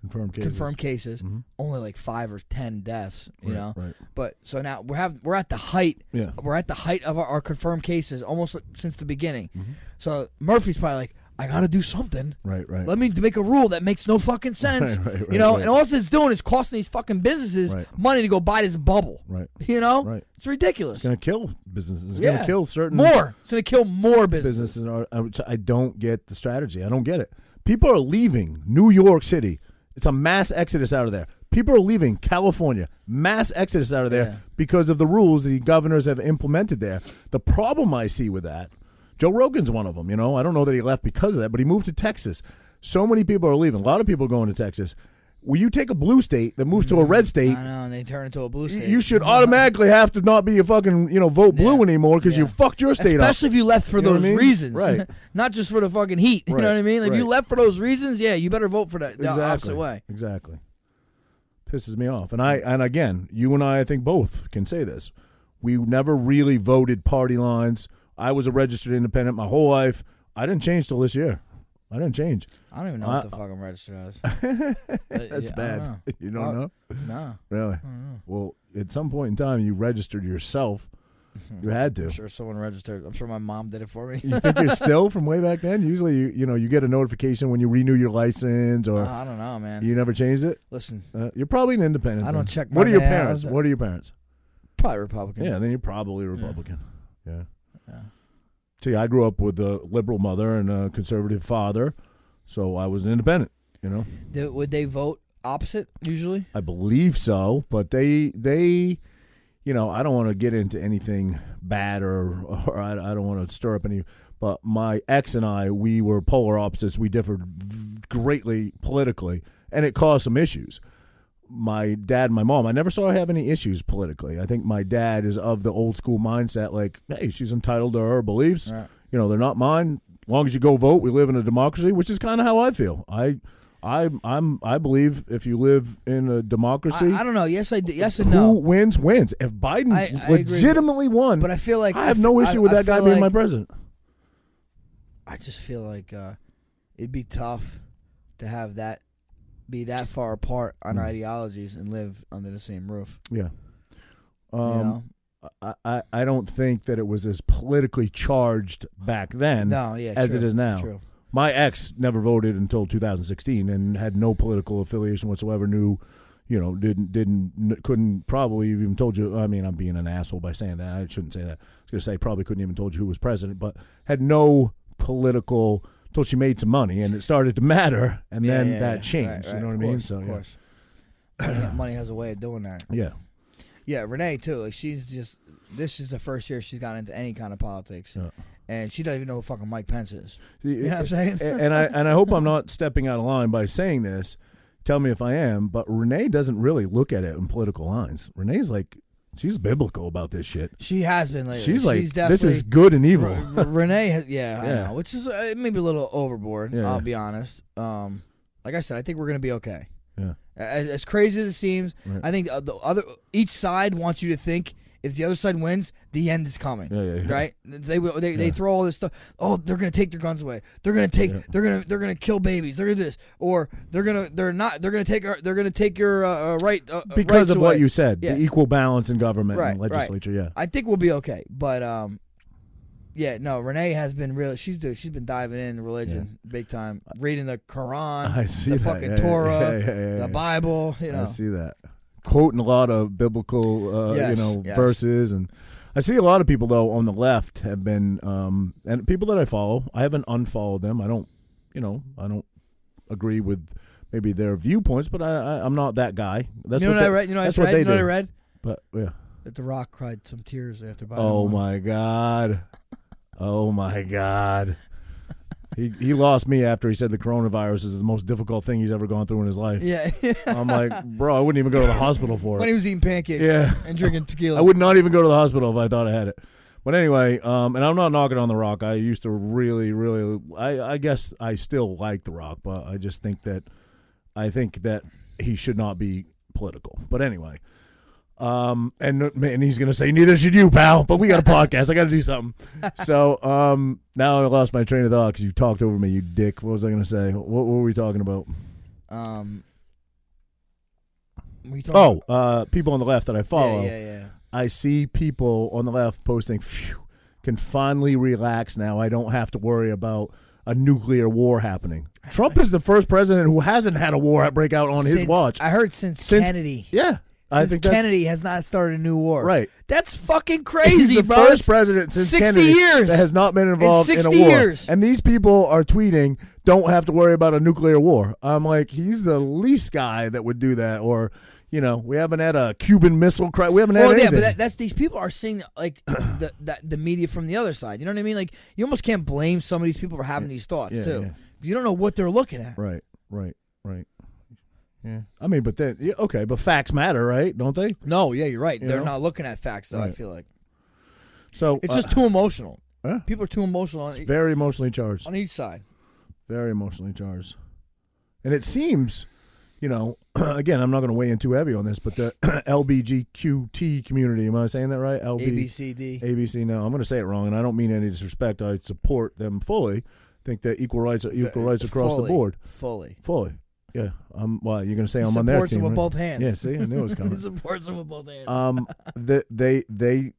S1: Confirmed cases. Mm-hmm.
S2: confirmed cases, only like five or 10 deaths, you
S1: Right,
S2: know?
S1: right.
S2: But so now we're, have, we're at the height.
S1: Yeah.
S2: We're at the height of our, our confirmed cases almost like since the beginning.
S1: Mm-hmm.
S2: So Murphy's probably like, I got to do something.
S1: Right. Right.
S2: Let me make a rule that makes no fucking sense.
S1: <laughs> Right, right,
S2: you know,
S1: right,
S2: and all it's doing is costing these fucking businesses
S1: Right.
S2: money to go buy this bubble.
S1: Right.
S2: You know?
S1: Right.
S2: It's ridiculous.
S1: It's gonna kill businesses. It's
S2: Yeah.
S1: gonna kill certain
S2: more. It's gonna kill more business.
S1: businesses. Are, I would- I don't get the strategy. I don't get it. People are leaving New York City. It's a mass exodus out of there. People are leaving California. Mass exodus out of there
S2: Yeah.
S1: because of the rules the governors have implemented there. The problem I see with that, Joe Rogan's one of them. You know, I don't know that he left because of that, but he moved to Texas. So many people are leaving. A lot of people are going to Texas. Will you take a blue state that moves to a red state?
S2: I know, and they turn into a blue
S1: y-
S2: state.
S1: You should automatically have to not be a fucking you know vote blue
S2: Yeah.
S1: anymore because you
S2: Yeah.
S1: fucked your state up.
S2: Especially if you left for
S1: You know what
S2: those
S1: I mean?
S2: reasons.
S1: Right.
S2: <laughs> Not just for the fucking heat. You
S1: Right,
S2: know what I mean? If you
S1: right.
S2: left for those reasons, yeah, you better vote for that the opposite way.
S1: Exactly. Pisses me off. And I and again, you and I I think both can say this. We never really voted party lines. I was a registered independent my whole life. I didn't change till this year. I didn't change.
S2: I don't even know
S1: Uh,
S2: what the fuck I'm registered
S1: <laughs>
S2: as. Uh, That's
S1: It's bad. <laughs> You don't
S2: Well,
S1: know?
S2: No.
S1: Really? Well, at some point in time you registered yourself. You had to.
S2: I'm Mm-hmm. sure someone registered. I'm sure my mom did it for
S1: <laughs>
S2: me.
S1: You think you're still from way back then? Usually you you know, you get a notification when you renew your license or
S2: I don't know, Oh, man.
S1: you never changed it.
S2: Listen,
S1: Uh, you're probably an independent.
S2: I
S1: then.
S2: don't check my
S1: What are your
S2: mail.
S1: parents? What are your parents?
S2: probably Republican.
S1: Yeah, then you're probably a Republican. Yeah. See, I grew up with a liberal mother and a conservative father, so I was an independent. You know,
S2: Do- would they vote opposite usually?
S1: I believe so, but they they, you know, I don't want to get into anything bad or or I, I don't want to stir up any. But my ex and I, we were polar opposites. We differed v- greatly politically, and it caused some issues. my dad and my mom, I never saw her have any issues politically. I think my dad is of the old school mindset, like, hey, she's entitled to her beliefs. You know, they're not mine. As long as you go vote, we live in a democracy, which is kind of how I feel. I, I, I'm, I believe if you live in a
S2: I,
S1: democracy,
S2: I don't know. Yes, I do. Yes and
S1: who
S2: no.
S1: wins wins. If Biden
S2: I- I agree.
S1: legitimately won,
S2: But I feel like
S1: I have no issue with
S2: I
S1: that guy
S2: feel
S1: being my
S2: like-
S1: president.
S2: I just feel like uh, it'd be tough to have that be that far apart
S1: Hmm.
S2: on ideologies and live under the same roof.
S1: Yeah.
S2: You
S1: Um,
S2: know?
S1: I, I, I don't think that it was as politically charged back then
S2: No, yeah,
S1: as
S2: true,
S1: it is now.
S2: true.
S1: My ex never voted until 2016 and had no political affiliation whatsoever. Knew, you know, didn't didn't n- couldn't probably even told you. I mean, I'm being an asshole by saying that. I shouldn't say that. I was gonna say probably couldn't even told you who was president, but had no political until she made some money and it started to matter, and
S2: Yeah,
S1: then
S2: yeah,
S1: that
S2: yeah.
S1: changed.
S2: Right,
S1: you
S2: right,
S1: know what
S2: of
S1: I mean?
S2: course,
S1: So
S2: of
S1: yeah.
S2: course. Money- Money has a way of doing that.
S1: yeah,
S2: Yeah, Renee too. Like she's just this is the first year she's gotten into any kind of politics,
S1: Yeah.
S2: and she doesn't even know who fucking Mike Pence is.
S1: You
S2: know what I'm saying?
S1: And I and I hope I'm not stepping out of line by saying this. Tell me if I am, but Renee doesn't really look at it in political lines. Renee's like she's biblical about this shit.
S2: She has been lately.
S1: She's like this is
S2: definitely-
S1: good and evil.
S2: R- R- Renee, has, yeah,
S1: Yeah.
S2: I know, which is uh, maybe a little overboard.
S1: Yeah.
S2: I'll be honest. Um, like I said, I think we're gonna be okay.
S1: Yeah.
S2: As, as crazy as it seems,
S1: Right.
S2: I think uh, the other each side wants you to think If the other side wins, the end is coming.
S1: Yeah, yeah, yeah.
S2: Right? They will. They, they throw all this stuff. Oh, they're gonna take their guns away. They're gonna take. They're gonna. They're gonna kill babies. They're gonna do this, or they're gonna. They're not. They're gonna take. Our, they're gonna take your uh, uh, right. Uh, uh,
S1: because
S2: rights
S1: of what
S2: away.
S1: you said,
S2: Yeah.
S1: the equal balance in government
S2: Right,
S1: and
S2: right.
S1: legislature. Yeah,
S2: I think we'll be okay. But um, yeah, no. Renee has been really. She's dude, she's been diving in religion big time, reading the Quran,
S1: I see
S2: the
S1: that.
S2: fucking
S1: Yeah, yeah,
S2: Torah,
S1: yeah, yeah, yeah, yeah.
S2: the Bible. You know,
S1: I see that. Quoting a lot of biblical, uh, you
S2: Yes,
S1: know,
S2: yes.
S1: verses, and I see a lot of people though on the left have been, um, and people that I follow, I haven't unfollowed them. I don't, you know, I don't agree with maybe their viewpoints, but I, I I'm not that guy. That's
S2: you know
S1: what
S2: what I
S1: they-
S2: read. You know,
S1: that's
S2: I
S1: what
S2: read.
S1: they
S2: You know what I
S1: do.
S2: read.
S1: But yeah.
S2: That The Rock cried some tears after Biden.
S1: Oh
S2: won.
S1: my god. Oh my god. He he lost me after he said the coronavirus is the most difficult thing he's ever gone through in his life.
S2: <laughs> Yeah.
S1: I'm
S2: <laughs>
S1: like, bro, I wouldn't even go to the hospital for
S2: when he
S1: it.
S2: was eating pancakes
S1: Yeah.
S2: and drinking tequila.
S1: I would not even go to the hospital if I thought I had it. But anyway, um, and I'm not knocking on the Rock. I used to really, really. I, I guess I still like the Rock, but I just think that I think that he should not be political. But anyway, um, and and he's gonna say neither should you, pal. But we got a podcast. I got to do
S2: <laughs>
S1: something. So um, now I lost my train of thought because you talked over me, you dick. What was I gonna say? What, what were we talking about?
S2: Um. were you talking-
S1: Oh, uh, people on the left that I follow.
S2: Yeah, yeah, yeah.
S1: I see people on the left posting, phew, can finally relax now. I don't have to worry about a nuclear war happening. Trump is the first president who hasn't had a war break out on his
S2: Since-
S1: watch.
S2: I heard since,
S1: Since-
S2: Kennedy.
S1: yeah. I
S2: Since
S1: think that's
S2: Kennedy has not started a new war.
S1: Right.
S2: That's fucking
S1: <laughs>
S2: crazy,
S1: He's the
S2: bro.
S1: first president since
S2: 60
S1: Kennedy
S2: years.
S1: that has not been involved in, a
S2: 60
S1: war.
S2: years.
S1: And these people are tweeting, "Don't have to worry about a nuclear war." I'm like, he's the least guy that would do that. Or, you know, we haven't had a Cuban missile crisis. We haven't had
S2: well, yeah,
S1: anything.
S2: but that, that's these people are seeing
S1: <clears throat>
S2: like the, the the media from the other side. You know what I mean? Like you almost can't blame some of these people for having these thoughts
S1: yeah,
S2: too.
S1: yeah.
S2: You don't know what they're looking at.
S1: Right, right, right. Yeah. I mean, but then, yeah, okay, but facts matter, right? Don't they?
S2: No, yeah, you're right.
S1: You
S2: they're
S1: know?
S2: not looking at facts though. I
S1: Right.
S2: feel like
S1: So
S2: it's
S1: uh,
S2: just too emotional.
S1: yeah.
S2: People are too emotional on, e,
S1: very emotionally charged.
S2: on each side.
S1: Very emotionally charged. And it seems, you know, <clears throat> again, I'm not going to weigh in too heavy on this, but the <clears throat> LBGQT community, am I saying that right? LB,
S2: A B C D.
S1: ABC. No, I'm going to say it wrong, and I don't mean any disrespect. I support them fully. Think that equal rights are equal rights across
S2: Fully.
S1: the board.
S2: Fully.
S1: Fully. Yeah. Um, well, you're going to say
S2: He
S1: I'm on their
S2: supports
S1: team.
S2: them with
S1: right?
S2: both hands. <laughs>
S1: Yeah, see, I knew it was coming.
S2: He supports them with both hands.
S1: um, the, they they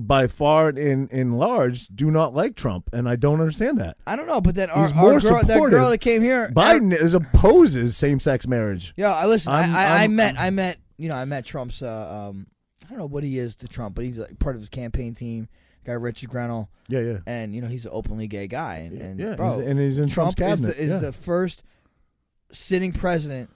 S1: by far and in in large do not like Trump, and I don't understand that.
S2: I don't know, but then our,
S1: he's
S2: our
S1: more
S2: girl, that
S1: supportive.
S2: girl that came here, Eric-
S1: Biden is opposes same sex marriage.
S2: Yeah, I listen. I,
S1: I'm-
S2: I, I
S1: I'm-
S2: met, I met, you know, I met Trump's. Uh, um, I don't know what he is to Trump, but he's like part of his campaign team. Guy Richard Grenell,
S1: Yeah, yeah,
S2: and you know he's an openly gay guy, and, and
S1: yeah.
S2: bro,
S1: he's- and he's in
S2: Trump
S1: Trump's
S2: is,
S1: cabinet.
S2: the, is
S1: yeah.
S2: the first sitting president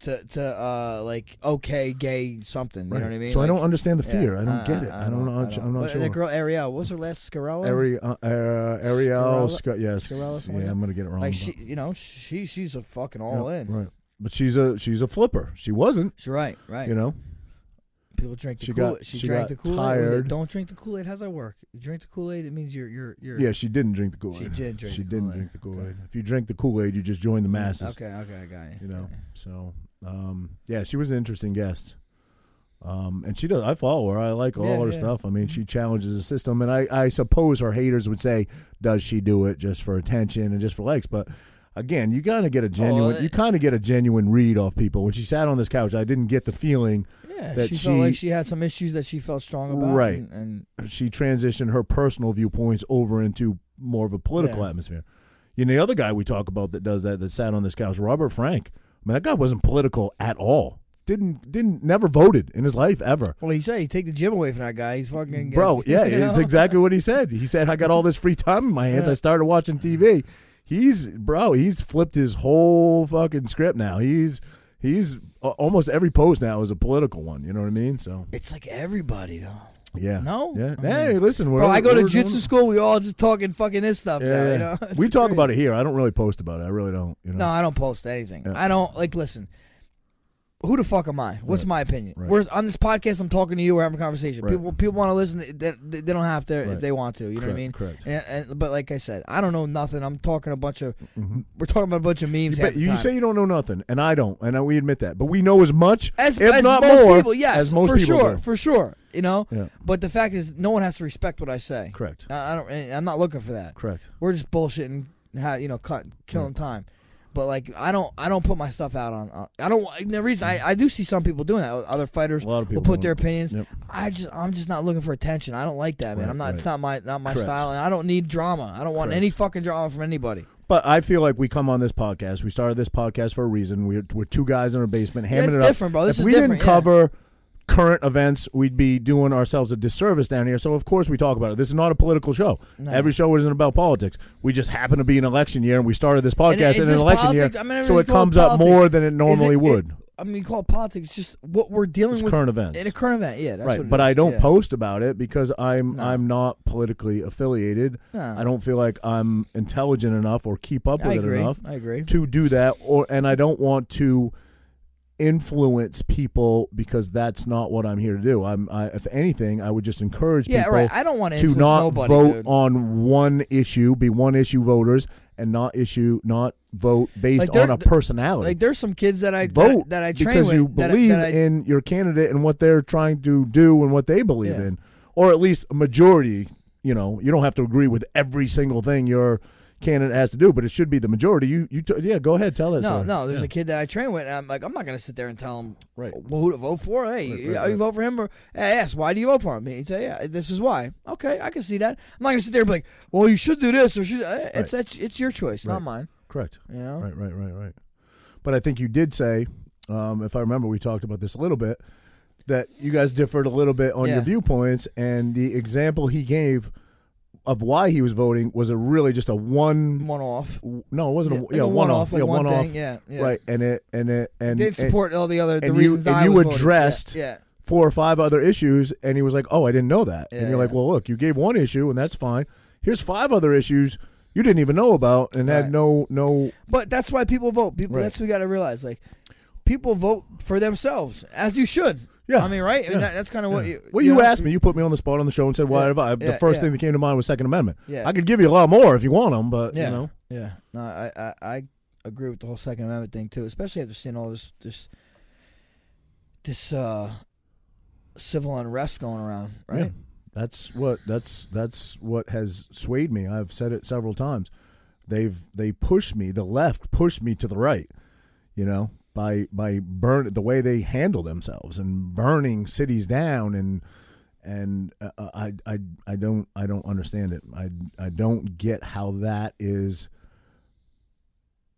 S2: to to uh like okay gay something. You
S1: Right.
S2: know what I mean?
S1: So I
S2: Like,
S1: don't understand the
S2: yeah,
S1: fear. I don't get it. I, don't, know. I'm not
S2: But
S1: sure.
S2: That girl Ariel, what was her last Scarella?
S1: Ari, uh, uh, Ariel,
S2: Scarella-
S1: Sc- yes,
S2: Scarella, something like
S1: yeah,
S2: that?
S1: I'm gonna get it wrong.
S2: like
S1: but-
S2: she, you know, she she's a fucking all
S1: yeah,
S2: in.
S1: right? But she's a she's a flipper. She wasn't,
S2: She's right, right.
S1: you know.
S2: People drink the
S1: She
S2: Kool
S1: got-
S2: Aid. She,
S1: she got
S2: drank the Kool Aid.
S1: tired.
S2: Don't drink the Kool Aid. How's that work? You drink the Kool Aid, it means you're you're you're.
S1: Yeah, she didn't drink the Kool Aid.
S2: She did drink
S1: She
S2: the
S1: didn't
S2: Kool-Aid.
S1: drink the Kool Aid.
S2: Okay.
S1: If you drink the Kool Aid, you just join the masses.
S2: Okay, okay, I got you.
S1: you know. So, um, yeah, she was an interesting guest. Um, and she does. I follow her. I like all
S2: Yeah, Mm-hmm.
S1: her
S2: yeah.
S1: stuff. I mean, she challenges the system, and I, I suppose her haters would say, "Does she do it just for attention and just for likes?" But again, you gotta
S2: Oh,
S1: get a genuine.
S2: that-
S1: you kind of get a genuine read off people. When she sat on this couch, I didn't get the feeling
S2: Yeah,
S1: that
S2: she,
S1: she-
S2: felt like she had some issues that she felt strong about.
S1: Right.
S2: and, and
S1: she transitioned her personal viewpoints over into more of a political
S2: Yeah.
S1: atmosphere. You know, the other guy we talk about that does that, that sat on this couch, Robert Frank. I mean, that guy wasn't political at all. Didn't didn't never voted in his life ever.
S2: well, he said you take the gym away from that guy. He's fucking
S1: Mm,
S2: <laughs>
S1: Bro,
S2: you
S1: yeah,
S2: know?
S1: it's exactly what he said. He said, I got all this free time in my hands. I started watching TV. He's bro, he's flipped his whole fucking script now. He's he's a- almost every post now is a political one. You know what I mean? So
S2: It's like everybody though.
S1: yeah,
S2: No?
S1: yeah.
S2: I
S1: Hey,
S2: mean-
S1: listen, we're
S2: Bro, I go to
S1: we're doing-
S2: jitsu school. We all just talking fucking this stuff. now, you know? <laughs> It's
S1: we talk
S2: crazy.
S1: about it here. I don't really post about it. I really don't. You know?
S2: No, I don't post anything.
S1: Yeah.
S2: I don't like listen. who the fuck am I? What's my opinion?
S1: Right.
S2: We're on this podcast. I'm talking to you. We're having a conversation.
S1: Right.
S2: People people want to listen. They, they, they don't have to
S1: Right.
S2: if they want to. You know what I
S1: Correct,
S2: mean?
S1: correct.
S2: And, and, but like I said, I don't know nothing. I'm talking a bunch of. We're talking about a bunch of memes. half
S1: But
S2: the
S1: Mm-hmm. you
S2: time.
S1: say you don't know nothing, and I don't, and I- we admit that. But we know as much,
S2: as,
S1: if
S2: as
S1: not
S2: most
S1: more,
S2: people, yes,
S1: as most
S2: for
S1: people
S2: sure,
S1: do.
S2: for sure. You know,
S1: Yeah.
S2: but the fact is, no one has to respect what I say.
S1: Correct.
S2: I, I don't. and I'm not looking for that.
S1: Correct.
S2: We're just bullshitting, how you know, cut, killing time. But like, I don't, I don't put my stuff out on. on- I don't. and The reason I, I do see some people doing that. Other fighters
S1: A lot of people
S2: will put
S1: don't.
S2: their opinions.
S1: Yep.
S2: I just, I'm just not looking for attention. I don't like that, man.
S1: Right,
S2: I'm not. It's
S1: right.
S2: not my, not my
S1: Correct.
S2: style, and I don't need drama. I don't want
S1: Correct.
S2: any fucking drama from anybody.
S1: But I feel like we come on this podcast. We started this podcast for a reason. We're, we're two guys in our basement hamming
S2: it's
S1: it up.
S2: different, bro. This
S1: if
S2: is
S1: we didn't
S2: different, yeah.
S1: cover current events, we'd be doing ourselves a disservice down here. So of course we talk about it. This is not a political show.
S2: No.
S1: Every show isn't about politics. We just happen to be an election year, and we started this podcast
S2: is
S1: in an
S2: this
S1: election
S2: politics?
S1: year,
S2: I mean,
S1: so
S2: it's
S1: it
S2: called
S1: comes up
S2: politics.
S1: more than it
S2: Is it-
S1: normally
S2: it-
S1: would.
S2: I mean, you call it politics. it's Just what we're dealing
S1: It's
S2: with
S1: current events.
S2: in a current event. Yeah, that's
S1: right,
S2: What it
S1: but I
S2: is,
S1: don't
S2: yeah.
S1: post about it because I'm
S2: No.
S1: I'm not politically affiliated.
S2: No.
S1: I don't feel like I'm intelligent enough or keep up
S2: I
S1: with
S2: agree.
S1: it enough.
S2: I agree.
S1: to do that or and I don't want to influence people because that's not what I'm here to do. I'm I, if anything, I would just encourage
S2: Yeah,
S1: people
S2: right. I don't want to
S1: to
S2: influence
S1: not
S2: nobody.
S1: vote
S2: dude.
S1: on one issue, be one issue voters and not issue not vote based
S2: Like, there-
S1: on a personality.
S2: Like there's some kids that I
S1: Oh, vote
S2: that, that I train
S1: because
S2: with
S1: you
S2: that I-
S1: believe
S2: that I,
S1: in your candidate and what they're trying to do and what they believe
S2: Yeah.
S1: in or at least a majority, you know, you don't have to agree with every single thing your candidate has to do, but it should be the majority. You you t- yeah, go ahead, tell that
S2: No,
S1: story.
S2: no. There's oh.
S1: Yeah.
S2: a kid that I train with, and I'm like, I'm not gonna sit there and tell him
S1: Right.
S2: who to vote for. Hey,
S1: Right,
S2: you-
S1: right,
S2: you,
S1: right.
S2: vote for him, or hey, yes, why do you vote for him? He'd say, yeah, this is why. Okay, I can see that. I'm not gonna sit there and be like, well, you should do this, or should eh, it's that's it's your choice, not
S1: Right.
S2: mine.
S1: Correct.
S2: You know,
S1: Right, right, right, right. But I think you did say, um, if I remember, we talked about this a little bit, that you guys differed a little bit on
S2: Yeah.
S1: your viewpoints, and the example he gave of why he was voting was a really just a one.
S2: one off.
S1: No, it wasn't
S2: like
S1: a yeah
S2: a
S1: one off
S2: like
S1: yeah
S2: one
S1: one
S2: thing,
S1: off
S2: yeah, yeah.
S1: right and it and it and
S2: Didn't
S1: and
S2: support all the other the
S1: and you-
S2: reasons
S1: and
S2: I
S1: you
S2: was voting. Yeah,
S1: addressed-
S2: yeah.
S1: four or five other issues and he was like oh I didn't know that
S2: Yeah,
S1: and you're like
S2: yeah.
S1: well look you gave one issue and that's fine here's five other issues you didn't even know about and
S2: Right.
S1: had no no
S2: But that's why people vote. People,
S1: Right.
S2: that's what we got to realize. Like, people vote for themselves, as you should.
S1: Yeah.
S2: I mean, right? I mean,
S1: Yeah.
S2: that, that's kind of what you.
S1: Well, you,
S2: know?
S1: asked me. You put me on the spot on the show and said, "Why?"
S2: Yeah,
S1: have I,
S2: yeah,
S1: the first
S2: yeah.
S1: thing that came to mind was Second Amendment.
S2: Yeah.
S1: I could give you a lot more if you want them, but
S2: Yeah.
S1: you know,
S2: Yeah. No, I, I, I agree with the whole Second Amendment thing too, especially after seeing all this this this uh, civil unrest going around, right?
S1: yeah. That's what that's that's what has swayed me. I've said it several times. They've they pushed me. The left pushed me to the right. You know, by by burn the way they handle themselves and burning cities down and and uh, I I I don't I don't understand it. I I don't get how that is.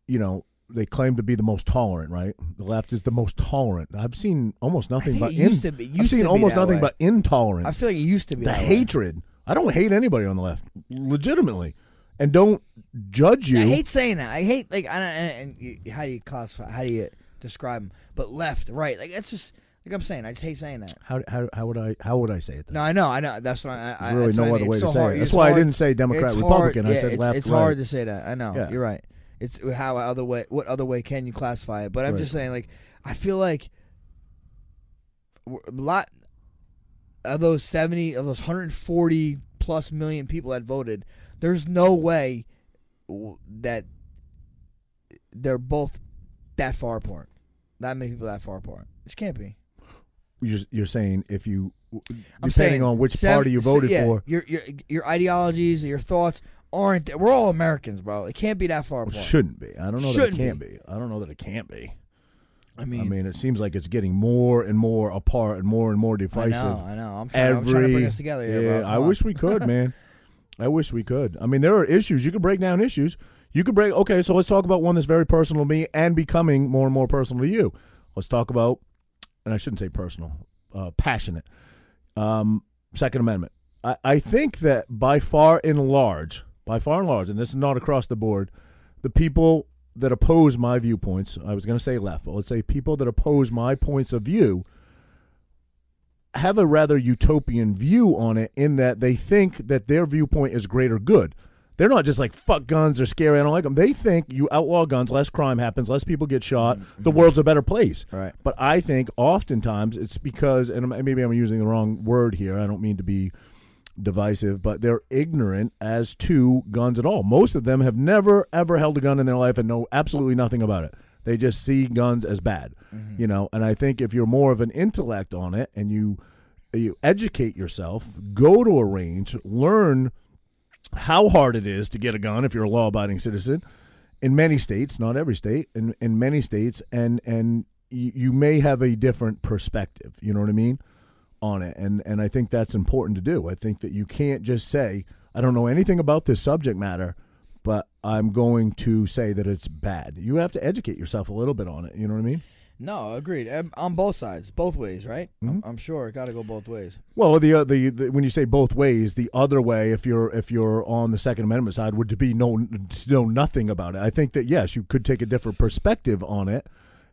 S1: You know, they claim to be the most tolerant, right? The left is the most tolerant. I've seen almost nothing
S2: think
S1: but
S2: it
S1: in-
S2: used to be-
S1: I've
S2: used
S1: seen
S2: to be
S1: almost
S2: that
S1: nothing
S2: way.
S1: but intolerance
S2: I feel like it used to be
S1: the
S2: that way.
S1: hatred. I don't hate anybody on the left, legitimately, and don't judge you.
S2: I hate saying that. I hate like I don't, and and you, how do you classify? How do you describe them? But left, right, like that's just like I'm saying. I just hate saying that.
S1: how, how, how would I how would I say it? Then?
S2: No, I know, I know. That's what I.
S1: There's
S2: I
S1: really
S2: that's what
S1: no
S2: I
S1: other
S2: mean.
S1: way
S2: It's
S1: to
S2: so
S1: say it.
S2: hard.
S1: That's
S2: It's
S1: why I
S2: hard.
S1: didn't say Democrat,
S2: It's hard.
S1: Republican. I
S2: Yeah,
S1: said
S2: it's,
S1: left,
S2: It's
S1: right.
S2: hard to say that. I know.
S1: Yeah.
S2: You're right. It's how other way. What other way can you classify it? But I'm
S1: Right.
S2: just saying, like, I feel like we're- a lot of those 70 of those 140 plus million people that voted. There's no way w- that they're both that far apart. That many people that far apart. It just can't be.
S1: You're, you're saying if you depending
S2: I'm saying
S1: on which
S2: seven-
S1: party you
S2: se-
S1: voted
S2: yeah,
S1: for,
S2: Your, your your ideologies, your thoughts aren't. We're all Americans, bro. It can't be that far apart.
S1: shouldn't be. I don't know that it
S2: Shouldn't
S1: can't be. I don't know that it can't be.
S2: I
S1: I
S2: mean,
S1: mean, it seems like it's getting more and more apart and more and more
S2: I
S1: divisive.
S2: know, I know. I'm trying,
S1: Every
S2: I'm trying to bring us together here,
S1: yeah,
S2: bro.
S1: I
S2: Come on.
S1: wish we
S2: <laughs>
S1: could, man. I wish we could. I mean, there are issues. You could break down issues. You could break. Okay, so let's talk about one that's very personal to me and becoming more and more personal to you. Let's talk about, and I shouldn't say personal, uh, passionate. Um, Second Amendment. I, I think that by far and large, by far and large, and this is not across the board, the people that oppose my viewpoints, I was going to say left, but let's say people that oppose my points of view have a rather utopian view on it in that they think that their viewpoint is greater good. They're not just like fuck guns or scary. I don't like them. They think you outlaw guns, less crime happens, less people get shot. The world's a better place.
S2: Right.
S1: But I think oftentimes it's because, and maybe I'm using the wrong word here. I don't mean to be divisive, but they're ignorant as to guns at all. Most of them have never ever held a gun in their life and know absolutely nothing about it. They just see guns as bad, you know. And I think if you're more of an intellect on it and you you educate yourself, go to a range, learn how hard it is to get a gun if you're a law-abiding citizen in many states, not every state, in, in many states, and and you, you may have a different perspective. You know what I mean on it, and and I think that's important to do. I think that you can't just say I don't know anything about this subject matter, but I'm going to say that it's bad. You have to educate yourself a little bit on it. You know what I mean?
S2: No, agreed. Um, On both sides, both ways, right? I'm,
S1: Mm-hmm.
S2: I'm sure it got to go both ways.
S1: Well, the, uh, the the when you say both ways, the other way, if you're if you're on the Second Amendment side, would to be no to know nothing about it. I think that yes, you could take a different perspective on it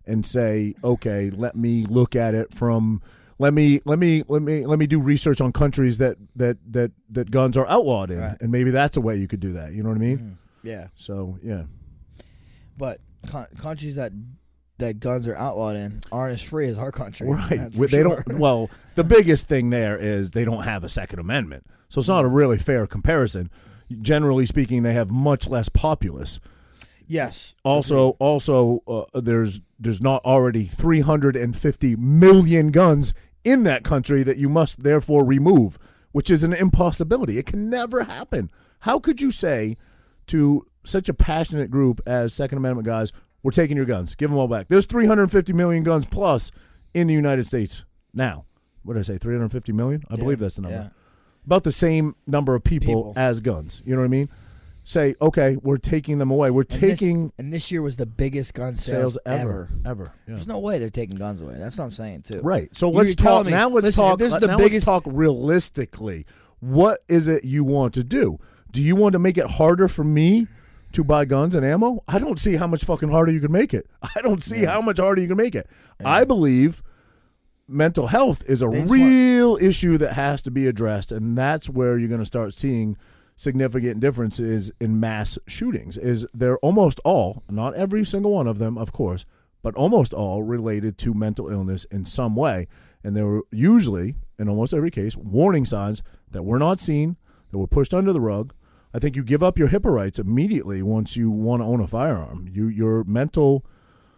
S1: and say, okay, let me look at it from let me let me let me let me do research on countries that that that that guns are outlawed in,
S2: Right.
S1: and maybe that's a way you could do that. You know what I mean?
S2: Yeah,
S1: So yeah,
S2: but con- countries that that guns are outlawed in aren't as free as our country.
S1: right.
S2: that's
S1: Well,
S2: for
S1: They
S2: sure.
S1: don't. Well, the biggest thing there is they don't have a Second Amendment, so it's not a really fair comparison. Generally speaking, they have much less populace.
S2: yes.
S1: Also, also, uh, there's there's not already 350 million guns in that country that you must therefore remove, which is an impossibility. It can never happen. How could you say to such a passionate group as Second Amendment guys, "We're taking your guns, give them all back"? There's 350 million guns plus in the United States now. What did I say? 350 million? I believe that's the number
S2: Yeah.
S1: about the same number of people,
S2: People.
S1: as guns. You know what I mean? Say, okay, we're taking them away. We're
S2: And this-
S1: taking
S2: and this year was the biggest gun sales,
S1: sales ever, ever. Yeah.
S2: There's no way they're taking guns away. That's what I'm saying too.
S1: Right. So
S2: You're
S1: let's
S2: telling
S1: talk
S2: me-
S1: now. Let's
S2: listen, if
S1: talk.
S2: This is
S1: let-
S2: the
S1: now let's
S2: biggest.
S1: talk realistically. What is it you want to do? Do you want to make it harder for me to buy guns and ammo? I don't see how much fucking harder you can make it. <laughs> I don't see how much harder you can make it. I believe mental health is a
S2: They just want-
S1: real issue that has to be addressed, and that's where you're going to start seeing significant differences in mass shootings. Is they're almost all, not every single one of them, of course, but almost all related to mental illness in some way, and there were usually, in almost every case, warning signs that were not seen, that were pushed under the rug. I think you give up your HIPAA rights immediately once you want to own a firearm. You your mental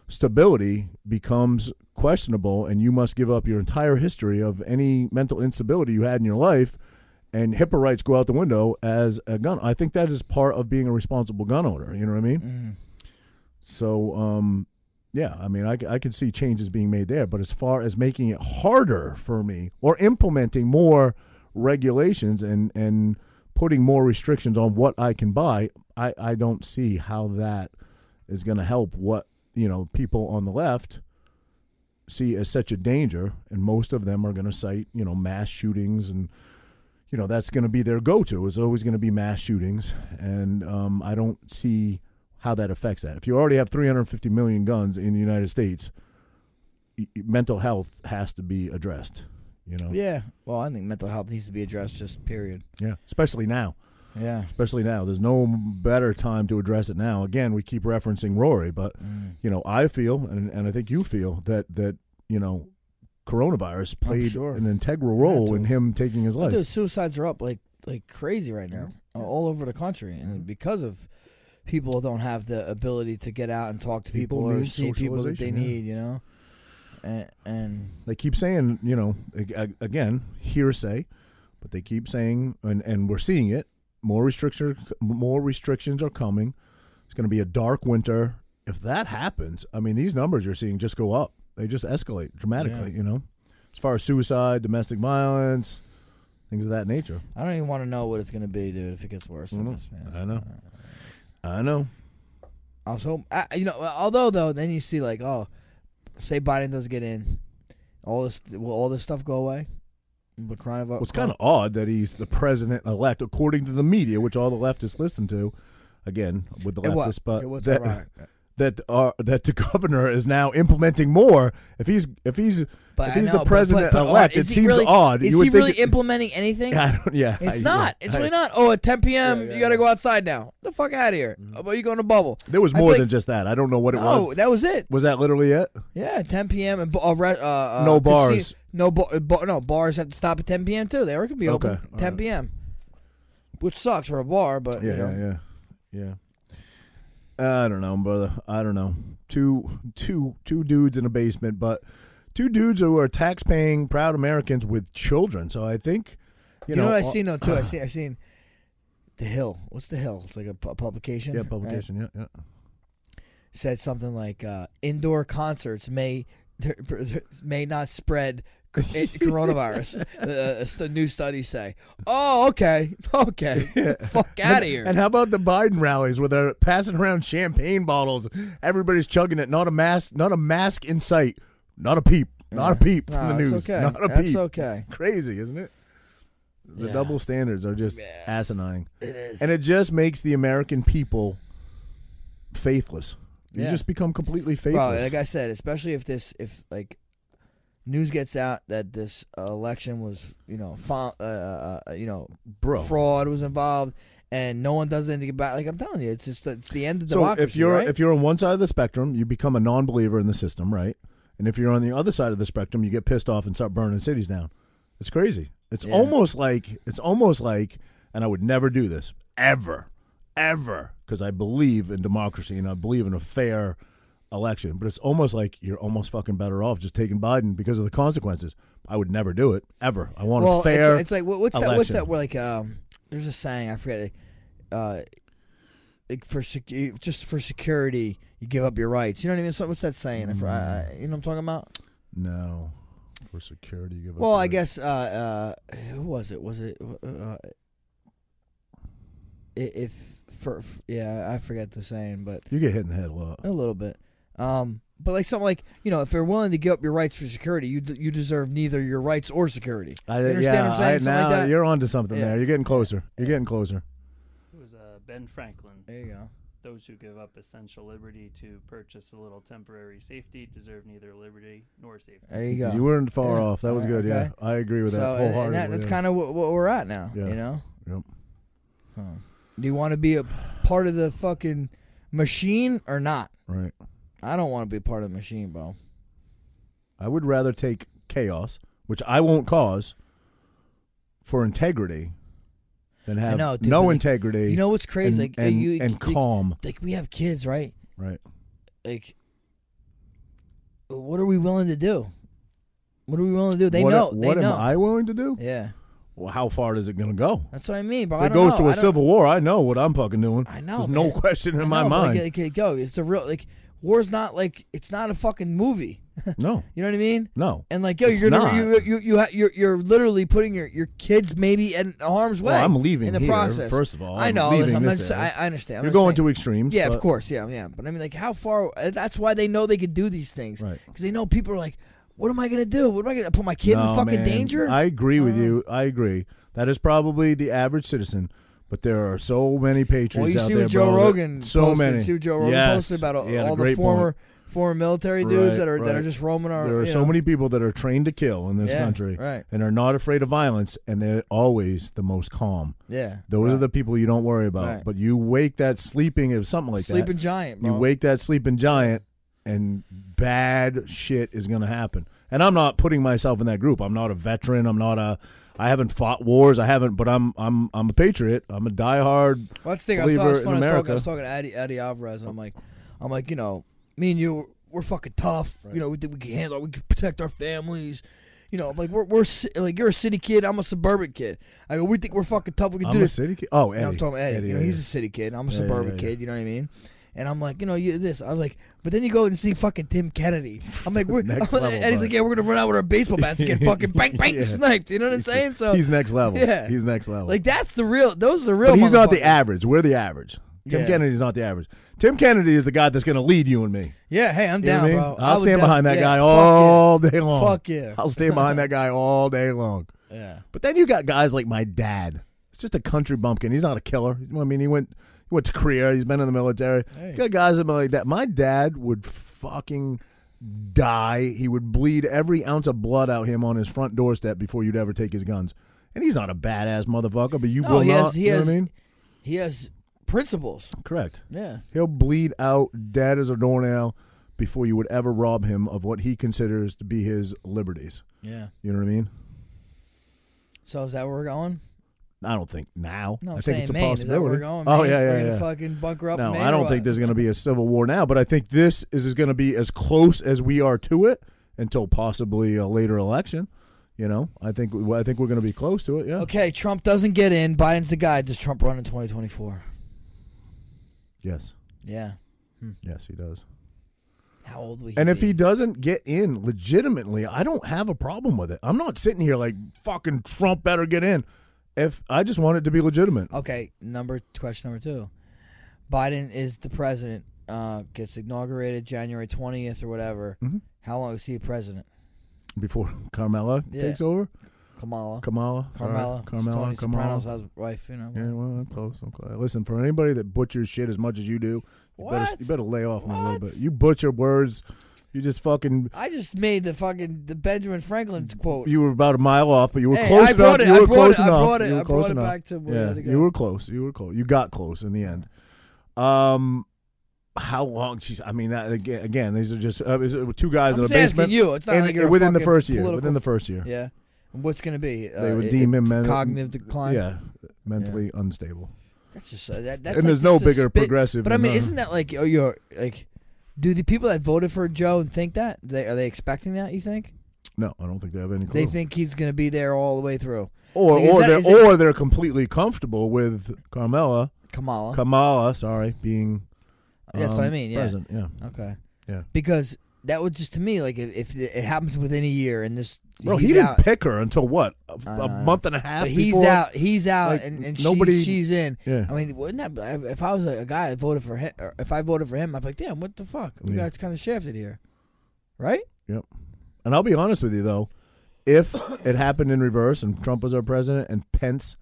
S1: stability becomes questionable and you must give up your entire history of any mental instability you had in your life and HIPAA rights go out the window as a gun. I think that is part of being a responsible gun owner. You know what I mean? So, um, yeah, I mean, I, c- I can see changes being made there, but as far as making it harder for me or implementing more regulations and, and putting more restrictions on what I can buy, I, I don't see how that is going to help what, you know, people on the left see as such a danger. And most of them are going to cite, you know, mass shootings and, you know, that's going to be their go to is always going to be mass shootings. And um, I don't see how that affects that. If you already have 350 million guns in the United States, y- y- mental health has to be addressed, you know?
S2: Yeah. Well, I think mental health needs to be addressed. Just period.
S1: Yeah. Especially now.
S2: Yeah.
S1: Especially now. There's no better time to address it now. Again, we keep referencing Rory, but,
S2: Mm.
S1: you know, I feel, and, and I think you feel, that, that you know, coronavirus played
S2: sure.
S1: an integral role
S2: dude.
S1: in him taking his life.
S2: Dude, suicides are up like like crazy right now, all over the country, and because of people don't have the ability to get out and talk to people,
S1: People
S2: or
S1: need
S2: see people that they
S1: socialization, yeah.
S2: need, you know. And, and
S1: they keep saying, you know, ag- ag- again, hearsay, but they keep saying, and, and we're seeing it. More restrictions, more restrictions are coming. It's going to be a dark winter. If that happens, I mean, these numbers you're seeing just go up. They just escalate dramatically. You know, as far as suicide, domestic violence, things of that nature.
S2: I don't even want to know what it's gonna be, dude. If it gets worse, than
S1: Mhm.
S2: this, man. Uh,
S1: I know. I know.
S2: I was hoping, I, you know. Although though, then you see like, oh, say Biden does get in, all this will all this stuff go away. The coronavirus.
S1: Well, it's
S2: uh,
S1: kind of odd that he's the president elect, according to the media, which all the leftists listen to. Again, with the
S2: It
S1: leftists,
S2: was.
S1: but
S2: It was
S1: <laughs> that-
S2: ironic.
S1: that uh, that the <laughs> governor is now implementing more. If he's if he's
S2: But
S1: if
S2: I
S1: he's
S2: know,
S1: the
S2: but-
S1: president
S2: but- but
S1: elect,
S2: odd.
S1: it
S2: Is he
S1: seems
S2: really-
S1: odd.
S2: Is
S1: you would
S2: he
S1: think
S2: really
S1: it- <laughs>
S2: implementing anything?
S1: I don't, yeah,
S2: It's
S1: I-
S2: not.
S1: yeah,
S2: It's
S1: I-
S2: really not. Oh, at 10 p.m.
S1: Yeah, yeah,
S2: you got to go outside now. The fuck out of here. Oh, but you go in a bubble.
S1: There was
S2: I
S1: more
S2: feel
S1: than
S2: like-
S1: just that. I don't know what it
S2: Oh,
S1: was.
S2: that was it.
S1: Was that literally it?
S2: Yeah, 10 p.m. and bu- uh, re- uh, uh,
S1: No
S2: casino-
S1: bars.
S2: No bar. Bar. no bars have to stop at 10 p.m. too. They were could be open
S1: Okay, all
S2: 10
S1: right.
S2: p.m. Which sucks for a bar, but you know.
S1: yeah, yeah, yeah. I don't know, brother. I don't know. Two, two, two dudes in a basement, but two dudes who are tax-paying, proud Americans with children. So I think, you,
S2: You, know, what I
S1: all-
S2: seen
S1: <clears throat>
S2: though too. I seen I seen the Hill. What's the Hill? It's like a, pu- publication.
S1: Yeah,
S2: right?
S1: publication. Yeah, yeah.
S2: said something like uh, indoor concerts may <laughs> may not spread c-
S1: <laughs>
S2: coronavirus. uh, s- the new studies say. Oh, okay, <laughs> okay. Fuck out of here.
S1: And how about the Biden rallies where they're passing around champagne bottles? Everybody's chugging it. Not a mask. Not a mask in sight. Not a peep. Not a peep from
S2: No,
S1: the
S2: it's
S1: news.
S2: okay.
S1: Not a
S2: That's
S1: peep.
S2: okay.
S1: <laughs> Crazy, isn't it? The
S2: Yeah.
S1: double standards are just
S2: Yes.
S1: asinine. It is. And it just makes the American people faithless. You
S2: Yeah.
S1: just become completely
S2: Bro,
S1: faithless.
S2: like I said, especially if this, if like news gets out that this uh, election was, you know, fo- uh, uh, you know,
S1: Bro.
S2: fraud was involved, and no one does anything about. it. Like I'm telling you, it's just it's the end of
S1: so
S2: democracy.
S1: if you're
S2: right?
S1: if you're on one side of the spectrum, you become a non-believer in the system, right? And if you're on the other side of the spectrum, you get pissed off and start burning cities down. It's crazy. It's almost like it's almost like, and I would never do this ever, ever, because I believe in democracy and I believe in a fair election. But it's almost like you're almost fucking better off just taking Biden because of the consequences. I would never do it ever. I want
S2: well,
S1: a
S2: it's-
S1: fair.
S2: It's, like what, what's that? What's
S1: election.
S2: that? Where like um, there's a saying I forget. it, Uh, like for secu- just for security, you give up your rights. You know what I mean? So what's that saying? If I, I- you know what I'm talking about?
S1: no for security. Give up
S2: Well, I
S1: your-
S2: guess uh, uh, who was it? Was it uh, i- if for f- yeah, I forget the saying, but
S1: you get hit in the head a lot.
S2: a little bit. Um, but like something like you know, if you're willing to give up your rights for security, you d- you deserve neither your rights or security.
S1: I,
S2: You understand
S1: yeah,
S2: what I'm saying?
S1: I-
S2: Something
S1: now
S2: like that.
S1: you're onto something
S2: Yeah.
S1: there. You're getting closer. You're getting closer.
S3: It was uh, Ben Franklin.
S2: There you go.
S3: Those who give up essential liberty to purchase a little temporary safety deserve neither liberty nor safety.
S2: There you go.
S1: You weren't far
S2: Yeah.
S1: off. That was
S2: Yeah,
S1: good. Yeah,
S2: okay.
S1: I agree with
S2: so
S1: that
S2: and- and
S1: wholeheartedly.
S2: that, that's kind of what, what we're at now.
S1: Yeah.
S2: You know,
S1: Yep.
S2: do you want to be a part of the fucking machine or not?
S1: right.
S2: I don't want to be part of the machine, bro.
S1: I would rather take chaos, which I won't cause, for integrity, than have
S2: know, dude,
S1: no
S2: but, like,
S1: integrity.
S2: You know what's crazy?
S1: and,
S2: like
S1: and,
S2: you,
S1: and
S2: you-
S1: calm.
S2: Like we have kids, right?
S1: Right.
S2: Like, what are we willing to do? What are we willing to do? They
S1: what
S2: know.
S1: what
S2: they
S1: am
S2: know.
S1: I willing to do?
S2: Yeah,
S1: Well, how far is it going to go?
S2: that's what I mean, bro.
S1: If
S2: I
S1: it
S2: don't
S1: goes
S2: know.
S1: to
S2: I
S1: a
S2: don't-
S1: civil war, I know what I'm fucking doing.
S2: I know,
S1: There's
S2: but
S1: no
S2: it-
S1: question
S2: I
S1: in my
S2: know, but,
S1: mind.
S2: Like, like, go. It's a real like war's not like it's not a fucking movie. <laughs>
S1: no.
S2: You know what I mean?
S1: No.
S2: And like, yo,
S1: It's
S2: you're gonna,
S1: not.
S2: you you you ha- you're you're literally putting your, your kids maybe in harm's way.
S1: Well, Oh, I'm leaving
S2: in the
S1: here,
S2: process.
S1: first of all.
S2: I
S1: I'm
S2: know.
S1: leaving
S2: listen, I'm
S1: this
S2: not, sa-
S1: area.
S2: I, I understand. I'm
S1: You're
S2: not
S1: going
S2: saying-
S1: to extremes.
S2: Yeah,
S1: but-
S2: of course. Yeah, yeah. But I mean, like, how far? uh, That's why they know they could do these things,
S1: Right.
S2: Because they know people are like, "What am I gonna do? What am I gonna put my kid in
S1: No,
S2: fucking
S1: man,
S2: danger?" Uh.
S1: I agree with you. I agree. That is probably the average citizen, but there are so many patriots
S2: well, you
S1: out
S2: see
S1: there.
S2: what Joe
S1: bro, that-
S2: Rogan
S1: so
S2: posted.
S1: many.
S2: See what Joe Rogan
S1: yes.
S2: posted about all,
S1: He had a
S2: all the
S1: great point.
S2: former former military dudes
S1: Right,
S2: that are that are
S1: right.
S2: just roaming our.
S1: There are
S2: you
S1: so
S2: know.
S1: many people that are trained to kill in this
S2: Yeah,
S1: country,
S2: right.
S1: and are not afraid of violence, and they're always the most calm.
S2: Yeah,
S1: Those are
S2: right.
S1: the people you don't worry about.
S2: Right.
S1: But you wake that sleeping if something like that.
S2: sleeping giant. Bro.
S1: You wake that sleeping giant, and bad shit is going to happen. And I'm not putting myself in that group. I'm not a veteran. I'm not a. I haven't fought wars. I haven't, but I'm I'm I'm a patriot. I'm a diehard.
S2: Well, that's the thing. I was,
S1: believer
S2: I was,
S1: in
S2: funny, I was talking,
S1: America.
S2: I was talking to Addy, Addy Alvarez, and I'm like, I'm like, you know, me and you, we're, we're fucking tough. You know, we think we can handle, it. we can protect our families. You know, I'm like we're we're ci- like you're a city kid, I'm a suburban kid. I go, we think we're fucking tough. We can
S1: I'm
S2: do
S1: a
S2: this.
S1: city kid. Oh,
S2: You
S1: Eddie.
S2: know, I'm talking about Eddie.
S1: Eddie,
S2: you know,
S1: yeah,
S2: he's
S1: yeah.
S2: a city kid. I'm a
S1: Yeah, yeah,
S2: suburban
S1: yeah.
S2: kid. You know what I mean? And I'm like, you know, you this. I'm like, but then you go and see fucking Tim Kennedy.
S1: <laughs>
S2: I'm like, we're
S1: Next
S2: I'm-
S1: level,
S2: <laughs> and he's
S1: bud.
S2: like, yeah, we're gonna run out with our baseball bats and
S1: <laughs>
S2: get fucking bang bang
S1: Yeah.
S2: sniped. You know what I'm saying? So
S1: he's next level.
S2: Yeah.
S1: he's next level.
S2: like that's the real. Those are the real.
S1: but he's not the
S2: motherfuckers.
S1: average. We're the average. Tim
S2: Yeah.
S1: Kennedy's not the average. Tim Kennedy is the guy that's going to lead you and me.
S2: Yeah, hey, I'm
S1: You know
S2: down,
S1: what I mean?
S2: bro. I
S1: I'll
S2: would
S1: stand
S2: def-
S1: behind that
S2: yeah,
S1: guy
S2: fuck
S1: all day long.
S2: Fuck yeah.
S1: I'll stand behind
S2: <laughs>
S1: that guy all day long.
S2: Yeah. yeah.
S1: But then you got guys like my dad. It's just a country bumpkin. He's not a killer. I mean, he went he went to Korea. He's been in the military.
S4: Hey.
S1: Got guys that are like that. My dad would fucking die. He would bleed every ounce of blood out him on his front doorstep before you'd ever take his guns. And he's not a badass motherfucker, but you
S2: No,
S1: will
S2: he
S1: not.
S2: has- he
S1: you know
S2: has-
S1: what I mean?
S2: He has principles.
S1: Correct.
S2: Yeah.
S1: He'll bleed out dead as a doornail before you would ever rob him of what he considers to be his liberties.
S2: Yeah.
S1: You know what I mean?
S2: So is that where we're going?
S1: I don't think now.
S2: No, I'm
S1: I think
S2: saying
S1: it's a
S2: Maine. Is that where
S1: possibility.
S2: we're going?
S1: oh
S2: Maine?
S1: yeah,
S2: We're
S1: yeah,
S2: gonna
S1: yeah.
S2: Fucking bunker up.
S1: No,
S2: Maine
S1: I
S2: or
S1: don't
S2: what?
S1: think there's going to be a civil war now, but I think this is, is going to be as close as we are to it until possibly a later election. You know, I think I think we're going to be close to it. Yeah,
S2: Okay, Trump doesn't get in. Biden's the guy. Does Trump run in 2024?
S1: yes,
S2: Yeah.
S1: yes, he does.
S2: How old will he
S1: And if
S2: be?
S1: he doesn't get in legitimately, I don't have a problem with it. I'm not sitting here like fucking Trump better get in. If I just want it to be legitimate,
S2: Okay, number question number two. Biden is the president. Uh, gets inaugurated January 20th or whatever.
S1: Mhm.
S2: How long is he president?
S1: before <laughs> Carmela
S2: Yeah.
S1: takes over,
S2: Kamala.
S1: Kamala, sorry.
S2: Carmela. It's
S1: Carmela,
S2: Tony
S1: Kamala.
S2: Soprano's hus- wife. You know.
S1: Yeah, well, I'm close. I'm close. Listen, for anybody that butchers shit as much as you do, you, better,
S2: What?
S1: you better lay off me a little
S2: What?
S1: bit. You butcher words. You just fucking.
S2: I just made the fucking the Benjamin Franklin quote.
S1: You were about a mile off, but you were
S2: Hey,
S1: close
S2: I
S1: enough.
S2: brought it-
S1: You
S2: I
S1: were
S2: brought
S1: close
S2: it- I
S1: enough.
S2: brought it-
S1: you were
S2: I
S1: close
S2: brought it
S1: enough.
S2: back to where I
S1: yeah,
S2: had to
S1: you
S2: go.
S1: were close. You were close. You got close in the end. Um, how long? Jeez, I mean, that, again, again, these are just uh, is it two guys
S2: I'm
S1: in
S2: just
S1: a basement.
S2: asking you. It's not
S1: and
S2: like you're a
S1: within the
S2: fucking
S1: first year.
S2: political-
S1: Within the first year,
S2: Yeah. And what's gonna be? Uh,
S1: they would
S2: it-
S1: deem him men-
S2: cognitive decline.
S1: Yeah, mentally unstable.
S2: That's just uh, that,
S1: And
S2: that's like
S1: there's no
S2: just a
S1: bigger
S2: spit-
S1: progressive
S2: But I
S1: than um,
S2: mean,
S1: that.
S2: isn't that like oh you're like, do the people that voted for Joe and think that they are they expecting that? You think
S1: No, I don't think they have any. Clue.
S2: they think he's gonna be there all the way through?
S1: or
S2: Like, is
S1: or
S2: that-
S1: they're
S2: is it-
S1: or they're completely comfortable with Carmela
S2: Kamala.
S1: Kamala, sorry, being
S2: That's what I
S1: um,
S2: mean, Oh. yeah. Uh,
S1: present. Yeah,
S2: okay.
S1: Yeah.
S2: Because that would just to me like if, if it happens within a year and this
S1: bro,
S2: he's
S1: he didn't
S2: out,
S1: pick her until what a,
S2: I
S1: a
S2: don't know.
S1: month and a half.
S2: but he's
S1: before?
S2: out, he's out,
S1: Like,
S2: and, and
S1: nobody-
S2: she's, she's in.
S1: Yeah.
S2: I mean, wouldn't that if I was a, a guy that voted for him, or if I voted for him, I'd be like, damn, what the fuck? We
S1: Yeah.
S2: got kind of shafted here, right?
S1: And I'll be honest with you though, if it happened in reverse and Trump was our president and Pence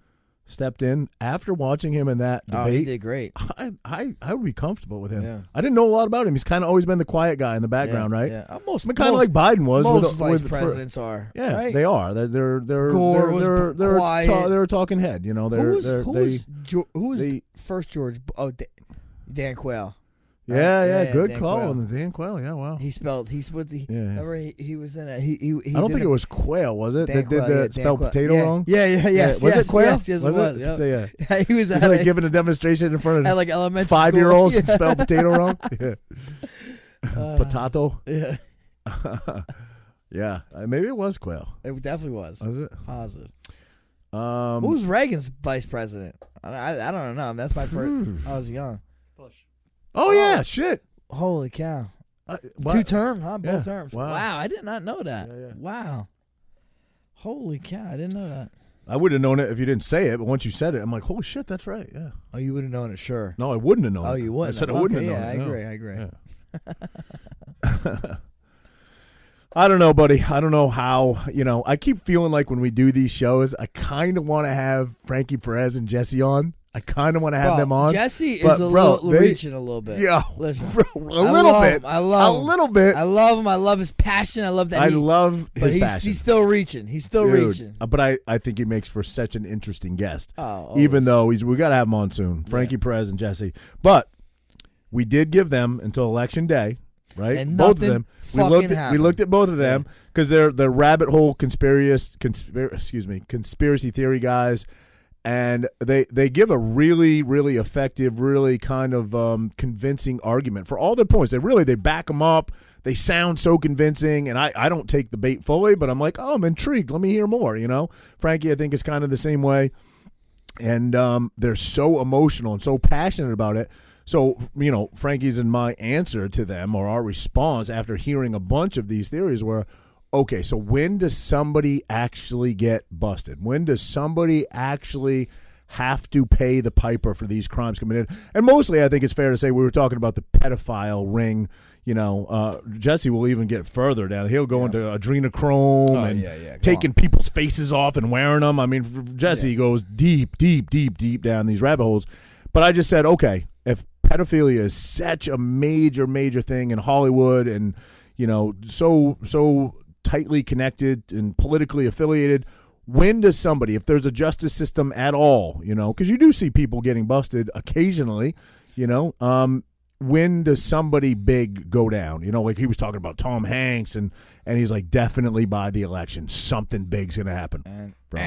S1: stepped in after watching him in that
S2: Oh, he
S1: debate,
S2: did great.
S1: I, I I would be comfortable with him.
S2: Yeah.
S1: I didn't know a lot about him. He's kind of always been the quiet guy in the background,
S2: yeah,
S1: right?
S2: Yeah, Uh, most
S1: I mean, kind of
S2: most-
S1: like Biden was
S2: most
S1: with,
S2: vice
S1: with for-
S2: presidents are.
S1: Yeah,
S2: right?
S1: they are. They're they're they're
S2: Gore was
S1: they're they're, they're,
S2: quiet.
S1: ta- they're a talking head. You know, they're
S2: who was
S1: they're
S2: who
S1: they,
S2: was Jo- who was
S1: they-
S2: first George? Oh, Da- Dan Quayle.
S1: yeah,
S2: right?
S1: yeah,
S2: Oh, Yeah, yeah,
S1: good
S2: Dan
S1: call
S2: Quayle.
S1: on the Dan Quayle. Yeah, wow.
S2: He spelled. He's with the.
S1: Yeah, yeah.
S2: Remember he, he was in a. He, he, he
S1: I don't
S2: did
S1: think
S2: a-
S1: it was Quayle, was it?
S2: Dan
S1: That did
S2: Quayle, yeah,
S1: the
S2: Dan
S1: spell
S2: Quayle.
S1: potato
S2: yeah.
S1: wrong.
S2: Yeah, yeah, yes,
S1: was
S2: yes,
S1: it Quayle?
S2: Yes, yes,
S1: was
S2: it was.
S1: It?
S2: yeah. <laughs>
S1: Yeah,
S2: he was
S1: he's
S2: at
S1: like
S2: a-
S1: giving a demonstration in front
S2: at
S1: of
S2: like elementary school.
S1: five year olds and
S2: <laughs> Yeah.
S1: spell potato
S2: <laughs>
S1: wrong. Yeah.
S2: Uh,
S1: <laughs> Potato. <laughs>
S2: Yeah,
S1: yeah, Uh, maybe it was Quayle.
S2: it definitely was
S1: Was it?
S2: positive.
S1: Uh, Um,
S2: Who was Reagan's vice president? I, I, I don't know. That's my
S1: Hmm.
S2: first. I was young.
S3: Bush.
S1: oh yeah, shit.
S2: Holy cow!
S1: Uh,
S2: Two term, huh? Both
S1: Yeah.
S2: terms.
S1: Wow.
S2: Wow. I did not know that.
S1: Yeah, yeah.
S2: Wow. Holy cow! I didn't know that.
S1: I would have known it if you didn't say it, but once you said it, I'm like, holy shit, that's right. Yeah.
S2: Oh, you would have known it, sure.
S1: No, I wouldn't have known.
S2: Oh,
S1: it.
S2: you
S1: I
S2: wouldn't.
S1: said
S2: have.
S1: I wouldn't
S2: Okay,
S1: have known.
S2: Yeah,
S1: it,
S2: I
S1: no.
S2: agree. I agree.
S1: Yeah. I don't know, buddy. I don't know how. You know, I keep feeling like when we do these shows, I kind of want to have Frankie Perez and Jesse on. I kind of want to have
S2: Bro,
S1: them on.
S2: Jesse
S1: but
S2: is a
S1: bro,
S2: little
S1: they-
S2: reaching a little bit.
S1: yeah, <laughs>
S2: Listen,
S1: bro, a
S2: I
S1: little
S2: love
S1: bit.
S2: him. I love
S1: a
S2: him.
S1: little bit.
S2: I love him. I love his passion. I love that.
S1: I
S2: he,
S1: love
S2: but
S1: his
S2: he's,
S1: passion.
S2: he's still reaching. He's still
S1: Dude,
S2: reaching.
S1: uh, But I, I think he makes for such an interesting guest.
S2: Oh,
S1: even
S2: always.
S1: though he's we got to have him on soon, Frankie Perez and Jesse. But we did give them until election day, right?
S2: And
S1: both of
S2: nothing
S1: them. We
S2: fucking
S1: looked at, we
S2: happened.
S1: looked at both of them because they're they're rabbit hole conspiracy conspir- excuse me conspiracy theory guys, and they they give a really really effective, really kind of um, convincing argument for all their points. They really they back them up. They sound so convincing, and I, I don't take the bait fully, but I'm like, oh, I'm intrigued. Let me hear more. You know, Frankie, I think is kind of the same way and um, they're so emotional and so passionate about it. So you know, Frankie's and my answer to them or our response after hearing a bunch of these theories were, okay, so when does somebody actually get busted? When does somebody actually have to pay the piper for these crimes committed? And mostly, I think it's fair to say we were talking about the pedophile ring. You know, uh, Jesse will even get further down. He'll go into adrenochrome and
S4: Oh, yeah, yeah, come
S1: taking people's faces off and wearing them. I mean, Jesse goes deep, deep, deep, deep down these rabbit holes. But I just said, okay, if pedophilia is such a major, major thing in Hollywood and, you know, so, so tightly connected and politically affiliated, when does somebody, if there's a justice system at all, you know, because you do see people getting busted occasionally, you know, um, when does somebody big go down? You know, like he was talking about Tom Hanks, and and he's like, definitely by the election, something big's gonna happen.
S2: And,
S1: Bro.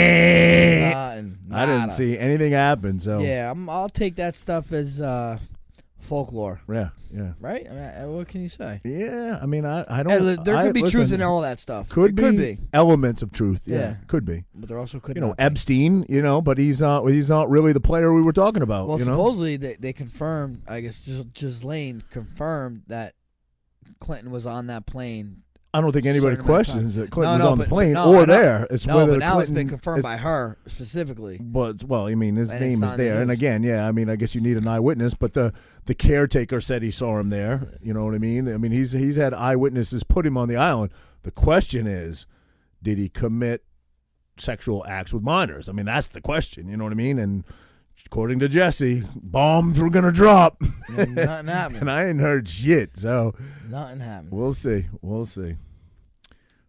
S2: nah, and
S1: I didn't
S2: nada.
S1: see anything happen. So
S2: Yeah, I'm, I'll take that stuff as uh, folklore,
S1: yeah, yeah,
S2: right? I mean, I- what can you say?
S1: yeah. I mean, I, I
S2: Hey,
S1: don't.
S2: li- there
S1: I-
S2: could be truth
S1: listen,
S2: in all that stuff.
S1: Could
S2: It
S1: be,
S2: could be,
S1: elements of truth. Yeah,
S2: Yeah.
S1: could be.
S2: but there also could
S1: You know,
S2: not be.
S1: Epstein. You know, but he's not. He's not really the player we were talking about.
S2: Well,
S1: you know,
S2: supposedly they, they confirmed. I guess Gis- Ghislaine confirmed that Clinton was on that plane.
S1: I don't think anybody
S2: certain amount of
S1: questions
S2: time.
S1: that Clinton
S2: No,
S1: was
S2: no,
S1: on
S2: but-
S1: the plane
S2: no,
S1: or
S2: I know.
S1: there. It's
S2: no,
S1: whether
S2: but now
S1: Clinton
S2: it's been confirmed
S1: it's-
S2: by her
S1: <laughs>
S2: specifically.
S1: But well, I mean, his
S2: And it's
S1: name
S2: not
S1: is
S2: in the
S1: there, and
S2: news.
S1: again, yeah, I mean, I guess you need an eyewitness. But the the caretaker said he saw him there. You know what I mean? I mean, he's he's had eyewitnesses put him on the island. The question is, did he commit sexual acts with minors? I mean, that's the question. You know what I mean? And according to Jesse, bombs were gonna drop, <laughs>
S2: Nothing happened.
S1: and I ain't heard shit. So
S2: Nothing happened.
S1: we'll see. We'll see.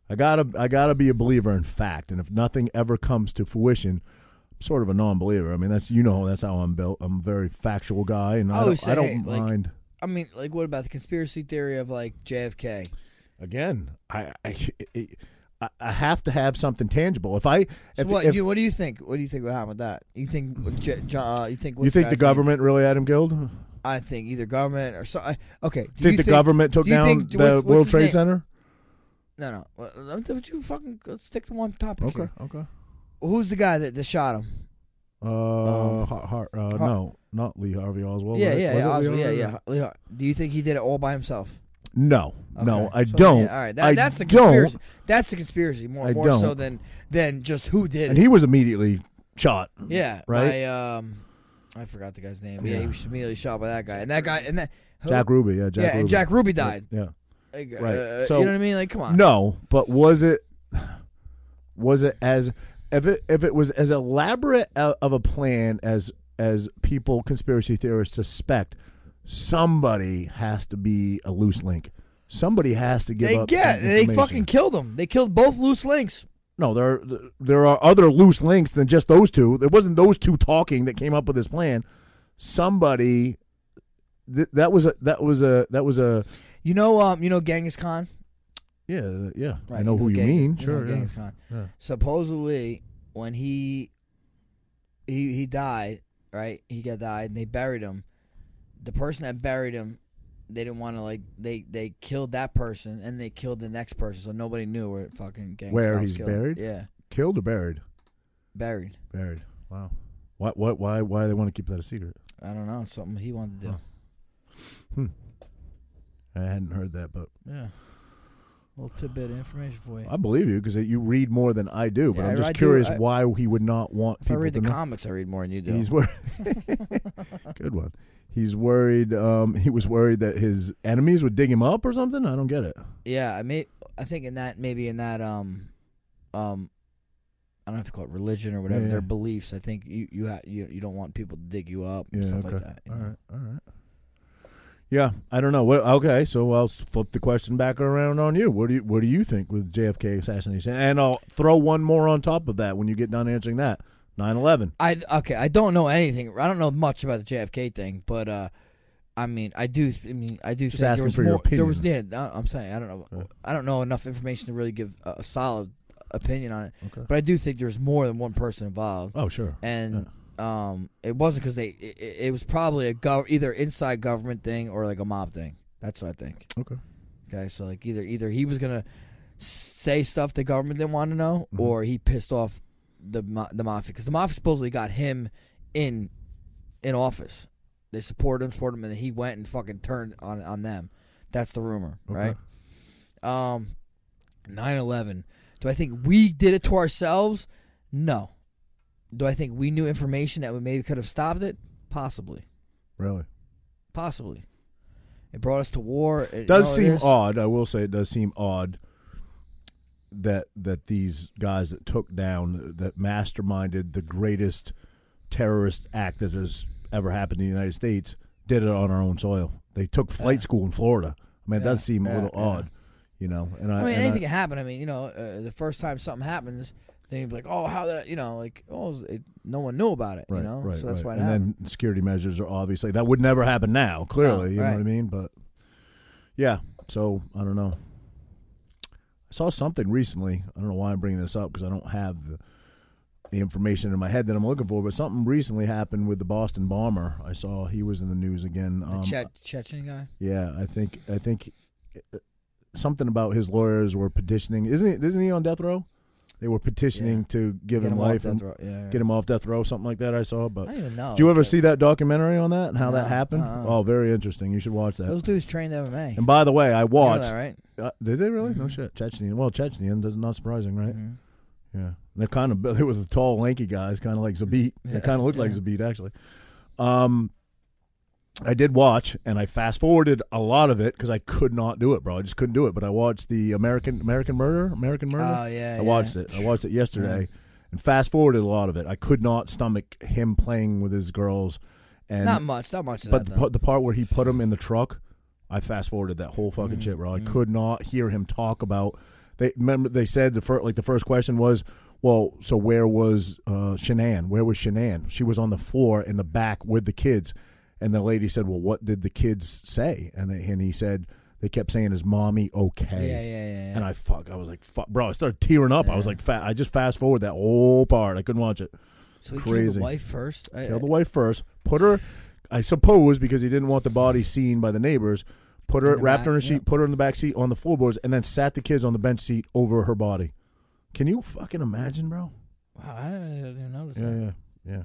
S1: I gotta I gotta be a believer in fact, and if nothing ever comes to fruition, I'm sort of a non-believer. I mean, that's you know that's how I'm built. I'm a very factual guy, and
S2: I
S1: I,
S2: always
S1: don't,
S2: say,
S1: I don't
S2: hey, Oh, like-
S1: mind.
S2: I mean, like, what about the conspiracy theory of like JFK?
S1: Again, I I, <laughs> I I have to have something tangible. If I
S2: So
S1: if,
S2: what
S1: if-
S2: you what do you think? What do you think would happen with that? You think J, J, uh, you think
S1: you
S2: what's
S1: think
S2: guy's
S1: the
S2: name?
S1: government really had him killed? Think,
S2: I think either government or so. I- Okay, do you
S1: the government took
S2: do you
S1: down
S2: think-
S1: the
S2: what's- what's
S1: World
S2: his
S1: Trade
S2: name?
S1: Center?
S2: No, no. Well, Let me, would you fucking let's stick to one topic.
S1: Okay,
S2: here.
S1: okay.
S2: Who's the guy that, that shot him?
S1: Uh,
S2: Um,
S1: Har- Har- uh,
S2: Har-
S1: no, not Lee Harvey Oswald.
S2: yeah,
S1: was it?
S2: yeah,
S1: Was
S2: yeah,
S1: it Lee
S2: Oswald, yeah,
S1: Harvey?
S2: yeah. Lee Har- Do you think he did it all by himself?
S1: No, no,
S2: Okay.
S1: I
S2: So, yeah,
S1: don't.
S2: all right, that,
S1: I
S2: that's the
S1: don't.
S2: conspiracy. That's the conspiracy more
S1: I
S2: more so
S1: don't.
S2: than than just who did
S1: and
S2: it.
S1: he was immediately shot.
S2: yeah,
S1: right?
S2: By, um, I forgot the guy's name. Yeah.
S1: Yeah.
S2: he was immediately shot by that guy, and that guy, and that who-
S1: Jack Ruby, yeah, Jack
S2: yeah,
S1: Ruby.
S2: and Jack Ruby died.
S1: Yeah.
S2: Like,
S1: Right.
S2: uh,
S1: So-
S2: you know what I mean? Like, come on.
S1: No, but was it was it as if it if it was as elaborate o- of a plan as as people conspiracy theorists suspect, somebody has to be a loose link. Somebody has to give
S2: they
S1: up.
S2: get
S1: some
S2: they
S1: information.
S2: fucking killed him. They killed both loose links.
S1: no. There are, there are other loose links than just those two. It wasn't those two talking that came up with this plan. Somebody th- that was a that was a that was a
S2: You know, um, you know Genghis Khan.
S1: Yeah, uh, yeah. I
S2: Right,
S1: know who you
S2: Genghis-
S1: mean.
S2: know Genghis Khan.
S1: Yeah.
S2: Supposedly, when he he he died, right? He got died, and they buried him. The person that buried him, they didn't want to like they they killed that person, and they killed the next person, so nobody knew where fucking Genghis
S1: Where
S2: Khan was
S1: he's
S2: killed.
S1: buried?
S2: Yeah,
S1: Killed or buried?
S2: buried.
S1: Buried. Wow. What? What? Why? Why do they want to keep that a secret?
S2: I don't know something he wanted to do.
S1: Huh. Hmm. I hadn't heard that, but
S2: Yeah, little tidbit of information for you.
S1: I believe you because you read more than I do. But
S2: Yeah,
S1: I'm
S2: I-
S1: just
S2: I do-
S1: curious
S2: I-
S1: why he would not want
S2: if I
S1: people
S2: read
S1: to
S2: the
S1: know.
S2: comics, I read more than you do.
S1: He's worried. <laughs>
S2: <laughs>
S1: Good one. He's worried. Um, he was worried that his enemies would dig him up or something. I don't get it.
S2: Yeah, I may. I think in that maybe in that um, um, I don't have to call it religion or whatever
S1: Yeah, yeah.
S2: their beliefs. I think you you ha- you you don't want people to dig you up and
S1: Yeah,
S2: stuff
S1: okay.
S2: like that. you
S1: All
S2: know?
S1: right. All right. Yeah, I don't know. What, okay, so I'll flip the question back around on you. What do you What do you think with JFK assassination? And I'll throw one more on top of that when you get done answering that. 9-11.
S2: I okay. I don't know anything. I don't know much about the JFK thing, but uh, I mean, I do. Th- I mean, I do
S1: Just
S2: think
S1: asking
S2: there was
S1: for your
S2: more. There
S1: opinion.
S2: was yeah. I- I'm saying I don't know.
S1: Yeah.
S2: I don't know enough information to really give a, a solid opinion on it.
S1: Okay.
S2: But I do think there's more than one person involved.
S1: Oh sure.
S2: and um, it wasn't because they. It, it- it was probably a gov- either inside government thing or like a mob thing. That's what I think.
S1: Okay.
S2: Okay, so like either either he was gonna say stuff the government didn't want to know,
S1: Mhm.
S2: or he pissed off the ma- the mafia because the mafia supposedly got him in in office. They supported him, supported him, and then he went and fucking turned on on them. That's the rumor,
S1: Okay.
S2: right? Um, 9-11. Do I think we did it to ourselves? No. Do I think we knew information that we maybe could have stopped it? Possibly,
S1: Really.
S2: possibly. It brought us to war. It, you
S1: It does
S2: know, it
S1: seem
S2: is-
S1: odd. I will say it does seem odd that that these guys that took down that masterminded the greatest terrorist act that has ever happened in the United States did it on our own soil. They took flight school in Florida. I mean, it does seem a
S2: yeah,
S1: little
S2: yeah.
S1: odd, you know. And I,
S2: I mean,
S1: and I-
S2: anything can happen. I mean, you know, uh, the first time something happens, then you'd be like, "Oh, how did I, you know?" Like, "Oh, it, no one knew about it." you know, so that's why it
S1: and
S2: happened.
S1: then security measures are obviously that would never happen now. Clearly, you know
S2: right.
S1: what I mean. But yeah, so I don't know. I saw something recently. I don't know why I'm bringing this up because I don't have the the information in my head that I'm looking for. But something recently happened with the Boston bomber. I saw he was in the news again.
S2: the
S1: Um,
S2: Che- Chechen guy.
S1: yeah, I think I think uh, something about his lawyers were petitioning. Isn't he, isn't he on death row? They were petitioning to give
S2: Get
S1: him,
S2: him off
S1: life,
S2: death
S1: and
S2: row. Yeah,
S1: get him off death row, something like that. I saw, but
S2: I don't even know.
S1: did you ever
S2: Like,
S1: see that documentary on that and how
S2: Oh, No,
S1: that happened?
S2: uh-uh.
S1: Oh, very interesting. You should watch that.
S2: Those dudes trained MMA.
S1: and by the way, I
S2: You know
S1: watched.
S2: that, right?
S1: uh, did they really?
S2: Mm-hmm.
S1: No shit. Chechenian. Well, Chechenian does not surprising, right?
S2: Mm-hmm.
S1: Yeah. And they're kind of <laughs> they were the tall, lanky guys, kind of like Zabit. They kind of looked like Zabit actually. Um, I did watch, and I fast forwarded a lot of it because I could not do it, bro. I just couldn't do it. But I watched the American American Murder, American Murder.
S2: Oh, yeah,
S1: I
S2: yeah.
S1: watched it. I watched it yesterday, and fast forwarded a lot of it. I could not stomach him playing with his girls. And
S2: Not much. Not much. Of
S1: but
S2: that,
S1: the,
S2: though.
S1: part- the part where he put him in the truck, I fast forwarded that whole fucking
S2: Mm,
S1: shit, bro. I could not hear him talk about. They remember they said the first like the first question was, well, so where was uh, Shanann? Where was Shanann? She was on the floor in the back with the kids, and the lady said, well, what did the kids say? And they, and he said they kept saying, is mommy okay?
S2: Yeah, yeah, yeah, yeah.
S1: And I fuck, I was like, fuck, bro, I started tearing up. I was like, fat. I just fast forward that whole part. I couldn't watch it
S2: so he killed
S1: crazy.
S2: the wife first. I-
S1: killed the wife first, put her, I suppose, because he didn't want the body seen by the neighbors, put her
S2: the
S1: wrapped
S2: back,
S1: her in a sheet,
S2: yeah.
S1: put her in the back seat on the floorboards, and then sat the kids on the bench seat over her body. Can you fucking imagine, bro?
S2: wow, I didn't, I didn't notice
S1: Yeah,
S2: that.
S1: yeah, yeah,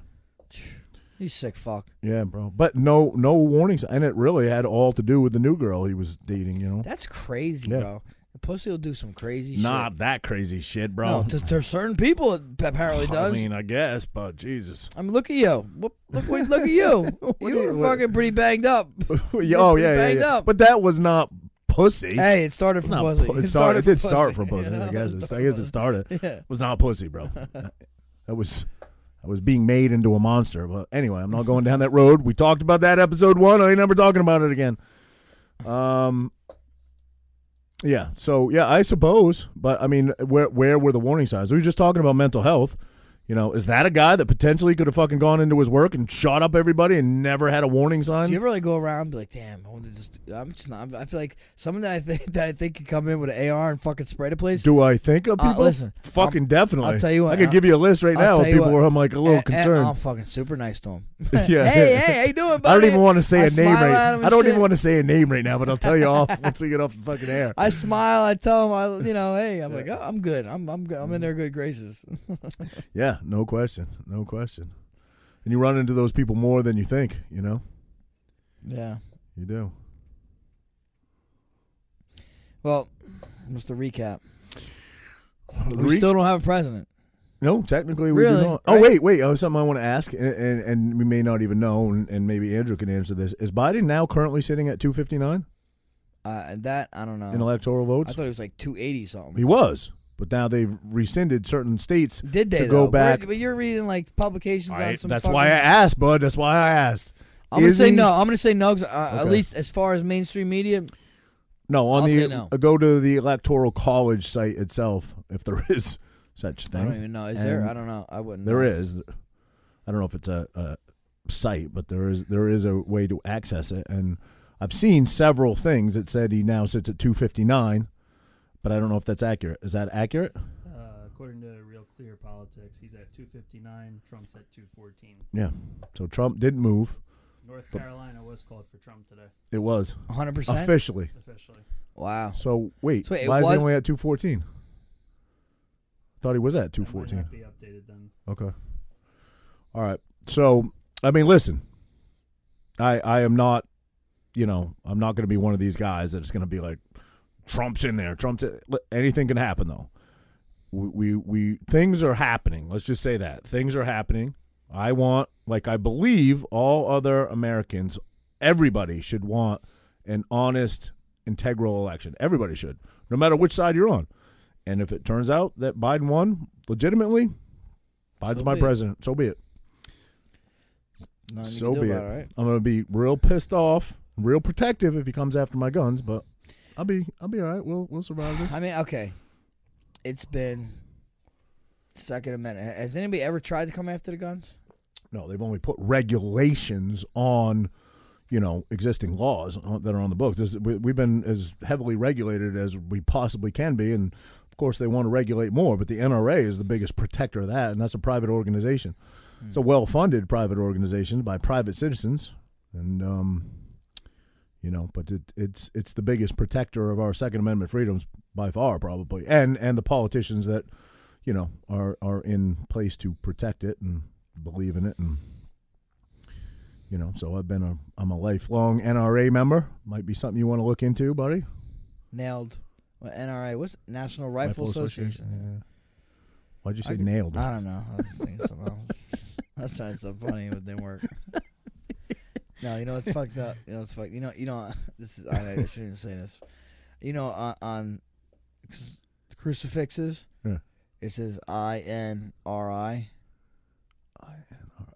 S2: You sick fuck.
S1: yeah, bro. But no, no warnings, and it really had all to do with the new girl he was dating. You know,
S2: That's crazy,
S1: Yeah.
S2: bro. The pussy will do some crazy
S1: not
S2: shit.
S1: that crazy shit,
S2: No,
S1: bro.
S2: to, to certain people, it apparently does.
S1: I mean, I guess, but
S2: <laughs>
S1: Jesus.
S2: I mean, look at you. Whoop, Look, wait, look
S1: <laughs>
S2: at you.
S1: do
S2: you
S1: you-
S2: were
S1: what-
S2: fucking pretty banged up.
S1: oh yeah,
S2: pretty
S1: yeah,
S2: banged
S1: yeah.
S2: up.
S1: But that was not pussy.
S2: hey, it started from
S1: Not
S2: pussy.
S1: pu- it, started, it did
S2: from
S1: start
S2: pussy,
S1: from pussy.
S2: <laughs> you know?
S1: I guess. It's, I
S2: started
S1: guess
S2: from
S1: it started.
S2: pussy. Yeah.
S1: It was not pussy, bro. that was. I was being made into a monster. But anyway, I'm not going down that road. We talked about that episode one. I ain't never talking about it again. Um. Yeah. So yeah, I suppose. But I mean, where where were the warning signs? We were just talking about mental health. You know, is that a guy that potentially could have fucking gone into his work and shot up everybody and never had a warning sign?
S2: Do you ever like go around and be like, damn, I want to just, I'm just not, I feel like someone that I think <laughs> that I think could come in with an AR and fucking spray the place.
S1: Do I think of
S2: Uh,
S1: people?
S2: listen,
S1: fucking definitely.
S2: I'll tell you what,
S1: I could
S2: I'll-
S1: give you a list right
S2: I'll
S1: now of
S2: tell you
S1: people
S2: what,
S1: where I'm like a little
S2: and- and
S1: concerned.
S2: I'm fucking super nice to him.
S1: <laughs> Yeah.
S2: hey, hey, how you doing,
S1: <laughs>
S2: buddy?
S1: I don't even want to say
S2: I
S1: a
S2: smile
S1: name
S2: at
S1: right.
S2: him
S1: I don't
S2: and
S1: even
S2: shit.
S1: want to say a name right now, but I'll tell you
S2: <laughs>
S1: off once we get off the fucking air.
S2: I smile. I tell him, I, you know, hey, I'm like, oh, I'm good. I'm, I'm, good. I'm in their good graces.
S1: Yeah, no question, no question. And you run into those people more than you think. You know,
S2: yeah.
S1: you do.
S2: Well, just to recap, we
S1: Re-
S2: still don't have a president.
S1: no, technically we
S2: Really?
S1: do not.
S2: Right?
S1: Oh wait, wait. Oh, something I want to ask, and, and and we may not even know, and, and maybe Andrew can answer this. Is Biden now currently sitting at 259
S2: Uh, and that I don't know.
S1: in electoral
S2: I
S1: votes?
S2: thought it was like 280 something.
S1: he was, but now they've rescinded certain states.
S2: Did they
S1: to go
S2: though?
S1: back?
S2: But you're reading like publications
S1: I-
S2: on some.
S1: that's
S2: fucking-
S1: why I asked, bud. That's why I asked.
S2: I'm gonna
S1: Is
S2: say
S1: he-
S2: no. I'm gonna say no. 'cause, uh, At
S1: Okay.
S2: least as far as mainstream media,
S1: No, on
S2: I'll
S1: the
S2: say no.
S1: uh, go to the electoral college site itself, if there is such
S2: I
S1: thing.
S2: don't even know. Is there?
S1: And
S2: I don't know. I wouldn't.
S1: There
S2: know.
S1: is. I don't know if it's a, a site, but there is there is a way to access it, and I've seen several things that said he now sits at two fifty nine, but I don't know if that's accurate. Is that accurate?
S3: Uh, according to Real Clear Politics, he's at 259. Trump's at 214.
S1: Yeah. So Trump didn't move.
S3: North Carolina was called for Trump today,
S1: It was
S2: 100. percent
S1: officially.
S3: officially.
S2: Wow.
S1: So wait,
S2: So wait, it
S1: why is
S2: was-
S1: he only at two fourteen? Thought he was at two
S3: That might
S1: fourteen.
S3: not Be updated then.
S1: Okay. All right. So, I mean, listen, I I am not, you know, I'm not going to be one of these guys that's going to be like, Trump's in there. Trump's in. Li- anything can happen though. We, we we things are happening. Let's just say that things are happening. I want, like, I believe all other Americans, everybody should want an honest, integral election. Everybody should, no matter which side you're on. And if it turns out that Biden won legitimately, Biden's
S2: So
S1: my
S2: be it.
S1: president. So be it.
S2: Nothing you
S1: so
S2: can do
S1: be it.
S2: about right?
S1: I'm gonna be real pissed off, real protective if he comes after my guns, but I'll be I'll be all right. We'll we'll survive this.
S2: I mean, okay. It's been Second Amendment. Ha- Has anybody ever tried to come after the guns?
S1: No, they've only put regulations on, you know, existing laws on- that are on the books. This, we, we've been as heavily regulated as we possibly can be, and of course they want to regulate more. But the NRA is the biggest protector of that, and that's a private organization. It's a well-funded private organization by private citizens, and um, you know, but it, it's it's the biggest protector of our Second Amendment freedoms by far, probably, and and the politicians that you know are are in place to protect it and believe in it and you know so i've been a i'm a lifelong nra member might be something you want to look into buddy
S2: Nailed. Well, NRA. What's National Rifle, Association?
S1: yeah. why'd you say
S2: I-
S1: nailed
S2: I don't know. I was thinking something else. <laughs> I was trying something funny, but it didn't work. No, you
S1: <laughs>
S2: know it's fucked up. You know it's fucked. You know, you know. <laughs> This is I, I shouldn't even say this. You know, on, on cru- crucifixes,
S1: Yeah.
S2: it says I N R I.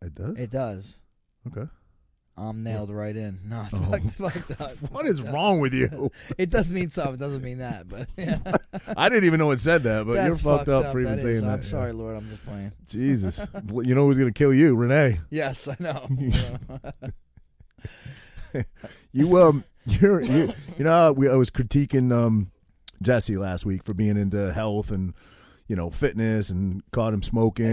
S1: it does
S2: It does.
S1: okay
S2: I'm nailed right in. <laughs> No, it's
S1: Oh.
S2: fucked, fucked up.
S1: <laughs> what is wrong with
S2: <laughs>
S1: you
S2: It does mean something. It doesn't mean that, but <laughs> yeah.
S1: i didn't even know it said that but you're
S2: That's
S1: fucked, up, for even
S2: That
S1: saying
S2: is.
S1: that
S2: I'm
S1: yeah.
S2: sorry, Lord. I'm just playing.
S1: jesus you know who's gonna kill you renee
S2: Yes, I know.
S1: <laughs>
S2: <laughs>
S1: you um <laughs> you're you, <laughs> you know how we, i was critiquing um jesse last week for being into health and you know fitness and caught him smoking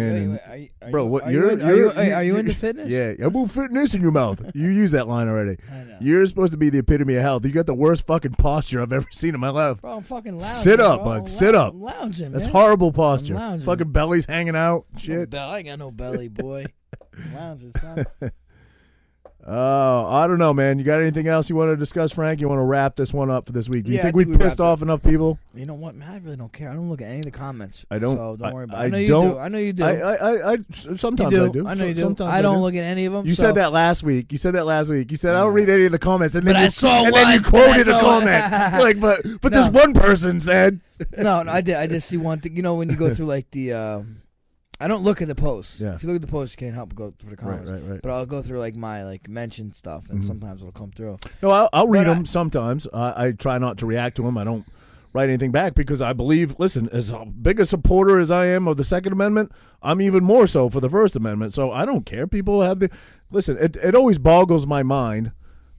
S1: and Bro, what
S2: are
S1: you're,
S2: you, in-
S1: you're
S2: are you,
S1: you-
S2: are you into
S1: you-
S2: fitness?
S1: Yeah, I put fitness in your mouth. You use that line already.
S2: I know.
S1: You're supposed to be the epitome of health. You got the worst fucking posture I've ever seen in my life.
S2: Bro, I'm fucking lounging.
S1: Sit up,
S2: bro.
S1: bud.
S2: I'm
S1: Sit
S2: lou-
S1: up.
S2: I'm lounging.
S1: That's
S2: man.
S1: horrible posture.
S2: lounging.
S1: Fucking belly's hanging out.
S2: No
S1: Shit.
S2: bell- I ain't got no belly, boy.
S1: <laughs>
S2: I'm lounging, son.
S1: Oh, I don't know, man. You got anything else you want to discuss, Frank? You want to wrap this one up for this week? Do you
S2: Yeah, I
S1: think,
S2: think
S1: we
S2: we
S1: pissed
S2: wrapped it.
S1: off enough people?
S2: You know what, man? I really don't care. I don't look at any of the comments.
S1: I don't-
S2: So
S1: I-
S2: don't worry about
S1: I
S2: it. I know you
S1: don't-
S2: do. I know you do.
S1: I, I, I, I s-
S2: you
S1: sometimes
S2: do.
S1: I do.
S2: I know
S1: So-
S2: you do.
S1: Sometimes
S2: I don't
S1: do.
S2: look at any of them.
S1: You
S2: so-
S1: said that last week. You said that last week. You said I don't read any of the comments, and then
S2: But
S1: you,
S2: I saw
S1: and then you
S2: one.
S1: quoted a
S2: <laughs> I saw one.
S1: comment. You're like, but but this
S2: No.
S1: one person said.
S2: no, no, I did. I just see one thing. You know, when you go through like the, um, I don't look at the posts.
S1: Yeah.
S2: If you look at the posts, you can't help but go through the comments.
S1: right, Mm-hmm. right.
S2: But I'll go through like my like mentioned stuff, and sometimes it'll come
S1: <laughs>
S2: through.
S1: No, I'll, I'll read
S2: But I-
S1: them sometimes. I, I try not to react to them. I don't write anything back because I believe. Listen, as big a supporter as I am of the Second Amendment, I'm even more so for the First Amendment. So I don't care. People have the listen. It it always boggles my mind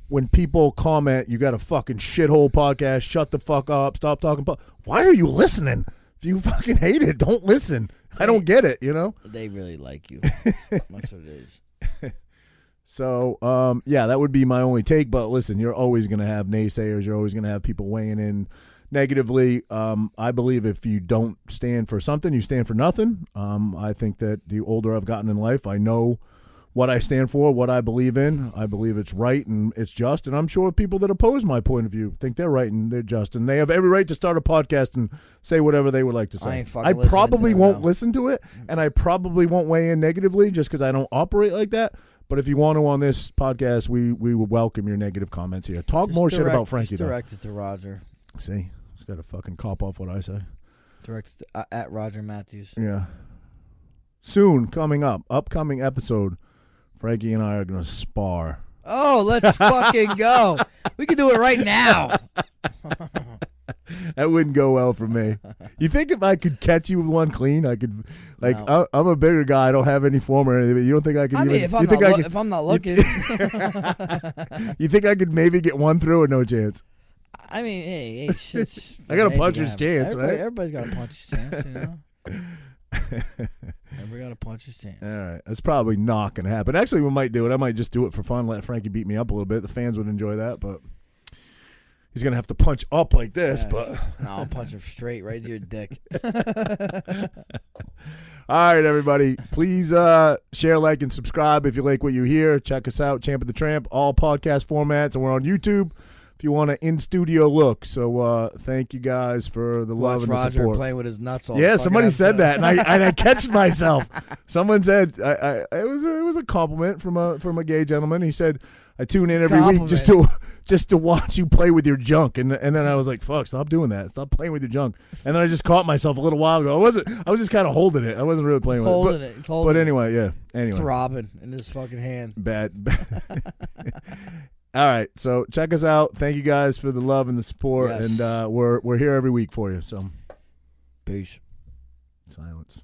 S1: when people comment, "You got a fucking shithole podcast. Shut the fuck up. Stop talking." po-" Why are you listening? If you fucking hate it, don't listen. I don't get it. You know.
S2: They really
S1: <laughs>
S2: like you. That's what it is.
S1: So, um, yeah, that would be my only take. But listen, you're always going to have naysayers. You're always going to have people weighing in negatively. Um, I believe if you don't stand for something, you stand for nothing. Um, I think that the older I've gotten in life, I know what I stand for, what I believe in. I believe it's right and it's just. And I'm sure people that oppose my point of view think they're right and they're just. And they have every right to start a podcast and say whatever they would like to say.
S2: I ain't fucking
S1: I
S2: listening to
S1: probably
S2: them,
S1: won't
S2: no.
S1: listen listen to it, and I probably won't weigh in negatively just because I don't operate like that. But if you want to on this podcast, we we would welcome your negative comments here. Talk
S2: Just
S1: more shit
S2: direct-
S1: about Frankie
S2: Just
S1: though.
S2: direct it to Roger.
S1: See, he's got to fucking cop off what I say.
S2: Direct it to, uh, at Roger Matthews.
S1: Yeah. Soon coming up, upcoming episode, Frankie and I are gonna spar.
S2: Oh,
S1: <laughs>
S2: let's fucking go. We can do it right now.
S1: That wouldn't go well for me.
S2: <laughs>
S1: You think if I could catch you with one clean, I could, like, I, I'm a bigger guy. I don't have any form or anything. But you don't think I could?
S2: I
S1: even,
S2: mean, if I'm
S1: you
S2: not
S1: think
S2: lo-
S1: I could,
S2: if I'm not looking, <laughs>
S1: you think I could maybe get one through or no chance?
S2: I mean,
S1: <laughs>
S2: hey, hey, shit's.
S1: I got a
S2: anything
S1: puncher's
S2: happens.
S1: chance,
S2: Everybody-
S1: right?
S2: Everybody's got a puncher's chance, you know. Everybody got a puncher's chance.
S1: All right, that's probably not going to happen. Actually, we might do it. I might just do it for fun. Let Frankie beat me up a little bit. The fans would enjoy that, but he's going to have to punch up like this.
S2: Yeah.
S1: But
S2: No, I'll punch him straight right to your dick.
S1: <laughs> all right, everybody, please uh, share, like, and subscribe if you like what you hear. Check us out, Champ of the Tramp, all podcast formats, and we're on YouTube, if you want an in studio look. So uh, thank you guys for the love
S4: Watch
S1: and the
S4: Roger
S1: support.
S4: playing with his nuts all.
S1: yeah,
S4: fucking
S1: somebody said
S4: episode.
S1: that, and I and I catch
S4: <laughs>
S1: myself. Someone said I, I it was a, it was a compliment from a from a gay gentleman. He said I tune in every week just to <laughs> just to watch you play with your junk, and and then I was like, fuck, stop doing that, stop playing with your junk. And then I just caught myself a little while ago. I wasn't I was just kind of holding it. I wasn't really playing with
S4: Holding
S1: it.
S4: it, it's
S1: But,
S4: holding
S1: but
S4: it.
S1: anyway, yeah.
S4: It's
S1: Anyway,
S4: throbbing in his fucking hand. <laughs>
S1: bad. <laughs> All right, so check us out. Thank you guys for the love and the support,
S4: Yes.
S1: and uh, we're we're here every week for you. So
S4: Peace.
S1: silence.